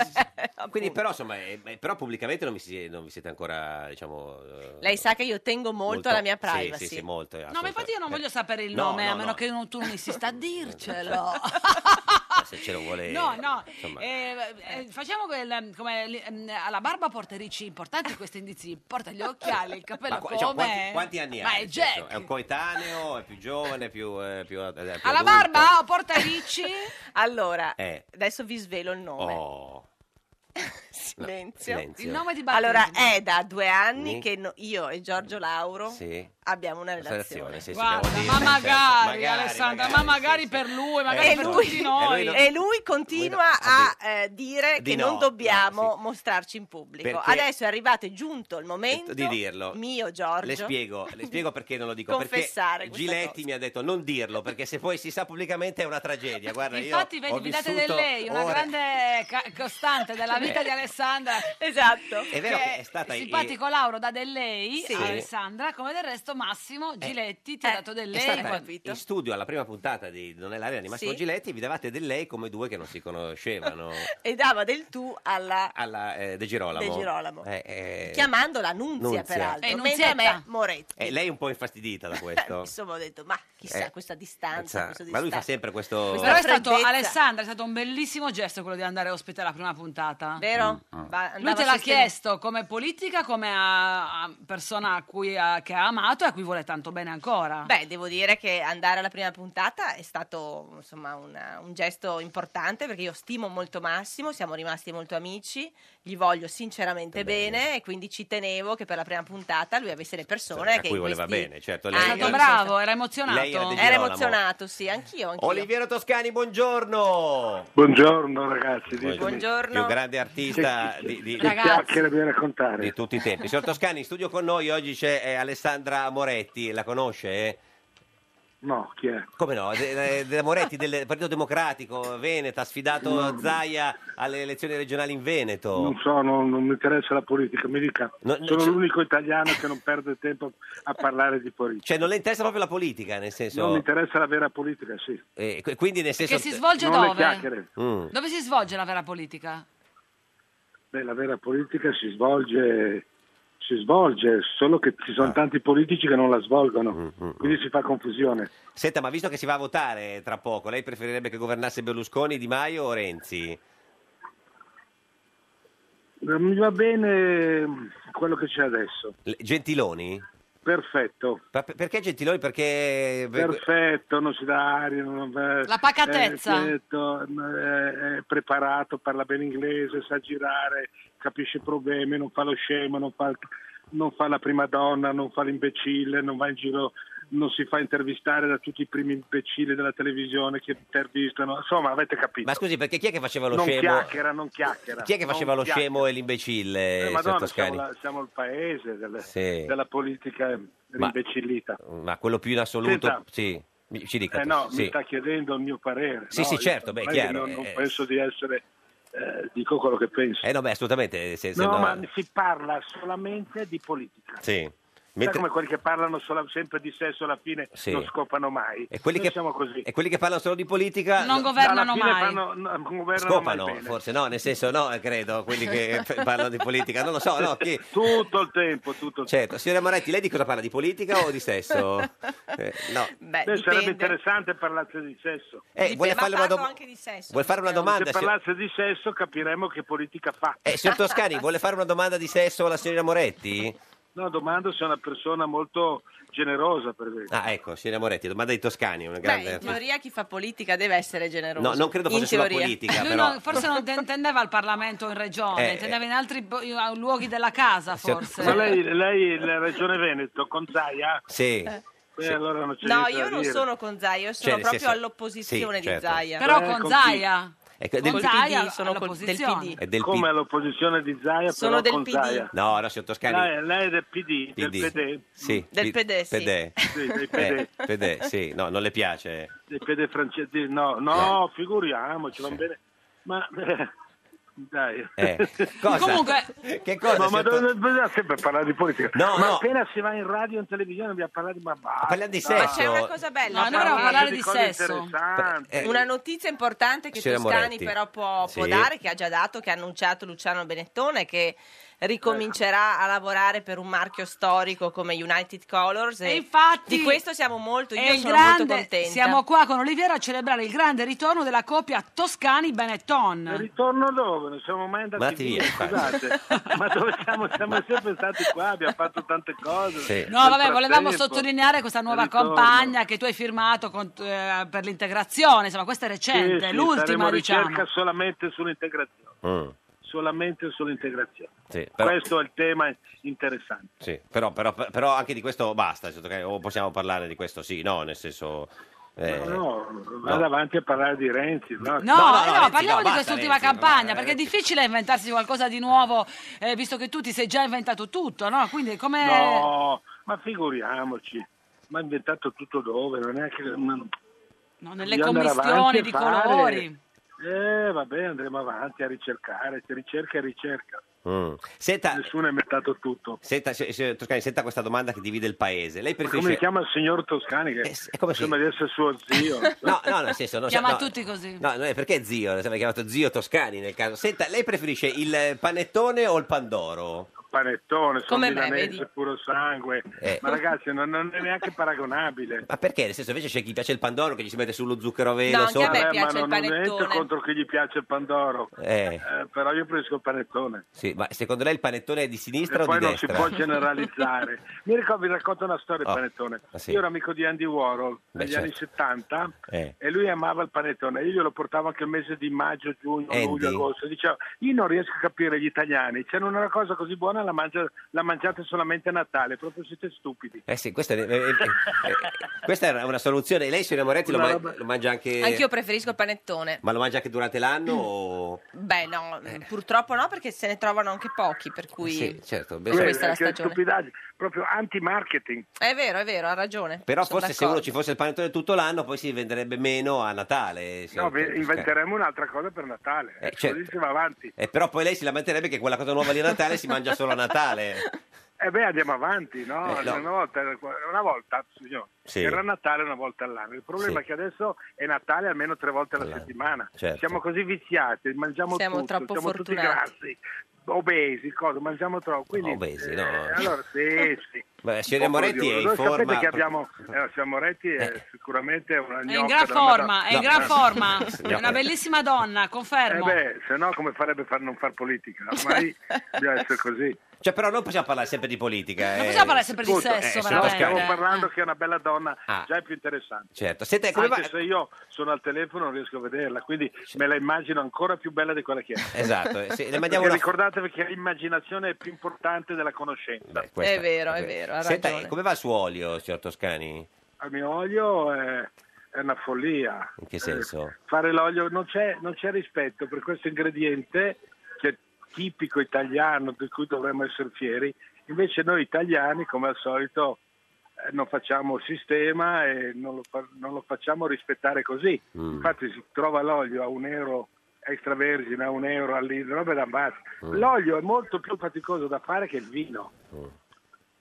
Speaker 2: Quindi, però, insomma, eh, beh, però pubblicamente non, vi si- non vi siete ancora, diciamo... eh,
Speaker 15: Lei sa che io tengo molto, alla mia
Speaker 2: sì,
Speaker 15: privacy.
Speaker 2: Sì, sì, molto.
Speaker 1: No, ma infatti io non voglio sapere il
Speaker 2: No,
Speaker 1: nome,
Speaker 2: no,
Speaker 1: a meno
Speaker 2: no.
Speaker 1: che non, tu non insista a dircelo.
Speaker 2: Se ce lo vuole...
Speaker 1: No, no,
Speaker 2: Insomma,
Speaker 1: eh, eh, facciamo quel, come li- ehm, alla barba porterici importanti questi indizi, porta gli occhiali, il
Speaker 2: ma
Speaker 1: cappello
Speaker 2: qua-
Speaker 1: come...
Speaker 2: diciamo, quanti, quanti anni ha?
Speaker 1: Ma è
Speaker 2: nel senso? Cioè,
Speaker 1: Jack.
Speaker 2: È un coetaneo, è più giovane, è più... eh, più, eh, più
Speaker 1: Alla
Speaker 2: adulto?
Speaker 1: barba o porta ricci?
Speaker 15: Allora,
Speaker 2: Eh.
Speaker 15: adesso vi svelo il nome.
Speaker 2: Oh...
Speaker 15: Silenzio.
Speaker 2: silenzio. Il nome
Speaker 1: di
Speaker 15: Allora, è da due anni
Speaker 2: Ni?
Speaker 15: che no- io e Giorgio Lauro
Speaker 2: Mm. Sì.
Speaker 15: abbiamo una
Speaker 2: La
Speaker 15: relazione.
Speaker 2: relazione, sì, sì, devo
Speaker 1: Guarda,
Speaker 2: dire,
Speaker 1: ma
Speaker 2: nel senso,
Speaker 1: magari,
Speaker 2: magari,
Speaker 1: Alessandra,
Speaker 2: magari.
Speaker 1: ma magari per lui, magari
Speaker 15: E
Speaker 1: per
Speaker 15: lui,
Speaker 1: tutti noi.
Speaker 15: e lui, continua a eh, dire
Speaker 2: Di
Speaker 15: che
Speaker 2: no,
Speaker 15: non
Speaker 2: no,
Speaker 15: dobbiamo mostrarci in pubblico.
Speaker 2: Perché-
Speaker 15: Adesso è arrivato, è giunto il momento
Speaker 2: di dirlo.
Speaker 15: Mio Giorgio.
Speaker 2: Le spiego, le spiego perché non lo dico.
Speaker 15: Confessare
Speaker 2: perché
Speaker 15: questa
Speaker 2: Giletti
Speaker 15: cosa.
Speaker 2: mi ha detto non dirlo, perché se poi si sa pubblicamente è una tragedia. Guarda,
Speaker 1: Infatti,
Speaker 2: io
Speaker 1: vedi,
Speaker 2: ho
Speaker 1: vi date
Speaker 2: vissuto
Speaker 1: del lei, una
Speaker 2: ore-
Speaker 1: grande ca- costante della vita
Speaker 2: Eh.
Speaker 1: di Alessandra.
Speaker 15: Esatto.
Speaker 2: È vero che è stata
Speaker 1: Simpatico Lauro dà del lei
Speaker 2: Sì. Eh,
Speaker 1: a Alessandra, come del resto Massimo Giletti
Speaker 15: eh,
Speaker 1: ti ha dato del
Speaker 2: è
Speaker 1: lei.
Speaker 2: stata eh, in studio alla prima puntata di Non è l'area di Massimo
Speaker 15: Sì.
Speaker 2: Giletti, vi davate del lei come due che non si conoscevano.
Speaker 15: E dava del tu alla
Speaker 2: Alla eh, De Girolamo.
Speaker 15: De Girolamo.
Speaker 2: Eh, eh,
Speaker 15: chiamandola Nunzia,
Speaker 2: Nunzia.
Speaker 15: peraltro.
Speaker 1: Eh,
Speaker 15: mentre a
Speaker 1: Nunzietta.
Speaker 15: me Moretti.
Speaker 2: eh, lei è un po' infastidita da questo.
Speaker 15: Insomma, ho detto, ma chissà
Speaker 2: Eh,
Speaker 15: questa distanza,
Speaker 2: sa-
Speaker 15: questo
Speaker 2: ma lui fa
Speaker 15: distacco.
Speaker 2: sempre questo...
Speaker 1: Però è stato
Speaker 15: freddezza.
Speaker 1: Alessandra, è stato un bellissimo gesto quello di andare ospite alla prima puntata.
Speaker 15: Vero?
Speaker 2: Mm, mm.
Speaker 15: Va- andava
Speaker 1: Lui te l'ha
Speaker 15: sostenuto.
Speaker 1: chiesto come politica, come a, a persona a cui ha- che ha amato e a cui vuole tanto bene ancora.
Speaker 15: Beh, devo dire che andare alla prima puntata è stato insomma una- un gesto importante perché io stimo molto Massimo, siamo rimasti molto amici, gli voglio sinceramente bene, e quindi ci tenevo che per la prima puntata lui avesse le persone
Speaker 2: a
Speaker 15: che
Speaker 2: cui
Speaker 15: in
Speaker 2: voleva
Speaker 15: questi-
Speaker 2: bene, certo.
Speaker 15: Ah,
Speaker 2: Lei
Speaker 1: è stato bravo, era emozionato.
Speaker 2: Lei era De
Speaker 15: Era
Speaker 2: Girolamo.
Speaker 15: emozionato, sì, anch'io, anch'io.
Speaker 2: Oliviero Toscani, buongiorno.
Speaker 16: Buongiorno ragazzi, ditemi
Speaker 15: Buongiorno.
Speaker 2: Più grande artista di, di-
Speaker 16: che chiacchiere da raccontare.
Speaker 2: di tutti i tempi. Signor Toscani, in studio con noi oggi c'è eh, Alessandra Moretti, la conosce?
Speaker 18: No, chi è?
Speaker 2: Come no? De- de- Moretti del Partito Democratico Veneto ha sfidato
Speaker 18: No.
Speaker 2: Zaia alle elezioni regionali in Veneto.
Speaker 18: Non so, non, non mi interessa la politica, mi dica.
Speaker 2: No, no,
Speaker 18: Sono
Speaker 2: c'è-
Speaker 18: l'unico italiano che non perde tempo a parlare di politica.
Speaker 2: Cioè non le interessa proprio la politica, nel senso...
Speaker 18: Non mi interessa la vera politica, sì.
Speaker 2: Eh, que- quindi nel senso... Mm.
Speaker 1: Che si svolge
Speaker 18: non le
Speaker 1: dove?
Speaker 18: chiacchiere.
Speaker 1: Dove si svolge la vera politica?
Speaker 18: Beh, la vera politica si svolge, si svolge, solo che ci sono tanti politici che non la svolgono, quindi si fa confusione.
Speaker 2: Senta, ma visto che si va a votare tra poco, lei preferirebbe che governasse Berlusconi, Di Maio o Renzi?
Speaker 18: Non Mi va bene quello che c'è adesso.
Speaker 2: Le- Gentiloni?
Speaker 18: Perfetto.
Speaker 2: Ma per- perché Gentiloni? Perché... eh,
Speaker 18: Perfetto, non si dà aria. Non,
Speaker 1: La pacatezza.
Speaker 18: È, perfetto, eh, è preparato, parla bene inglese, sa girare, capisce i problemi, non fa lo scemo, non fa, non fa la prima donna, non fa l'imbecille, non va in giro, non si fa intervistare da tutti i primi imbecilli della televisione che intervistano. Insomma, avete capito.
Speaker 2: Ma scusi, perché chi è che faceva lo
Speaker 18: non
Speaker 2: scemo?
Speaker 18: chiacchiera, non chiacchiera.
Speaker 2: Chi è che faceva
Speaker 18: non
Speaker 2: lo
Speaker 18: chiacchiera.
Speaker 2: scemo e l'imbecille? certo,
Speaker 18: Eh, Madonna,
Speaker 2: Sottoscani?
Speaker 18: siamo, la- siamo il paese delle-
Speaker 2: Sì.
Speaker 18: della politica
Speaker 2: Ma-
Speaker 18: imbecillita.
Speaker 2: Ma quello più in assoluto...
Speaker 18: Senta.
Speaker 2: Sì, Mi- ci dica.
Speaker 18: Eh no,
Speaker 2: sì.
Speaker 18: mi sta chiedendo il mio parere.
Speaker 2: Sì,
Speaker 18: no?
Speaker 2: sì,
Speaker 18: Io
Speaker 2: certo, beh,
Speaker 18: ormai
Speaker 2: chiaro,
Speaker 18: Non, non
Speaker 2: eh.
Speaker 18: penso di essere, eh, dico quello che penso.
Speaker 2: Eh no, beh, assolutamente. Se, se
Speaker 18: no,
Speaker 2: no-
Speaker 18: ma si parla solamente di politica.
Speaker 2: Sì.
Speaker 18: Sai
Speaker 2: Mentre-
Speaker 18: come quelli che parlano solo- sempre di sesso alla fine
Speaker 2: Sì.
Speaker 18: non scopano mai.
Speaker 2: E quelli,
Speaker 18: Noi
Speaker 2: che,
Speaker 18: siamo così.
Speaker 2: e quelli che parlano solo di politica
Speaker 1: Non
Speaker 2: no,
Speaker 1: governano
Speaker 18: Alla fine
Speaker 1: mai.
Speaker 18: fanno- no, non governano mai
Speaker 2: scopano,
Speaker 18: bene.
Speaker 2: forse no, nel senso no, eh, credo, quelli che f- parlano di politica, non lo so, no, chi...
Speaker 18: Tutto il tempo, tutto il
Speaker 2: Certo, signora Moretti, lei di cosa parla? Di politica o di sesso? Eh, no.
Speaker 15: Beh,
Speaker 18: Beh, sarebbe
Speaker 15: dipende.
Speaker 18: interessante parlare di sesso.
Speaker 2: Eh, vuole
Speaker 15: ma
Speaker 2: fare una
Speaker 15: parlo
Speaker 2: dom-
Speaker 15: anche di sesso.
Speaker 2: Vuole fare una
Speaker 18: Se
Speaker 2: domanda? signor-
Speaker 18: parlasse di sesso capiremmo che politica fa.
Speaker 2: Eh, signor Toscani, vuole fare una domanda di sesso alla signora Moretti?
Speaker 18: No, domando se è una persona molto generosa, per esempio.
Speaker 2: Ah, ecco, signora Moretti, domanda di Toscani, una
Speaker 15: Beh,
Speaker 2: grande...
Speaker 15: in teoria chi fa politica deve essere generoso.
Speaker 2: No, non credo fosse
Speaker 15: In
Speaker 2: sulla
Speaker 15: teoria.
Speaker 2: politica,
Speaker 1: Lui
Speaker 2: però...
Speaker 1: non- forse non te- intendeva al Parlamento o in regione,
Speaker 2: Eh,
Speaker 1: intendeva in altri bo- in- luoghi della casa,
Speaker 2: Sì,
Speaker 1: forse.
Speaker 18: Ma lei, lei la Regione Veneto con Zaia?
Speaker 2: Sì.
Speaker 18: Eh, allora non c'è
Speaker 15: No,
Speaker 18: niente da
Speaker 15: io non
Speaker 18: dire.
Speaker 15: sono con Zaia, io sono
Speaker 2: Cioè, nel
Speaker 15: proprio
Speaker 2: senso-
Speaker 15: all'opposizione
Speaker 2: sì,
Speaker 15: di
Speaker 2: certo.
Speaker 15: Zaia.
Speaker 1: Però
Speaker 18: Eh,
Speaker 1: con
Speaker 18: con
Speaker 1: Zaia.
Speaker 2: Ecco, è del-
Speaker 1: Con
Speaker 15: Col
Speaker 1: Zaia
Speaker 15: PD, sono col- del
Speaker 1: all'opposizione.
Speaker 15: PD.
Speaker 2: è del
Speaker 18: Come
Speaker 2: P-
Speaker 18: all'opposizione di Zaia,
Speaker 15: Sono
Speaker 18: però
Speaker 15: del
Speaker 18: con
Speaker 15: PD.
Speaker 18: Zaia.
Speaker 2: No, no, signor Toscani...
Speaker 18: Lei, lei è del PD, del
Speaker 2: PD.
Speaker 18: PD,
Speaker 2: Sì,
Speaker 15: Del
Speaker 2: P-
Speaker 15: PD, sì.
Speaker 18: Sì, dei
Speaker 2: Eh,
Speaker 18: PD.
Speaker 2: PD, sì, no, non le piace.
Speaker 18: del PD francese. No, no, figuriamoci, va bene. Ma... eh, Dai.
Speaker 2: Eh, cosa?
Speaker 1: Comunque-
Speaker 2: che cosa?
Speaker 18: ma, ma
Speaker 2: signor Toscani?
Speaker 18: dove- bisogna sempre parlare di politica.
Speaker 2: No,
Speaker 18: ma
Speaker 2: no.
Speaker 18: appena si va in radio e in televisione bisogna parlare di mamma.
Speaker 2: Parliamo di
Speaker 15: Ma
Speaker 2: sesso.
Speaker 15: c'è una cosa bella,
Speaker 1: No, noi
Speaker 15: però,
Speaker 1: volevamo parlare di
Speaker 18: cose
Speaker 1: sesso.
Speaker 18: interessanti.
Speaker 2: Eh,
Speaker 15: una notizia importante che
Speaker 2: Signora
Speaker 15: Toscani
Speaker 2: Moretti.
Speaker 15: però può, può
Speaker 2: Sì.
Speaker 15: dare, che ha già dato, che ha annunciato Luciano Benettone, che ricomincerà a lavorare per un marchio storico come United Colors.
Speaker 1: E infatti-
Speaker 15: di questo siamo molto, io
Speaker 1: E il
Speaker 15: sono molto
Speaker 1: grande,
Speaker 15: contenta.
Speaker 1: siamo qua con Oliviera a celebrare il grande ritorno della coppia
Speaker 18: E
Speaker 1: Toscani-Benetton.
Speaker 18: ritorno dove? Non siamo mai andati
Speaker 2: Andati
Speaker 18: via,
Speaker 2: via, infatti.
Speaker 18: scusate. Ma dove siamo? Siamo sempre stati qua, abbiamo fatto tante cose.
Speaker 2: Sì.
Speaker 1: No, vabbè,
Speaker 18: Nel
Speaker 1: volevamo
Speaker 18: frattempo,
Speaker 1: sottolineare questa nuova
Speaker 18: il ritorno.
Speaker 1: compagna che tu hai firmato con- eh, per l'integrazione, insomma, questa è
Speaker 18: Sì,
Speaker 1: recente,
Speaker 18: sì,
Speaker 1: l'ultima
Speaker 18: faremo
Speaker 1: diciamo.
Speaker 18: ricerca solamente sull'integrazione.
Speaker 2: Mm,
Speaker 18: Solamente sull'integrazione.
Speaker 2: sì, però,
Speaker 18: Questo è il tema interessante.
Speaker 2: sì, però, però- però anche di questo basta, signor Toscani, o possiamo parlare di questo sì, no, nel senso... eh,
Speaker 18: No, no, vado avanti a parlare di Renzi. No,
Speaker 1: No, eh,
Speaker 2: No,
Speaker 1: no,
Speaker 2: no, Renzi,
Speaker 1: parliamo
Speaker 2: no,
Speaker 1: di
Speaker 2: basta,
Speaker 1: quest'ultima
Speaker 2: Renzi,
Speaker 1: campagna,
Speaker 2: no,
Speaker 1: perché è
Speaker 2: Renzi.
Speaker 1: difficile inventarsi qualcosa di nuovo, eh, visto che tu ti sei già inventato tutto, no? Quindi come...
Speaker 18: No,
Speaker 1: eh.
Speaker 18: ma figuriamoci. Ma ha inventato tutto dove? Non è che... ma-
Speaker 1: No, nelle
Speaker 18: bisogna andare avanti
Speaker 1: commissioni
Speaker 18: e
Speaker 1: di
Speaker 18: fare.
Speaker 1: colori.
Speaker 18: Eh, vabbè, andremo avanti a ricercare, si ricerca e ricerca.
Speaker 2: mm. Senta,
Speaker 18: Nessuno ha inventato tutto.
Speaker 2: senta, si- signor Toscani, senta questa domanda che divide il paese. Lei
Speaker 18: Ma Come
Speaker 2: preferisce...
Speaker 18: si chiama il signor Toscani? Che
Speaker 2: Eh, sì, è come si-
Speaker 18: sembra di essere suo zio.
Speaker 2: No, no, nel senso... No,
Speaker 1: Chiama
Speaker 2: no,
Speaker 1: tutti così.
Speaker 2: No, no, eh, perché zio? L'aveva chiamato zio Toscani nel caso. Senta, lei preferisce il panettone o il pandoro?
Speaker 18: Panettone, sono
Speaker 15: Come me,
Speaker 18: milanese,
Speaker 15: vedi?
Speaker 18: puro sangue.
Speaker 2: Eh.
Speaker 18: Ma ragazzi, non, non è neanche paragonabile.
Speaker 2: Ma perché? Nel senso, invece c'è chi piace il pandoro che gli si mette sullo zucchero a velo
Speaker 15: No, anche
Speaker 2: sopra.
Speaker 15: a me
Speaker 18: Vabbè,
Speaker 15: piace
Speaker 18: Eh, ma non,
Speaker 15: il
Speaker 18: non
Speaker 15: panettone.
Speaker 18: entro contro chi gli piace il Pandoro.
Speaker 2: Eh,
Speaker 18: Eh, però io preferisco il panettone.
Speaker 2: sì, ma secondo lei il panettone è di sinistra
Speaker 18: E
Speaker 2: o
Speaker 18: poi
Speaker 2: di
Speaker 18: non si
Speaker 2: destra?
Speaker 18: può generalizzare. Mi ricordo, vi racconto una storia del
Speaker 2: Oh,
Speaker 18: panettone.
Speaker 2: ah, sì.
Speaker 18: Io ero amico di Andy Warhol
Speaker 2: Beh,
Speaker 18: negli
Speaker 2: certo.
Speaker 18: anni 70
Speaker 2: Eh.
Speaker 18: e lui amava il panettone. Io glielo portavo anche il mese di maggio, giugno,
Speaker 2: Andy.
Speaker 18: luglio, agosto. Dicevo, io non riesco a capire gli italiani. C'è una cosa così buona buona la, mangia- la mangiate solamente a Natale, proprio siete stupidi.
Speaker 2: Eh sì, questa è, eh, eh, eh, questa era una soluzione. Lei, signor Moretti, lo,
Speaker 18: Una
Speaker 2: ma-
Speaker 18: roba-
Speaker 2: lo mangia anche...
Speaker 15: Anch'io preferisco il panettone.
Speaker 2: Ma lo mangia anche durante l'anno o...
Speaker 15: Beh, no, purtroppo no, perché se ne trovano anche pochi, per cui...
Speaker 2: Eh. Sì, certo. beh,
Speaker 15: Questa
Speaker 2: certo.
Speaker 15: è la stagione.
Speaker 18: Stupidaggini, proprio anti-marketing.
Speaker 15: È vero, è vero, ha ragione.
Speaker 2: Però
Speaker 15: Sono
Speaker 2: forse se
Speaker 15: d'accordo.
Speaker 2: uno ci fosse il panettone tutto l'anno poi si venderebbe meno a Natale.
Speaker 18: No,
Speaker 2: signor
Speaker 18: ve-
Speaker 2: Tosca.
Speaker 18: inventeremo un'altra cosa per Natale.
Speaker 2: Certo, Eh,
Speaker 18: Così
Speaker 2: certo.
Speaker 18: si va avanti.
Speaker 2: Eh, però poi lei si lamenterebbe che quella cosa nuova di Natale si mangia solo a Natale.
Speaker 18: E Eh beh, andiamo avanti, no?
Speaker 2: Eh, no.
Speaker 18: Una volta, una volta, signor,
Speaker 2: Sì.
Speaker 18: era Natale una volta all'anno. Il problema
Speaker 2: Sì.
Speaker 18: è che adesso è Natale almeno tre volte alla settimana.
Speaker 2: certo.
Speaker 18: Siamo così viziati, mangiamo
Speaker 15: Siamo
Speaker 18: tutto,
Speaker 15: troppo
Speaker 18: siamo
Speaker 15: fortunati.
Speaker 18: tutti grassi, obesi, cosa, mangiamo troppo. Quindi,
Speaker 2: Obesi, no.
Speaker 18: eh, allora, sì, sì.
Speaker 2: Beh,
Speaker 18: Un po'
Speaker 2: signor Moretti è
Speaker 18: curioso.
Speaker 2: in
Speaker 18: Voi
Speaker 2: forma...
Speaker 18: Sapete che abbiamo, eh, signor Moretti è sicuramente una
Speaker 1: È in
Speaker 18: gnocca della
Speaker 1: gran forma,
Speaker 18: Madonna.
Speaker 1: è in gran forma.
Speaker 18: Signor
Speaker 1: È una
Speaker 18: Moretti.
Speaker 1: bellissima donna,
Speaker 18: Eh
Speaker 1: confermo.
Speaker 18: beh, se no come farebbe a non far politica? Ormai bisogna essere così.
Speaker 2: Cioè, però non possiamo parlare sempre di politica.
Speaker 1: Non
Speaker 2: eh.
Speaker 1: possiamo parlare sempre di
Speaker 2: Appunto,
Speaker 1: sesso,
Speaker 2: eh, signor
Speaker 18: No,
Speaker 2: Tosca,
Speaker 18: stiamo
Speaker 2: eh,
Speaker 18: parlando che è una bella donna,
Speaker 2: Ah.
Speaker 18: già è più interessante.
Speaker 2: Certo. Senta, come
Speaker 18: Anche
Speaker 2: va-
Speaker 18: se io sono al telefono non riesco a vederla, quindi me la immagino ancora più bella di quella che è.
Speaker 2: Esatto, eh, sì, le mandiamo
Speaker 18: Perché
Speaker 2: una-
Speaker 18: ricordatevi che l'immaginazione è più importante della conoscenza.
Speaker 2: questa-
Speaker 15: vero, è vero, ha
Speaker 2: Senta,
Speaker 15: ragione.
Speaker 2: eh, come va il suo olio, signor Toscani?
Speaker 18: Il mio olio è, è una follia.
Speaker 2: In che senso?
Speaker 18: Fare l'olio non c'è, non c'è rispetto per questo ingrediente che è tipico italiano di cui dovremmo essere fieri. Invece noi italiani, come al solito, eh, non facciamo sistema e non lo, fa- non lo facciamo rispettare così.
Speaker 19: Mm.
Speaker 18: Infatti si trova l'olio a un euro extravergine, a un euro al litro, roba da basta.
Speaker 19: Mm.
Speaker 18: L'olio è molto più faticoso da fare che il vino.
Speaker 15: Mm.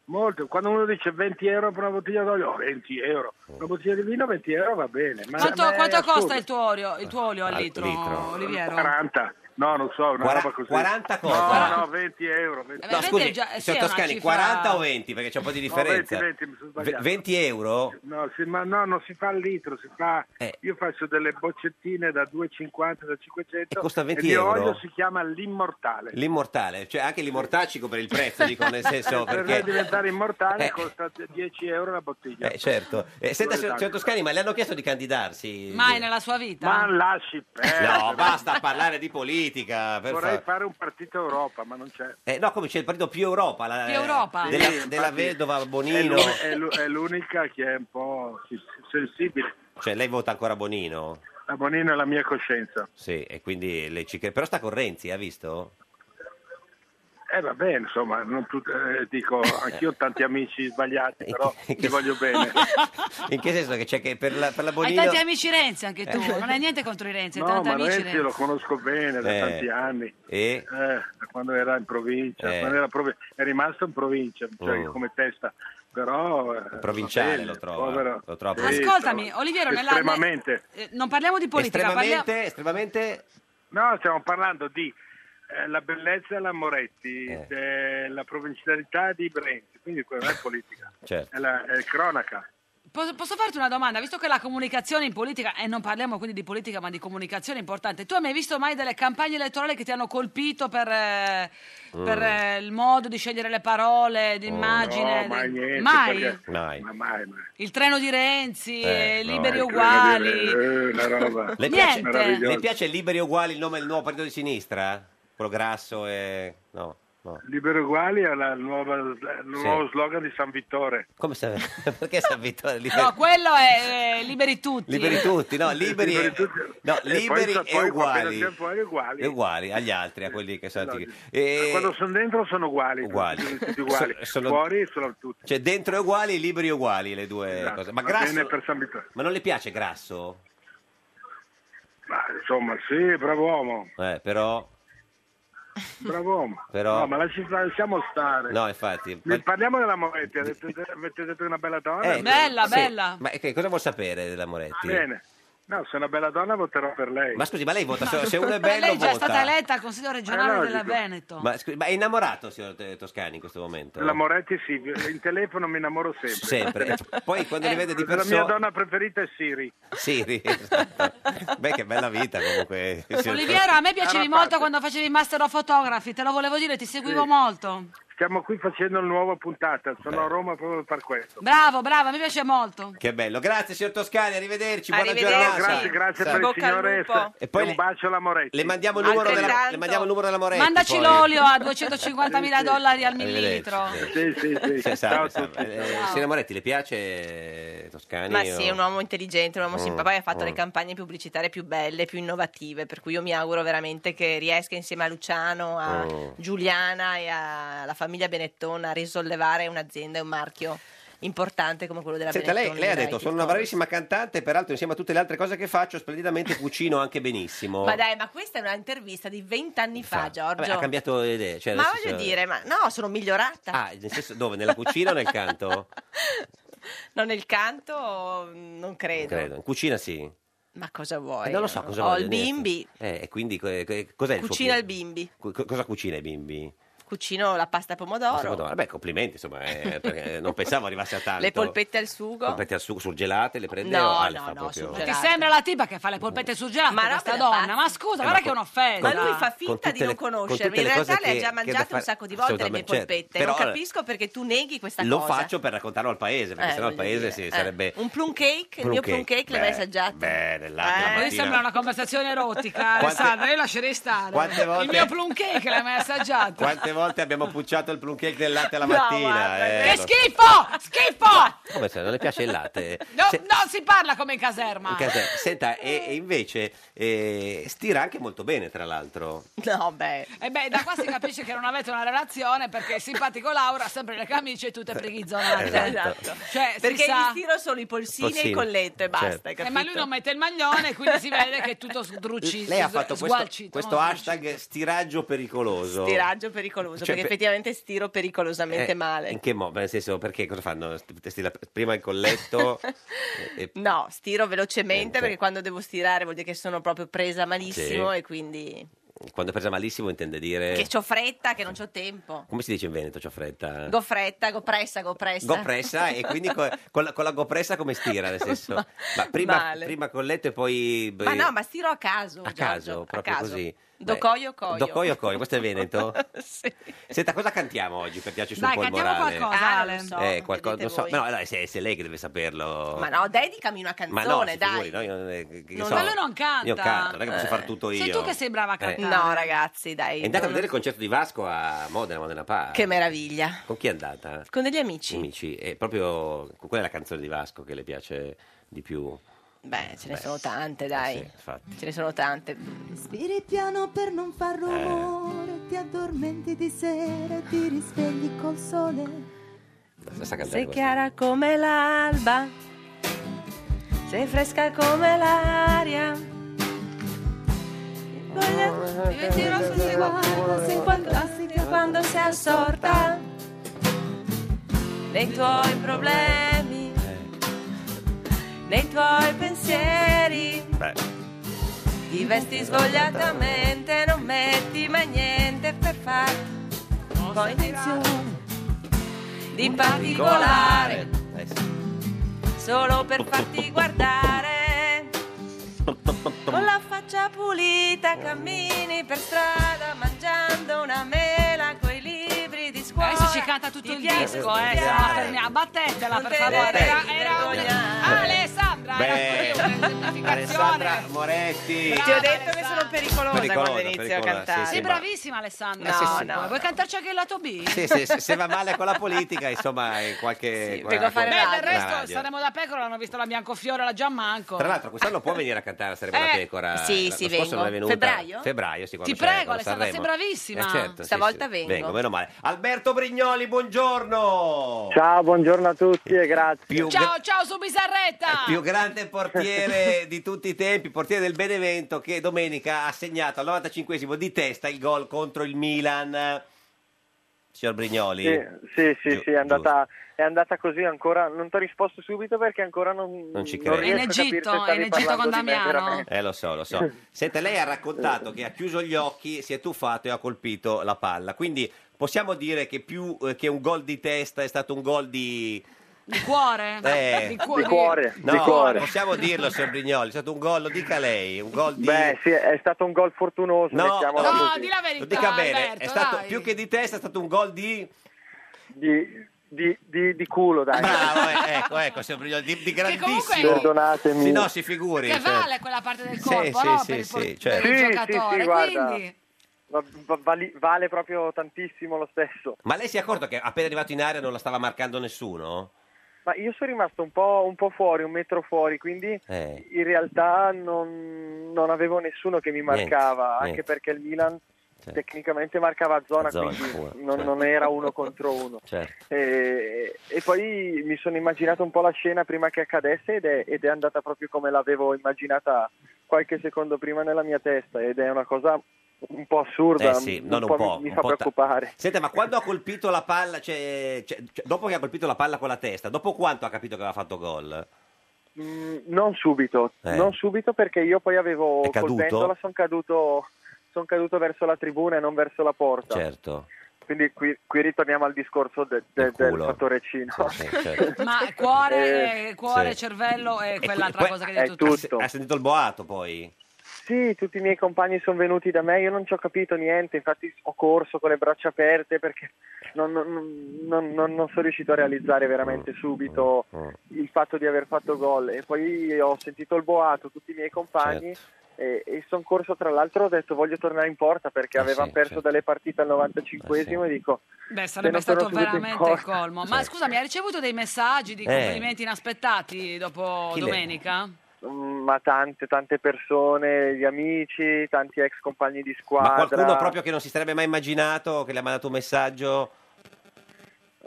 Speaker 18: Molto, quando uno dice 20 euro per una bottiglia d'olio, oh, 20 euro, una bottiglia di vino 20 euro va bene. Ma,
Speaker 1: Quanto,
Speaker 18: ma è
Speaker 1: quanto
Speaker 18: eh, assurdo.
Speaker 1: costa il tuo olio, il tuo olio al
Speaker 18: Al
Speaker 1: litro,
Speaker 18: litro.
Speaker 1: Oliviero?
Speaker 18: 40, no non so, una
Speaker 2: Quara-
Speaker 18: roba così.
Speaker 2: 40 cosa?
Speaker 18: No, no, 20 euro. 20
Speaker 1: Eh, beh,
Speaker 2: No,
Speaker 1: vedi,
Speaker 2: scusi,
Speaker 1: già- sì,
Speaker 2: signor
Speaker 1: è una
Speaker 2: Toscani,
Speaker 1: cifra-
Speaker 2: 40 o 20? Perché c'è un po' di
Speaker 18: No,
Speaker 2: differenza.
Speaker 18: 20, 20, mi sono sbagliato.
Speaker 2: 20 euro?
Speaker 18: No, sì, ma no, non si fa al litro, si fa...
Speaker 2: Eh.
Speaker 18: Io faccio delle boccettine da 2,50, da 500
Speaker 2: E costa 20
Speaker 18: il mio
Speaker 2: euro?
Speaker 18: olio si chiama l'immortale.
Speaker 2: L'immortale, cioè anche l'immortacico per il prezzo, dico nel senso
Speaker 18: per
Speaker 2: perché...
Speaker 18: diventare immortale
Speaker 2: Eh.
Speaker 18: costa 10 euro la bottiglia.
Speaker 2: Eh, certo. Eh, senta,
Speaker 18: Due
Speaker 2: signor signor
Speaker 18: tacchi.
Speaker 2: Toscani, ma le hanno chiesto di candidarsi?
Speaker 1: Mai nella sua vita?
Speaker 18: Ma lasci perdere.
Speaker 2: No, basta parlare di politica. Per
Speaker 18: Eh, Vorrei
Speaker 2: fa-
Speaker 18: fare un partito Europa, ma non c'è.
Speaker 2: Eh, no, come c'è il partito più Europa. la-
Speaker 18: Più Europa?
Speaker 2: Della,
Speaker 18: Sì, infatti. eh,
Speaker 2: della vedova
Speaker 18: È,
Speaker 2: Bonino.
Speaker 18: l'u- è l'u- è l'unica che è un po' si- sensibile.
Speaker 2: Cioè, lei vota ancora Bonino?
Speaker 18: La Bonino è la mia coscienza.
Speaker 2: Sì, e quindi lei ci crede. Però sta con Renzi, ha visto?
Speaker 18: Eh vabbè, insomma, non tut- eh, dico, anch'io ho tanti amici sbagliati,
Speaker 2: Eh,
Speaker 18: però ti voglio bene.
Speaker 2: In che senso che c'è che per la, per la
Speaker 1: Hai
Speaker 2: Bonino...
Speaker 1: tanti amici Renzi anche tu, non hai niente contro i Renzi, hai
Speaker 18: No,
Speaker 1: tanti
Speaker 18: ma
Speaker 1: amici
Speaker 18: Renzi
Speaker 1: Renzi.
Speaker 18: lo conosco bene da
Speaker 2: Eh.
Speaker 18: tanti anni.
Speaker 2: E?
Speaker 18: Eh, da quando era in provincia,
Speaker 2: Eh.
Speaker 18: quando era provi- è rimasto in provincia, cioè
Speaker 2: Mm.
Speaker 18: come testa, però... eh,
Speaker 2: Provinciale
Speaker 18: va bene,
Speaker 2: lo trova,
Speaker 18: povero.
Speaker 2: lo trova
Speaker 18: Sì,
Speaker 2: provinciale.
Speaker 1: Ascoltami, Oliviero, nella-
Speaker 18: Estremamente.
Speaker 1: eh, non parliamo di politica, parliamo...
Speaker 2: estremamente, estremamente...
Speaker 18: No, stiamo parlando di eh, la bellezza della Moretti,
Speaker 2: Eh.
Speaker 18: della provincialità di Renzi, quindi quella non è politica,
Speaker 2: Certo.
Speaker 18: è, la, è cronaca.
Speaker 1: Posso, posso farti una domanda? Visto che la comunicazione in politica, e non parliamo quindi di politica ma di comunicazione è importante, tu hai mai visto mai delle campagne elettorali che ti hanno colpito per, eh,
Speaker 2: Mm.
Speaker 1: per, eh, il modo di scegliere le parole, l'immagine?
Speaker 18: Oh, No, mai
Speaker 1: del-
Speaker 18: niente,
Speaker 1: mai?
Speaker 18: perché-
Speaker 2: Mai.
Speaker 18: Ma mai, mai.
Speaker 1: Il treno di Renzi,
Speaker 2: Eh,
Speaker 1: eh, liberi
Speaker 2: no.
Speaker 1: uguali.
Speaker 18: Eh, una roba
Speaker 2: Le piace,
Speaker 18: meravigliosa.
Speaker 2: le piace Liberi Uguali il nome del nuovo partito di sinistra? Quello grasso e... No, no.
Speaker 18: Libero Uguali è la nuova- il nuovo slogan di San Vittore.
Speaker 2: Come sa... Perché San Vittorio liberi...
Speaker 1: No, quello è eh, liberi tutti.
Speaker 2: liberi tutti, no, liberi,
Speaker 18: Liberi
Speaker 2: no,
Speaker 18: E poi
Speaker 2: liberi
Speaker 18: sa-
Speaker 2: e
Speaker 18: poi quando
Speaker 2: uguali.
Speaker 18: siamo fuori uguali. ah,
Speaker 2: E uguali agli altri, a quelli che sono antichi. E-
Speaker 18: Quando sono dentro sono uguali,
Speaker 2: Uguali.
Speaker 18: sono tutti uguali.
Speaker 2: So- sono-
Speaker 18: Fuori sono tutti.
Speaker 2: Cioè, dentro e uguali, liberi e uguali le due
Speaker 18: Esatto,
Speaker 2: cose. Ma
Speaker 18: va bene
Speaker 2: grasso...
Speaker 18: per San Vittore.
Speaker 2: Ma non le piace grasso?
Speaker 18: Ma insomma, sì, bravo uomo,
Speaker 2: Eh, però...
Speaker 18: bravo uomo.
Speaker 2: Però-
Speaker 18: No, ma lasci- lasciamo stare.
Speaker 2: No, infatti...
Speaker 18: Ne Parliamo della Moretti, avete, avete detto che è una bella donna.
Speaker 2: Eh, sì. Ma che cosa vuol sapere della Moretti?
Speaker 18: Bene. No, se è una bella donna voterò per lei.
Speaker 2: Ma scusi, ma lei vota solo- se uno è bello
Speaker 1: Lei è già
Speaker 2: vota.
Speaker 1: stata eletta al Consiglio regionale
Speaker 18: Eh,
Speaker 1: della
Speaker 18: logico.
Speaker 1: Veneto.
Speaker 2: Ma, scusi, ma è innamorato, signor T- Toscani, in questo momento?
Speaker 18: La Moretti sì, in telefono mi innamoro sempre.
Speaker 2: Sempre. E Poi quando li vede di
Speaker 18: La mia
Speaker 2: persona...
Speaker 18: donna preferita è Siri.
Speaker 2: Sì, ri- esatto. Beh, che bella vita comunque. signor
Speaker 1: Oliviero, a me
Speaker 2: Toscani.
Speaker 1: piacevi molto quando facevi Master of Photography, te lo volevo dire, ti seguivo molto.
Speaker 18: Stiamo qui facendo una nuova puntata, sono a Roma proprio per questo.
Speaker 1: Bravo, bravo, mi piace molto.
Speaker 2: Che bello, grazie signor Toscani, arrivederci,
Speaker 1: Arrivederci.
Speaker 2: buona giornata.
Speaker 1: Grazie,
Speaker 18: grazie per il Bocca al signore lupo.
Speaker 2: E poi
Speaker 18: e un
Speaker 2: le-
Speaker 18: bacio alla Moretti.
Speaker 2: Le mandiamo il numero, della,
Speaker 1: Altrettanto.
Speaker 2: le mandiamo il numero della Moretti.
Speaker 1: Mandaci
Speaker 2: poi.
Speaker 1: l'olio a 250.000 dollari al millilitro.
Speaker 2: Sì, sì, sì. salve, salve. Eh,
Speaker 15: Ciao.
Speaker 2: signora Moretti, le piace eh, Toscani?
Speaker 15: Ma
Speaker 2: o-
Speaker 15: sì, è un uomo intelligente, un uomo
Speaker 2: Mm,
Speaker 15: simpatico, poi ha fatto le
Speaker 2: mm.
Speaker 15: campagne pubblicitarie più belle, più innovative, per cui io mi auguro veramente che riesca insieme a Luciano, a
Speaker 2: Mm.
Speaker 15: Giuliana e a- alla famiglia Benettona a risollevare un'azienda e un marchio importante come quello della
Speaker 2: Senta, lei,
Speaker 15: Benetton
Speaker 2: lei ha
Speaker 15: United.
Speaker 2: detto sono una bravissima cantante, peraltro insieme a tutte le altre cose che faccio, splendidamente cucino anche benissimo.
Speaker 15: Ma dai, ma questa è un'intervista di vent'anni fa, Giorgio.
Speaker 2: Vabbè, ha cambiato idea. Cioè,
Speaker 15: ma
Speaker 2: nel
Speaker 15: voglio
Speaker 2: senso-
Speaker 15: dire, ma no, sono migliorata.
Speaker 2: Ah, nel senso dove? Nella cucina o nel canto?
Speaker 15: No, nel canto non credo.
Speaker 2: Credo. In cucina sì.
Speaker 15: Ma cosa vuoi?
Speaker 2: Eh, non lo so cosa
Speaker 15: Ho
Speaker 2: voglio
Speaker 15: il
Speaker 2: dire.
Speaker 15: bimbi,
Speaker 2: Eh, e quindi eh, eh, cos'è il suo
Speaker 15: cucina
Speaker 2: pi-
Speaker 15: il bimbi,
Speaker 2: cu- co- cosa cucina i bimbi?
Speaker 15: cucino la pasta al pomodoro,
Speaker 2: Madonna, Beh, complimenti, insomma, eh, perché non pensavo arrivasse a tanto.
Speaker 15: le polpette al sugo.
Speaker 2: Polpette al sugo, surgelate, le prende
Speaker 15: No,
Speaker 2: o ah, le
Speaker 15: no,
Speaker 2: fa
Speaker 15: no,
Speaker 2: proprio-
Speaker 1: Ti sembra la tipa che fa le polpette surgelate ma questa donna? Ma scusa,
Speaker 2: Eh,
Speaker 1: guarda
Speaker 2: ma
Speaker 1: che è
Speaker 2: con-
Speaker 1: un'offesa.
Speaker 15: Ma lui fa
Speaker 2: con
Speaker 15: finta di
Speaker 2: tutte
Speaker 15: non
Speaker 2: le- con
Speaker 15: conoscermi.
Speaker 2: tutte
Speaker 15: In
Speaker 2: le cose
Speaker 15: realtà le ha
Speaker 2: che-
Speaker 15: già
Speaker 2: che da
Speaker 15: mangiate un
Speaker 2: fare-
Speaker 15: sacco di volte le mie
Speaker 2: assolutamente, certo.
Speaker 15: polpette.
Speaker 2: Però-
Speaker 15: non capisco perché tu neghi questa
Speaker 2: Lo
Speaker 15: cosa.
Speaker 2: faccio per raccontarlo al paese, perché
Speaker 15: Eh,
Speaker 2: sennò il
Speaker 15: voglio dire,
Speaker 2: paese sì,
Speaker 15: eh.
Speaker 2: sarebbe...
Speaker 15: Un plum cake, il
Speaker 2: Plum
Speaker 15: mio plum
Speaker 2: cake,
Speaker 15: cake l'avrei
Speaker 2: beh,
Speaker 15: assaggiato.
Speaker 2: Bene, là, la
Speaker 1: Eh, mi
Speaker 2: mattina-
Speaker 1: sembra una conversazione erotica,
Speaker 2: Quante-
Speaker 1: Alessandra. Io lascerei stare.
Speaker 2: Quante volte-
Speaker 1: Il mio plum cake l'hai mai assaggiato?
Speaker 2: Quante volte abbiamo pucciato il plum cake del latte la
Speaker 1: No,
Speaker 2: mattina?
Speaker 1: guarda,
Speaker 2: eh,
Speaker 1: che
Speaker 2: lo-
Speaker 1: schifo! Schifo!
Speaker 2: Come se non le piace il latte?
Speaker 1: No, Non si parla come in caserma.
Speaker 2: In casa- Senta, e, e invece eh, stira anche molto bene, tra l'altro.
Speaker 15: No, beh.
Speaker 1: E beh, da qua si capisce che non avete una relazione perché il simpatico Laura ha sempre le camicie tutte preghizzonate.
Speaker 2: Esatto.
Speaker 1: Cioè, si
Speaker 15: Eh, Perché
Speaker 1: sa-
Speaker 15: gli stiro solo i polsini e
Speaker 2: Polsini,
Speaker 15: il colletto e basta,
Speaker 2: certo.
Speaker 15: hai
Speaker 1: Eh, ma lui
Speaker 15: capito?
Speaker 1: non mette il maglione, quindi si vede che è tutto sdrucci-
Speaker 2: Lei ha fatto questo,
Speaker 1: sgualcito,
Speaker 2: questo
Speaker 1: no?
Speaker 2: hashtag stiraggio pericoloso.
Speaker 15: Stiraggio pericoloso,
Speaker 2: Cioè,
Speaker 15: perché
Speaker 2: per-
Speaker 15: effettivamente stiro pericolosamente
Speaker 2: Eh,
Speaker 15: male.
Speaker 2: In che modo? Nel senso, perché cosa fanno? Stira- prima il colletto, e-
Speaker 15: No, stiro velocemente perché quando devo stirare vuol dire che sono proprio presa malissimo
Speaker 2: Sì. Eh.
Speaker 15: e quindi
Speaker 2: quando è presa malissimo intende dire...
Speaker 15: che ho fretta, che non ho tempo.
Speaker 2: Come si dice in Veneto, c'ho fretta?
Speaker 15: Go fretta, go pressa, go pressa.
Speaker 2: Gopressa e quindi co- con, la, con la gopressa come stira nel senso
Speaker 15: Ma-
Speaker 2: ma prima,
Speaker 15: male.
Speaker 2: prima colletto e poi
Speaker 15: Ma no, ma stiro a caso.
Speaker 2: a
Speaker 15: Giorgio,
Speaker 2: caso proprio
Speaker 15: caso.
Speaker 2: così
Speaker 15: Do
Speaker 2: Beh,
Speaker 15: coio, coio.
Speaker 2: do coio coio questo è Veneto
Speaker 15: Sì.
Speaker 2: senta cosa cantiamo oggi per piace sul
Speaker 15: Dai, cantiamo
Speaker 2: polmorale
Speaker 15: qualcosa, Ah, Ale. non lo so,
Speaker 2: eh, qualcosa
Speaker 15: vedete
Speaker 2: non so
Speaker 15: voi.
Speaker 2: no, no, se, se lei che deve saperlo
Speaker 15: Ma no, dedicami una
Speaker 2: ma no,
Speaker 15: canzone,
Speaker 2: si
Speaker 15: dai.
Speaker 2: figuri, no, io non è- che- che
Speaker 15: Non-
Speaker 2: so,
Speaker 15: ma lui non canta.
Speaker 2: io canto non è che posso fare tutto io
Speaker 15: Sei tu che sei brava a
Speaker 2: Eh.
Speaker 15: cantare. No, ragazzi, dai.
Speaker 2: è andata a
Speaker 15: non-
Speaker 2: vedere il concerto di Vasco a Modena Modena Park
Speaker 15: Che meraviglia.
Speaker 2: con chi è andata?
Speaker 15: Con degli amici.
Speaker 2: amici è proprio quella è la canzone di Vasco che le piace di più
Speaker 15: Beh, ce ne
Speaker 2: Beh,
Speaker 15: sono tante, dai.
Speaker 2: infatti
Speaker 15: Ce ne sono tante.
Speaker 19: Respiri piano per non far
Speaker 2: Eh.
Speaker 19: rumore, ti addormenti di sera e ti risvegli col sole.
Speaker 2: la sta cantando
Speaker 15: Sei
Speaker 2: questa.
Speaker 15: chiara come l'alba, sei fresca come l'aria.
Speaker 19: Diventi rosso se guarda, sei fantastica
Speaker 15: quando sei assorta nei tuoi problemi, nei tuoi pensieri.
Speaker 2: Beh.
Speaker 15: Ti vesti svogliatamente, non metti mai niente per far condizione di particolare,
Speaker 2: Eh sì.
Speaker 15: solo per farti guardare. Con la faccia pulita cammini per strada mangiando una mela coi libri di scuola.
Speaker 1: Adesso ci canta tutto il disco, eh.
Speaker 15: studiare. eh,
Speaker 1: sarà per me. Abbattetela, per favore. Era, era un... Alessandra,
Speaker 2: Eh. Beh,
Speaker 1: era un
Speaker 2: Alessandra Moretti.
Speaker 15: Ti ho detto che sono pericolosa,
Speaker 2: Pericolosa,
Speaker 15: quando inizio
Speaker 2: pericolosa,
Speaker 15: a cantare.
Speaker 2: sì,
Speaker 1: Sei
Speaker 2: sì, ma-
Speaker 1: bravissima, Alessandra.
Speaker 2: Eh, sì, sì,
Speaker 1: Vuoi
Speaker 2: no,
Speaker 1: Vuoi cantarci anche il lato B?
Speaker 2: Sì, sì, se, se va male con la politica, insomma, è qualche...
Speaker 15: vengo a fare
Speaker 1: Beh,
Speaker 2: qualche-
Speaker 1: del resto
Speaker 2: radio.
Speaker 1: saremo da pecora, l'hanno visto la Biancofiore, la Giammanco.
Speaker 2: Tra l'altro, quest'anno può venire a cantare a Saremo la
Speaker 1: Eh,
Speaker 2: Pecora.
Speaker 1: sì,
Speaker 2: L'anno
Speaker 1: sì,
Speaker 2: scorso non è
Speaker 1: vengo.
Speaker 2: venuta.
Speaker 1: Febbraio?
Speaker 2: Febbraio, sì, quando
Speaker 1: Ti
Speaker 2: c'è-
Speaker 1: prego,
Speaker 2: quando
Speaker 1: Alessandra, sei
Speaker 2: Sanremo.
Speaker 1: bravissima.
Speaker 2: Eh, certo, sì,
Speaker 15: Stavolta
Speaker 2: sì.
Speaker 15: vengo.
Speaker 2: Vengo, meno male. Alberto Brignoli, buongiorno.
Speaker 16: Ciao, buongiorno a tutti e grazie.
Speaker 2: Più gra-
Speaker 1: Ciao, ciao, su Bizzarretta.
Speaker 2: Eh, più grande portiere di tutti i tempi, portiere del Benevento che domenica ha segnato al 95esimo di testa il gol contro il Milan. Signor Brignoli.
Speaker 16: Sì, sì, sì, sì, è, andata, è andata così ancora. Non ti ho risposto subito perché ancora non,
Speaker 2: Non ci
Speaker 16: non
Speaker 2: credo.
Speaker 16: riesco
Speaker 1: È in
Speaker 16: a capire
Speaker 1: Egitto,
Speaker 16: se stavi
Speaker 1: è in Egitto
Speaker 16: parlando
Speaker 1: con
Speaker 16: di me,
Speaker 1: Damiano.
Speaker 16: veramente.
Speaker 2: Eh, lo so, lo so. Senta, lei ha raccontato che ha chiuso gli occhi, si è tuffato e ha colpito la palla. Quindi possiamo dire che più eh, che un gol di testa è stato un gol di...
Speaker 1: Di cuore?
Speaker 2: eh,
Speaker 1: cuo-
Speaker 2: No,
Speaker 16: di cuore.
Speaker 2: possiamo dirlo, signor Brignoli, è stato un gol, lo dica lei, un gol di...
Speaker 16: Beh, sì, è stato un gol fortunoso.
Speaker 2: No,
Speaker 16: mettiamola
Speaker 2: no,
Speaker 16: così.
Speaker 1: di la verità,
Speaker 2: Lo dica bene,
Speaker 1: Alberto,
Speaker 2: è stato
Speaker 1: dai.
Speaker 2: più che di testa, è stato un gol di
Speaker 20: di, di, di, di culo, dai.
Speaker 2: Bravo, eh, ecco, ecco, signor Brignoli, di, di grandissimo.
Speaker 20: comunque- Perdonatemi.
Speaker 2: Sì, no, si figuri.
Speaker 1: Che
Speaker 2: certo.
Speaker 1: vale quella parte del
Speaker 2: Sì,
Speaker 1: corpo,
Speaker 2: sì,
Speaker 1: no?
Speaker 2: sì,
Speaker 1: per il,
Speaker 2: sì,
Speaker 1: por- per
Speaker 2: certo.
Speaker 1: il
Speaker 2: Sì, sì,
Speaker 1: giocatore.
Speaker 20: sì, guarda.
Speaker 1: Quindi,
Speaker 20: Va- va- vali- vale proprio tantissimo lo stesso.
Speaker 2: Ma lei si è accorto che appena arrivato in area non la stava marcando nessuno?
Speaker 20: Ma io sono rimasto un po', un po' fuori, un metro fuori, quindi
Speaker 2: Eh.
Speaker 20: in realtà non, non avevo nessuno che mi marcava,
Speaker 2: Niente,
Speaker 20: anche
Speaker 2: niente.
Speaker 20: perché il Milan
Speaker 2: Certo.
Speaker 20: tecnicamente marcava a zona,
Speaker 2: A zona,
Speaker 20: quindi
Speaker 2: pure,
Speaker 20: non,
Speaker 2: certo.
Speaker 20: non era uno contro uno.
Speaker 2: Certo.
Speaker 20: E, e poi mi sono immaginato un po' la scena prima che accadesse ed è, ed è andata proprio come l'avevo immaginata qualche secondo prima nella mia testa ed è una cosa un po' assurda,
Speaker 2: Eh sì, non un
Speaker 20: po'
Speaker 2: po',
Speaker 20: mi, mi
Speaker 2: un
Speaker 20: fa
Speaker 2: po' ta-
Speaker 20: preoccupare.
Speaker 2: Senta, ma quando ha colpito la palla, cioè, cioè, cioè, dopo che ha colpito la palla con la testa, dopo quanto ha capito che aveva fatto gol?
Speaker 20: Mm, non subito,
Speaker 2: Eh.
Speaker 20: non subito perché io poi avevo
Speaker 2: È caduto?
Speaker 20: colpendola, sono caduto, son caduto verso la tribuna e non verso la porta.
Speaker 2: Certo.
Speaker 20: Quindi qui, qui ritorniamo al discorso de- de-
Speaker 2: Del
Speaker 20: del
Speaker 2: culo. certo.
Speaker 20: fattore C. no?
Speaker 1: ma cuore,
Speaker 20: Eh,
Speaker 1: cuore
Speaker 2: sì.
Speaker 1: cervello e quell'altra cosa che hai detto tu.
Speaker 2: Ha se- Ha, sentito il boato poi?
Speaker 20: Sì, tutti i miei compagni sono venuti da me, io non ci ho capito niente, infatti ho corso con le braccia aperte perché non, non- non- non- non sono riuscito a realizzare veramente subito il fatto di aver fatto gol e poi ho sentito il boato, tutti i miei compagni
Speaker 2: Certo.
Speaker 20: e, e sono corso tra l'altro, ho detto voglio tornare in porta
Speaker 2: Eh
Speaker 20: perché avevesimo perso delle partite al 95esimo e dico...
Speaker 1: Beh,
Speaker 20: se
Speaker 1: sarebbe
Speaker 20: non torno
Speaker 1: stato
Speaker 20: subito in
Speaker 1: veramente il
Speaker 20: porta-
Speaker 1: colmo. Ma scusami, hai ricevuto dei messaggi di
Speaker 20: Eh.
Speaker 1: complimenti inaspettati dopo
Speaker 20: Chi le-
Speaker 1: domenica?
Speaker 20: Mm, Ma tante, tante persone, gli amici, tanti ex compagni di
Speaker 2: Ma
Speaker 20: squadra.
Speaker 2: qualcuno proprio che non si sarebbe mai immaginato, che le ha mandato un messaggio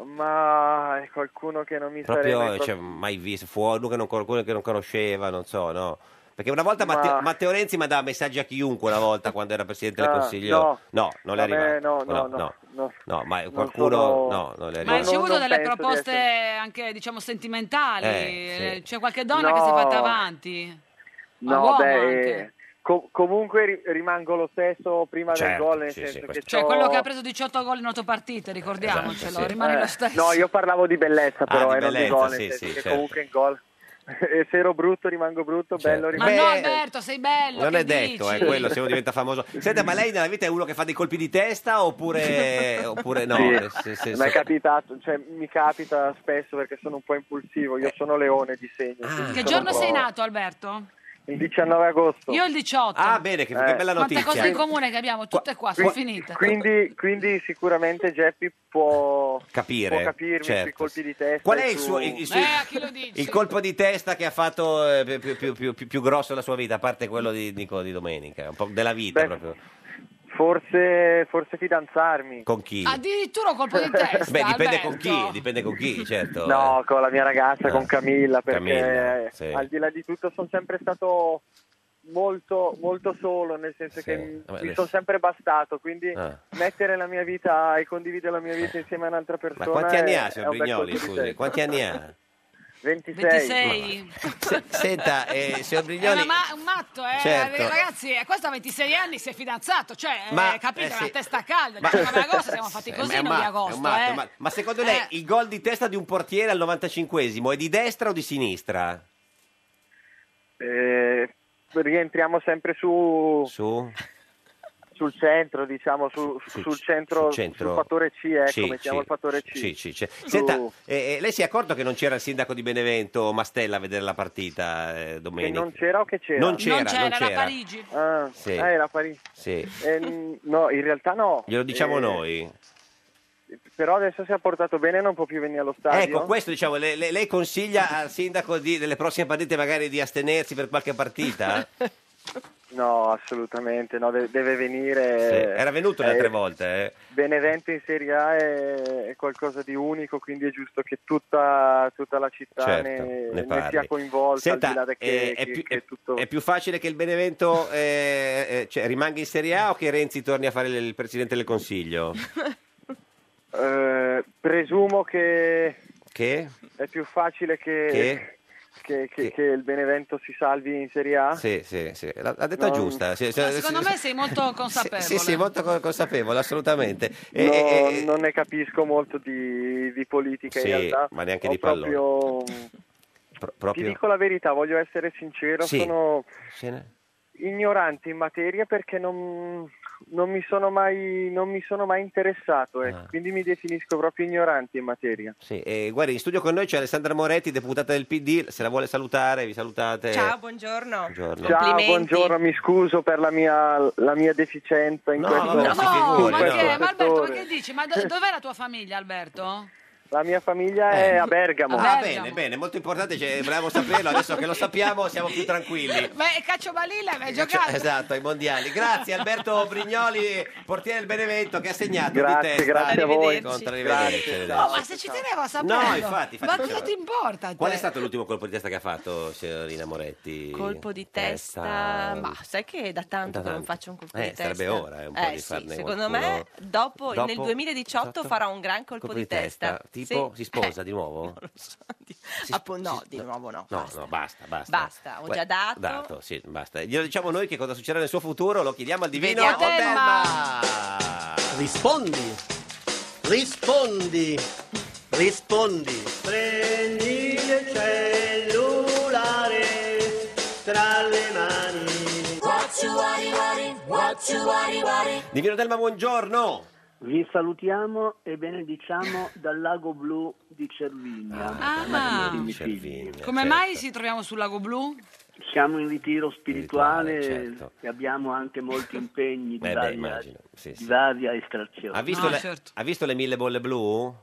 Speaker 20: Ma è qualcuno che non mi
Speaker 2: proprio
Speaker 20: sarebbe...
Speaker 2: cioè, mai visto, fuori, che non, qualcuno che non conosceva, non so, no? Perché una volta
Speaker 20: Ma-
Speaker 2: Matteo, Matteo Renzi mandava messaggi a chiunque una volta quando era Presidente del
Speaker 20: Ah,
Speaker 2: Consiglio.
Speaker 20: no.
Speaker 2: non le è
Speaker 20: A me
Speaker 2: arrivato.
Speaker 20: no, no, no, no.
Speaker 2: No, ma qualcuno...
Speaker 20: sono-
Speaker 2: No, non le è
Speaker 1: Ma hai
Speaker 2: arrivato.
Speaker 1: ricevuto
Speaker 20: non
Speaker 1: delle
Speaker 20: penso di
Speaker 1: proposte anche, diciamo, sentimentali?
Speaker 2: Eh,
Speaker 1: Eh, C'è qualche donna che
Speaker 20: No.
Speaker 1: si è fatta avanti? Ma
Speaker 20: No,
Speaker 1: uomo
Speaker 20: beh, eh,
Speaker 1: anche.
Speaker 20: co- comunque ri- rimango lo stesso prima
Speaker 2: Certo,
Speaker 20: del gol, nel
Speaker 2: sì, sì,
Speaker 20: senso che
Speaker 2: questo-
Speaker 1: Cioè,
Speaker 20: c'ho-
Speaker 1: quello che ha preso 18 gol in 8 partite, ricordiamocelo,
Speaker 2: Esatto, sì.
Speaker 1: rimane lo
Speaker 20: Eh,
Speaker 1: stesso.
Speaker 20: No, io parlavo di bellezza
Speaker 2: Ah,
Speaker 20: però,
Speaker 2: di
Speaker 20: eh, non di
Speaker 2: bellezza,
Speaker 20: gol, nel
Speaker 2: sì,
Speaker 20: senso
Speaker 2: sì,
Speaker 20: che
Speaker 2: certo.
Speaker 20: comunque in gol... e se ero brutto rimango brutto, bello
Speaker 1: Ma
Speaker 20: rimango
Speaker 1: no,
Speaker 20: bello.
Speaker 1: Alberto, sei bello.
Speaker 2: Eh, Non
Speaker 1: che
Speaker 2: è detto,
Speaker 1: dici?
Speaker 2: è quello, se uno diventa famoso. Senta, ma lei nella vita è uno che fa dei colpi di testa oppure, oppure no?
Speaker 20: Sì.
Speaker 2: Nel sen- senso-
Speaker 20: Mi è capitato, cioè, mi capita spesso perché sono un po' impulsivo,
Speaker 2: Eh.
Speaker 20: io sono leone di segno.
Speaker 2: Ah.
Speaker 20: quindi
Speaker 1: Che
Speaker 20: sono
Speaker 1: giorno
Speaker 20: un po'-
Speaker 1: sei nato, Alberto?
Speaker 20: Il 19 agosto.
Speaker 1: Io il 18.
Speaker 2: Ah, bene, che, che
Speaker 20: Eh.
Speaker 2: bella
Speaker 1: Quante
Speaker 2: notizia.
Speaker 1: cose in comune che abbiamo, tutte qua, Ah, sono finite.
Speaker 20: Quindi, quindi sicuramente Geppi può,
Speaker 2: Capire,
Speaker 20: può capirmi sui
Speaker 2: certo.
Speaker 20: colpi di testa.
Speaker 2: Qual
Speaker 20: e
Speaker 2: è il
Speaker 20: su-
Speaker 2: suo, il, il suo-
Speaker 1: Eh,
Speaker 2: il colpo di testa che ha fatto eh, più, più- più- più- più- più grosso della sua vita, a parte quello di, dico, di domenica, un po' della vita proprio?
Speaker 20: Forse, forse fidanzarmi.
Speaker 2: Con chi?
Speaker 1: Addirittura un colpo di testa.
Speaker 2: Beh, dipende
Speaker 1: Ah, Alberto.
Speaker 2: con chi, dipende con chi, certo.
Speaker 20: No, con la mia ragazza,
Speaker 2: Ah,
Speaker 20: con Camilla, perché
Speaker 2: Camilla,
Speaker 20: eh,
Speaker 2: sì.
Speaker 20: al di là di tutto sono sempre stato molto, molto solo, nel senso che mi-
Speaker 2: vabbè,
Speaker 20: mi
Speaker 2: Eh, adesso-
Speaker 20: sono sempre bastato, quindi
Speaker 2: Ah. Eh.
Speaker 20: mettere la mia vita e condividere la mia vita insieme a un'altra persona.
Speaker 2: Ma quanti anni
Speaker 20: è-
Speaker 2: ha,
Speaker 20: è
Speaker 2: signor
Speaker 20: un bel
Speaker 2: Brignoli?
Speaker 20: colpo di
Speaker 2: Scusi,
Speaker 20: testa.
Speaker 2: quanti anni ha?
Speaker 20: 26.
Speaker 1: 26.
Speaker 2: Se- Senta, eh, signor
Speaker 1: È
Speaker 2: Brignoli...
Speaker 1: una ma- un matto, eh.
Speaker 2: Certo.
Speaker 1: Ragazzi, eh, questo a 26 anni si è fidanzato, cioè,
Speaker 2: Ma-
Speaker 1: eh, capite,
Speaker 2: eh,
Speaker 1: è
Speaker 2: sì.
Speaker 1: una testa calda. cioè,
Speaker 2: Ma-
Speaker 1: Ma... agosto siamo fatti
Speaker 2: Eh,
Speaker 1: così,
Speaker 2: ma è
Speaker 1: non
Speaker 2: un
Speaker 1: di
Speaker 2: matto, è un
Speaker 1: agosto,
Speaker 2: matto,
Speaker 1: eh.
Speaker 2: ma, ma secondo lei
Speaker 1: Eh.
Speaker 2: il gol di testa di un portiere al 95esimo è di destra o di sinistra?
Speaker 20: Eh, rientriamo sempre su, sul centro, diciamo, su- sul, centro,
Speaker 2: sul centro.
Speaker 20: sul fattore C, ecco,
Speaker 2: Sì,
Speaker 20: mettiamo
Speaker 2: sì,
Speaker 20: il fattore C.
Speaker 2: Sì, sì, sì. Senta, eh, eh, lei si è accorto che non c'era il sindaco di Benevento Mastella a vedere la partita eh,
Speaker 20: Che
Speaker 2: domenica?
Speaker 20: non c'era o che c'era?
Speaker 2: Non c'era, Non c'era, non era c'era.
Speaker 1: Parigi.
Speaker 20: Ah,
Speaker 2: Sì.
Speaker 20: ah, era Parigi.
Speaker 2: Sì.
Speaker 20: Ehm, no, in realtà no.
Speaker 2: Glielo diciamo
Speaker 20: Eh,
Speaker 2: noi.
Speaker 20: Però adesso si è portato bene non può più venire allo stadio.
Speaker 2: Ecco, questo diciamo, le- le- lei consiglia al sindaco di- delle prossime partite magari di astenersi per qualche
Speaker 20: Eh,
Speaker 2: partita?
Speaker 20: No, assolutamente, no, de- deve venire.
Speaker 2: Sì, Era venuto le altre
Speaker 20: Eh,
Speaker 2: volte, eh.
Speaker 20: Benevento in Serie A è, è qualcosa di unico, quindi è giusto che tutta, tutta la città
Speaker 2: Certo,
Speaker 20: ne,
Speaker 2: ne
Speaker 20: ne
Speaker 2: parli.
Speaker 20: sia coinvolta,
Speaker 2: Senta,
Speaker 20: al di là de- che,
Speaker 2: eh, è
Speaker 20: che-
Speaker 2: più-
Speaker 20: che
Speaker 2: è-
Speaker 20: tutto...
Speaker 2: È più facile che il Benevento eh, eh, cioè, rimanga in Serie A o che Renzi torni a fare il il Presidente del Consiglio?
Speaker 20: Eh, presumo che
Speaker 2: Che?
Speaker 20: è più facile che,
Speaker 2: Che?
Speaker 20: che- che- che il Benevento si salvi in Serie A.
Speaker 2: Sì, sì, sì. L'ha l'ha detta
Speaker 20: No.
Speaker 2: giusta. Sì, sì,
Speaker 1: Ma secondo
Speaker 2: sì,
Speaker 1: me sei molto consapevole.
Speaker 2: Sì, sì, molto co- consapevole, assolutamente. E-
Speaker 20: No,
Speaker 2: e- e-
Speaker 20: non ne capisco molto di, di politica
Speaker 2: eh, Sì,
Speaker 20: in realtà.
Speaker 2: ma neanche
Speaker 20: Ho
Speaker 2: di pallone.
Speaker 20: proprio-
Speaker 2: pro-
Speaker 20: Ti
Speaker 2: proprio...
Speaker 20: dico la verità, voglio essere sincero,
Speaker 2: Sì.
Speaker 20: sono
Speaker 2: Sì, ne-
Speaker 20: ignorante in materia perché non, non mi sono mai, non mi sono mai interessato,
Speaker 2: Ah.
Speaker 20: ecco, quindi mi definisco proprio ignorante in materia.
Speaker 2: Sì, e guardi, in studio con noi c'è Alessandra Moretti, deputata del PD, se la vuole salutare, vi salutate.
Speaker 15: Ciao, buongiorno.
Speaker 2: Buongiorno.
Speaker 20: Ciao, buongiorno, mi scuso per la mia, la mia deficienza in questo
Speaker 2: no, si figuri,
Speaker 20: in
Speaker 2: no.
Speaker 20: questo
Speaker 2: Ma che-
Speaker 1: Ma Alberto, ma
Speaker 20: settore.
Speaker 1: che dici? Ma do- dov'è la tua famiglia, Alberto?
Speaker 20: La mia famiglia
Speaker 2: Eh.
Speaker 20: è a Bergamo.
Speaker 2: Ah, bene, bene, molto importante, cioè, volevamo saperlo, adesso che lo sappiamo siamo più tranquilli.
Speaker 21: Ma è Caccio Balilla, ma hai
Speaker 2: Cioè,
Speaker 21: giocato?
Speaker 2: Esatto, ai mondiali. Grazie Alberto Brignoli, portiere del Benevento, che ha segnato di
Speaker 20: Grazie,
Speaker 2: testa.
Speaker 20: grazie a voi.
Speaker 2: Contro
Speaker 20: Grazie.
Speaker 2: arrivederci.
Speaker 21: No,
Speaker 15: Oh,
Speaker 1: Oh,
Speaker 21: ma se ci tenevo a saperlo.
Speaker 2: No, infatti, infatti,
Speaker 21: ma
Speaker 2: cioè,
Speaker 21: cosa ti importa? a te?
Speaker 1: Cioè,
Speaker 2: Qual è stato l'ultimo colpo di testa che ha fatto signorina Moretti?
Speaker 15: Colpo di testa, ma sai che da tanto
Speaker 2: Da
Speaker 15: che
Speaker 2: tanto.
Speaker 15: non faccio un colpo
Speaker 2: Eh,
Speaker 15: di testa.
Speaker 2: sarebbe ora, eh, un po' di
Speaker 15: sì,
Speaker 2: farne
Speaker 15: Secondo
Speaker 2: qualcuno.
Speaker 15: me, dopo,
Speaker 2: Dopo-
Speaker 15: nel 2018
Speaker 2: esatto.
Speaker 15: farà un gran colpo, di testa.
Speaker 2: Tipo
Speaker 15: Sì. Eh,
Speaker 2: si sposa di nuovo? Non lo
Speaker 15: so. Appo- no, di nuovo no.
Speaker 2: No,
Speaker 15: basta.
Speaker 2: no, basta, basta.
Speaker 15: Basta, ho già dato.
Speaker 2: Dato, sì, basta. Glielo diciamo noi che cosa succederà nel suo futuro, lo chiediamo al divino
Speaker 15: Vediamo.
Speaker 22: Rispondi, rispondi, rispondi.
Speaker 4: Prendi il cellulare tra le mani. What you worry, worry, what you worry, worry.
Speaker 2: Divino Delma, buongiorno.
Speaker 23: Vi salutiamo e benediciamo dal lago blu di Cervigna.
Speaker 1: Ah.
Speaker 23: Carissimi figli.
Speaker 1: Come
Speaker 2: Certo.
Speaker 1: mai ci troviamo sul Lago Blu?
Speaker 23: Siamo in ritiro spirituale,
Speaker 1: Spirituale, certo.
Speaker 23: e abbiamo anche molti impegni di,
Speaker 2: Eh Beh, beh,
Speaker 23: varia,
Speaker 2: immagino, sì, sì.
Speaker 23: di varia estrazione.
Speaker 2: Ha visto, le,
Speaker 15: certo.
Speaker 2: ha visto le mille bolle blu?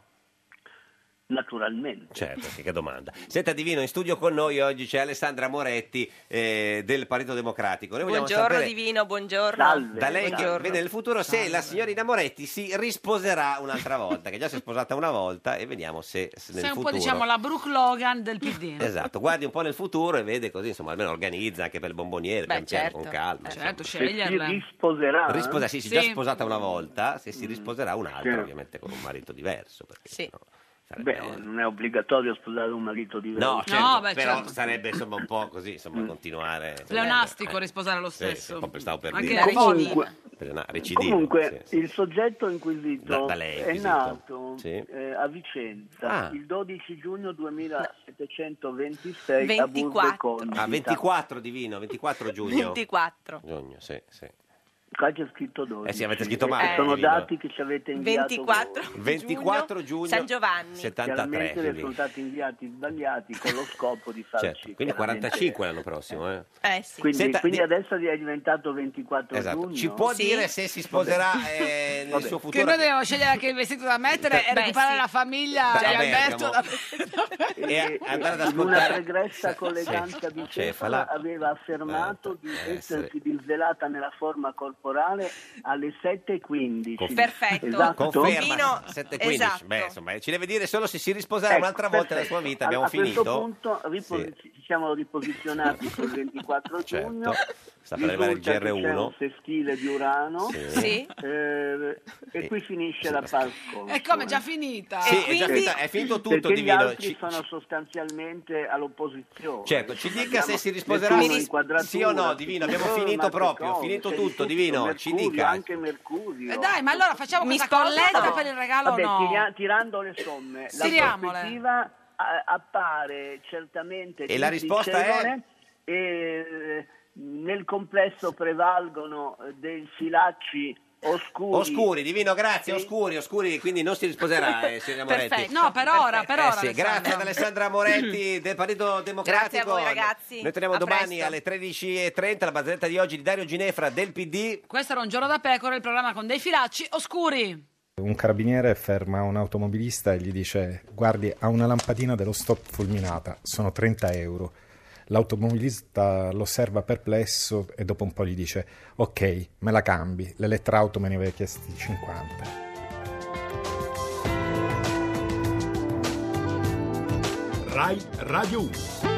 Speaker 23: Naturalmente.
Speaker 2: Certo, sì, che domanda. Senta Divino, in studio con noi oggi c'è Alessandra Moretti eh, del Partito Democratico. Noi vogliamo
Speaker 15: Buongiorno
Speaker 2: sapere
Speaker 15: divino, buongiorno.
Speaker 2: da lei che
Speaker 15: Buongiorno.
Speaker 2: vede nel futuro se la signorina Moretti si risposerà un'altra volta, che già si è sposata una volta e vediamo se, se nel
Speaker 1: Sei un
Speaker 2: futuro...
Speaker 1: po', diciamo, la Brooke Logan del PD.
Speaker 2: Esatto, guardi un po' nel futuro e vede così, insomma, almeno organizza anche per il bomboniere,
Speaker 1: Beh,
Speaker 2: pian piano,
Speaker 1: certo.
Speaker 2: con calma.
Speaker 1: Eh,
Speaker 2: insomma.
Speaker 1: certo, sceglierla.
Speaker 23: Si risposerà? eh? Mm.
Speaker 2: Risposa, sì, si è già sposata una volta, se si risposerà un'altra,
Speaker 23: Sì.
Speaker 2: ovviamente con un marito diverso. Perché no, sarebbe...
Speaker 23: Beh, non è obbligatorio sposare un marito diverso. Mm.
Speaker 2: No, certo,
Speaker 1: No, beh,
Speaker 2: però
Speaker 1: certo.
Speaker 2: sarebbe insomma un po' così, insomma, continuare. Eh,
Speaker 1: Pleonastico risposare lo
Speaker 2: Sì, sì,
Speaker 1: stesso.
Speaker 2: proprio stavo per
Speaker 1: Anche
Speaker 2: dire.
Speaker 1: la Comunque-
Speaker 2: Plena- recidivo,
Speaker 23: Comunque,
Speaker 2: sì, sì.
Speaker 23: il soggetto inquisito
Speaker 2: Da- da lei
Speaker 23: è
Speaker 2: inquisito.
Speaker 23: nato
Speaker 2: Sì.
Speaker 23: eh, a Vicenza
Speaker 2: Ah.
Speaker 23: il 12 giugno 2726 a Burbe
Speaker 15: 24.
Speaker 23: Condita.
Speaker 2: Ah, 24 divino, 24 giugno.
Speaker 15: 24.
Speaker 2: Giugno, sì, sì.
Speaker 23: Qua c'è scritto 12.
Speaker 2: Eh sì, avete scritto male,
Speaker 23: E Sono
Speaker 2: Divino.
Speaker 23: dati che ci avete inviato.
Speaker 15: 24
Speaker 23: voi.
Speaker 2: 24 giugno,
Speaker 15: San Giovanni.
Speaker 2: 73.
Speaker 23: Chiaramente
Speaker 2: Quindi,
Speaker 23: sono stati inviati sbagliati con lo scopo di farci.
Speaker 2: certo, quindi
Speaker 23: chiaramente-
Speaker 2: 45 l'anno prossimo. Eh.
Speaker 15: Eh sì.
Speaker 23: Quindi,
Speaker 2: Senta,
Speaker 23: quindi
Speaker 2: di-
Speaker 23: adesso è diventato 24
Speaker 2: Esatto.
Speaker 23: giugno.
Speaker 2: Ci può Sì. dire se si sposerà, eh, nel
Speaker 23: Vabbè.
Speaker 2: suo futuro?
Speaker 1: Che noi dobbiamo scegliere anche il vestito da mettere e
Speaker 23: Beh,
Speaker 1: recuperare
Speaker 23: sì.
Speaker 1: la famiglia
Speaker 2: Da
Speaker 1: di
Speaker 2: Bergamo.
Speaker 1: Alberto. da-
Speaker 2: E andare ad
Speaker 23: Una
Speaker 2: ascoltare.
Speaker 23: pregressa
Speaker 2: Sì,
Speaker 23: collegante
Speaker 2: Cefala.
Speaker 23: a
Speaker 2: Certo. Eh,
Speaker 23: Bicefala aveva affermato di
Speaker 2: essere-
Speaker 23: essersi disvelata nella forma corporale alle 7.15.
Speaker 2: Conf-
Speaker 23: Perfetto.
Speaker 2: Esatto. Conferma 7.15.
Speaker 1: Esatto.
Speaker 2: Beh, insomma, eh, ci deve dire solo se si risposerà
Speaker 23: Ecco,
Speaker 2: un'altra volta nella sua vita. Abbiamo
Speaker 23: a,
Speaker 2: finito.
Speaker 23: A questo punto ripo- ci siamo riposizionati sul 24 giugno.
Speaker 2: Certo. Sta per arrivare il
Speaker 23: risulta che
Speaker 2: GR1.
Speaker 23: c'è un sestile di Urano.
Speaker 2: Sì.
Speaker 23: Eh, e qui finisce la parkour.
Speaker 1: E come, già finita?
Speaker 2: Sì, è, già finita- è finito tutto
Speaker 23: Perché gli
Speaker 2: divino.
Speaker 23: altri
Speaker 2: Ci-
Speaker 23: sono sostanzialmente all'opposizione.
Speaker 2: Certo, ci
Speaker 23: Insomma,
Speaker 2: dica se
Speaker 23: abbiamo
Speaker 2: si risposerà
Speaker 23: Nettuno in
Speaker 2: sì
Speaker 23: quadratura,
Speaker 2: o no, Divino, abbiamo
Speaker 23: Saturno,
Speaker 2: finito
Speaker 23: altre
Speaker 2: proprio,
Speaker 23: cose,
Speaker 2: finito
Speaker 23: c'è
Speaker 2: tutto,
Speaker 23: tutto,
Speaker 2: Divino, ci
Speaker 23: Mercurio,
Speaker 2: dica.
Speaker 23: anche Mercurio.
Speaker 1: Eh, dai, ma allora facciamo
Speaker 23: Mi
Speaker 1: questa cosa
Speaker 23: spolletto.
Speaker 1: anche per il regalo
Speaker 23: Vabbè,
Speaker 1: o no?
Speaker 23: tira- tirando le somme,
Speaker 1: Stiriamole.
Speaker 23: la prospettiva eh, appare certamente
Speaker 2: E la
Speaker 23: più
Speaker 2: risposta è?
Speaker 23: piacevole e eh, nel complesso prevalgono eh, dei filacci oscuri.
Speaker 2: Oscuri, Divino, grazie, oscuri, oscuri, quindi non si risposerà, eh, signora Moretti.
Speaker 1: No, per ora, per
Speaker 2: Eh
Speaker 1: ora.
Speaker 2: sì,
Speaker 1: Alessandra.
Speaker 2: grazie ad Alessandra Moretti del Partito Democratico.
Speaker 1: Grazie a voi, ragazzi.
Speaker 2: Noi torniamo
Speaker 1: A
Speaker 2: domani
Speaker 1: presto.
Speaker 2: alle 13.30 la barzelletta di oggi di Dario Ginefra del PD.
Speaker 1: Questo era un giorno da pecora, il programma con dei filacci oscuri.
Speaker 24: Un carabiniere ferma un automobilista e gli dice: Guardi, ha una lampadina dello stop fulminata, sono 30 euro. L'automobilista lo osserva perplesso e dopo un po' gli dice: Ok, me la cambi, l'elettrauto me ne aveva chiesti 50.
Speaker 17: Rai Radio 1.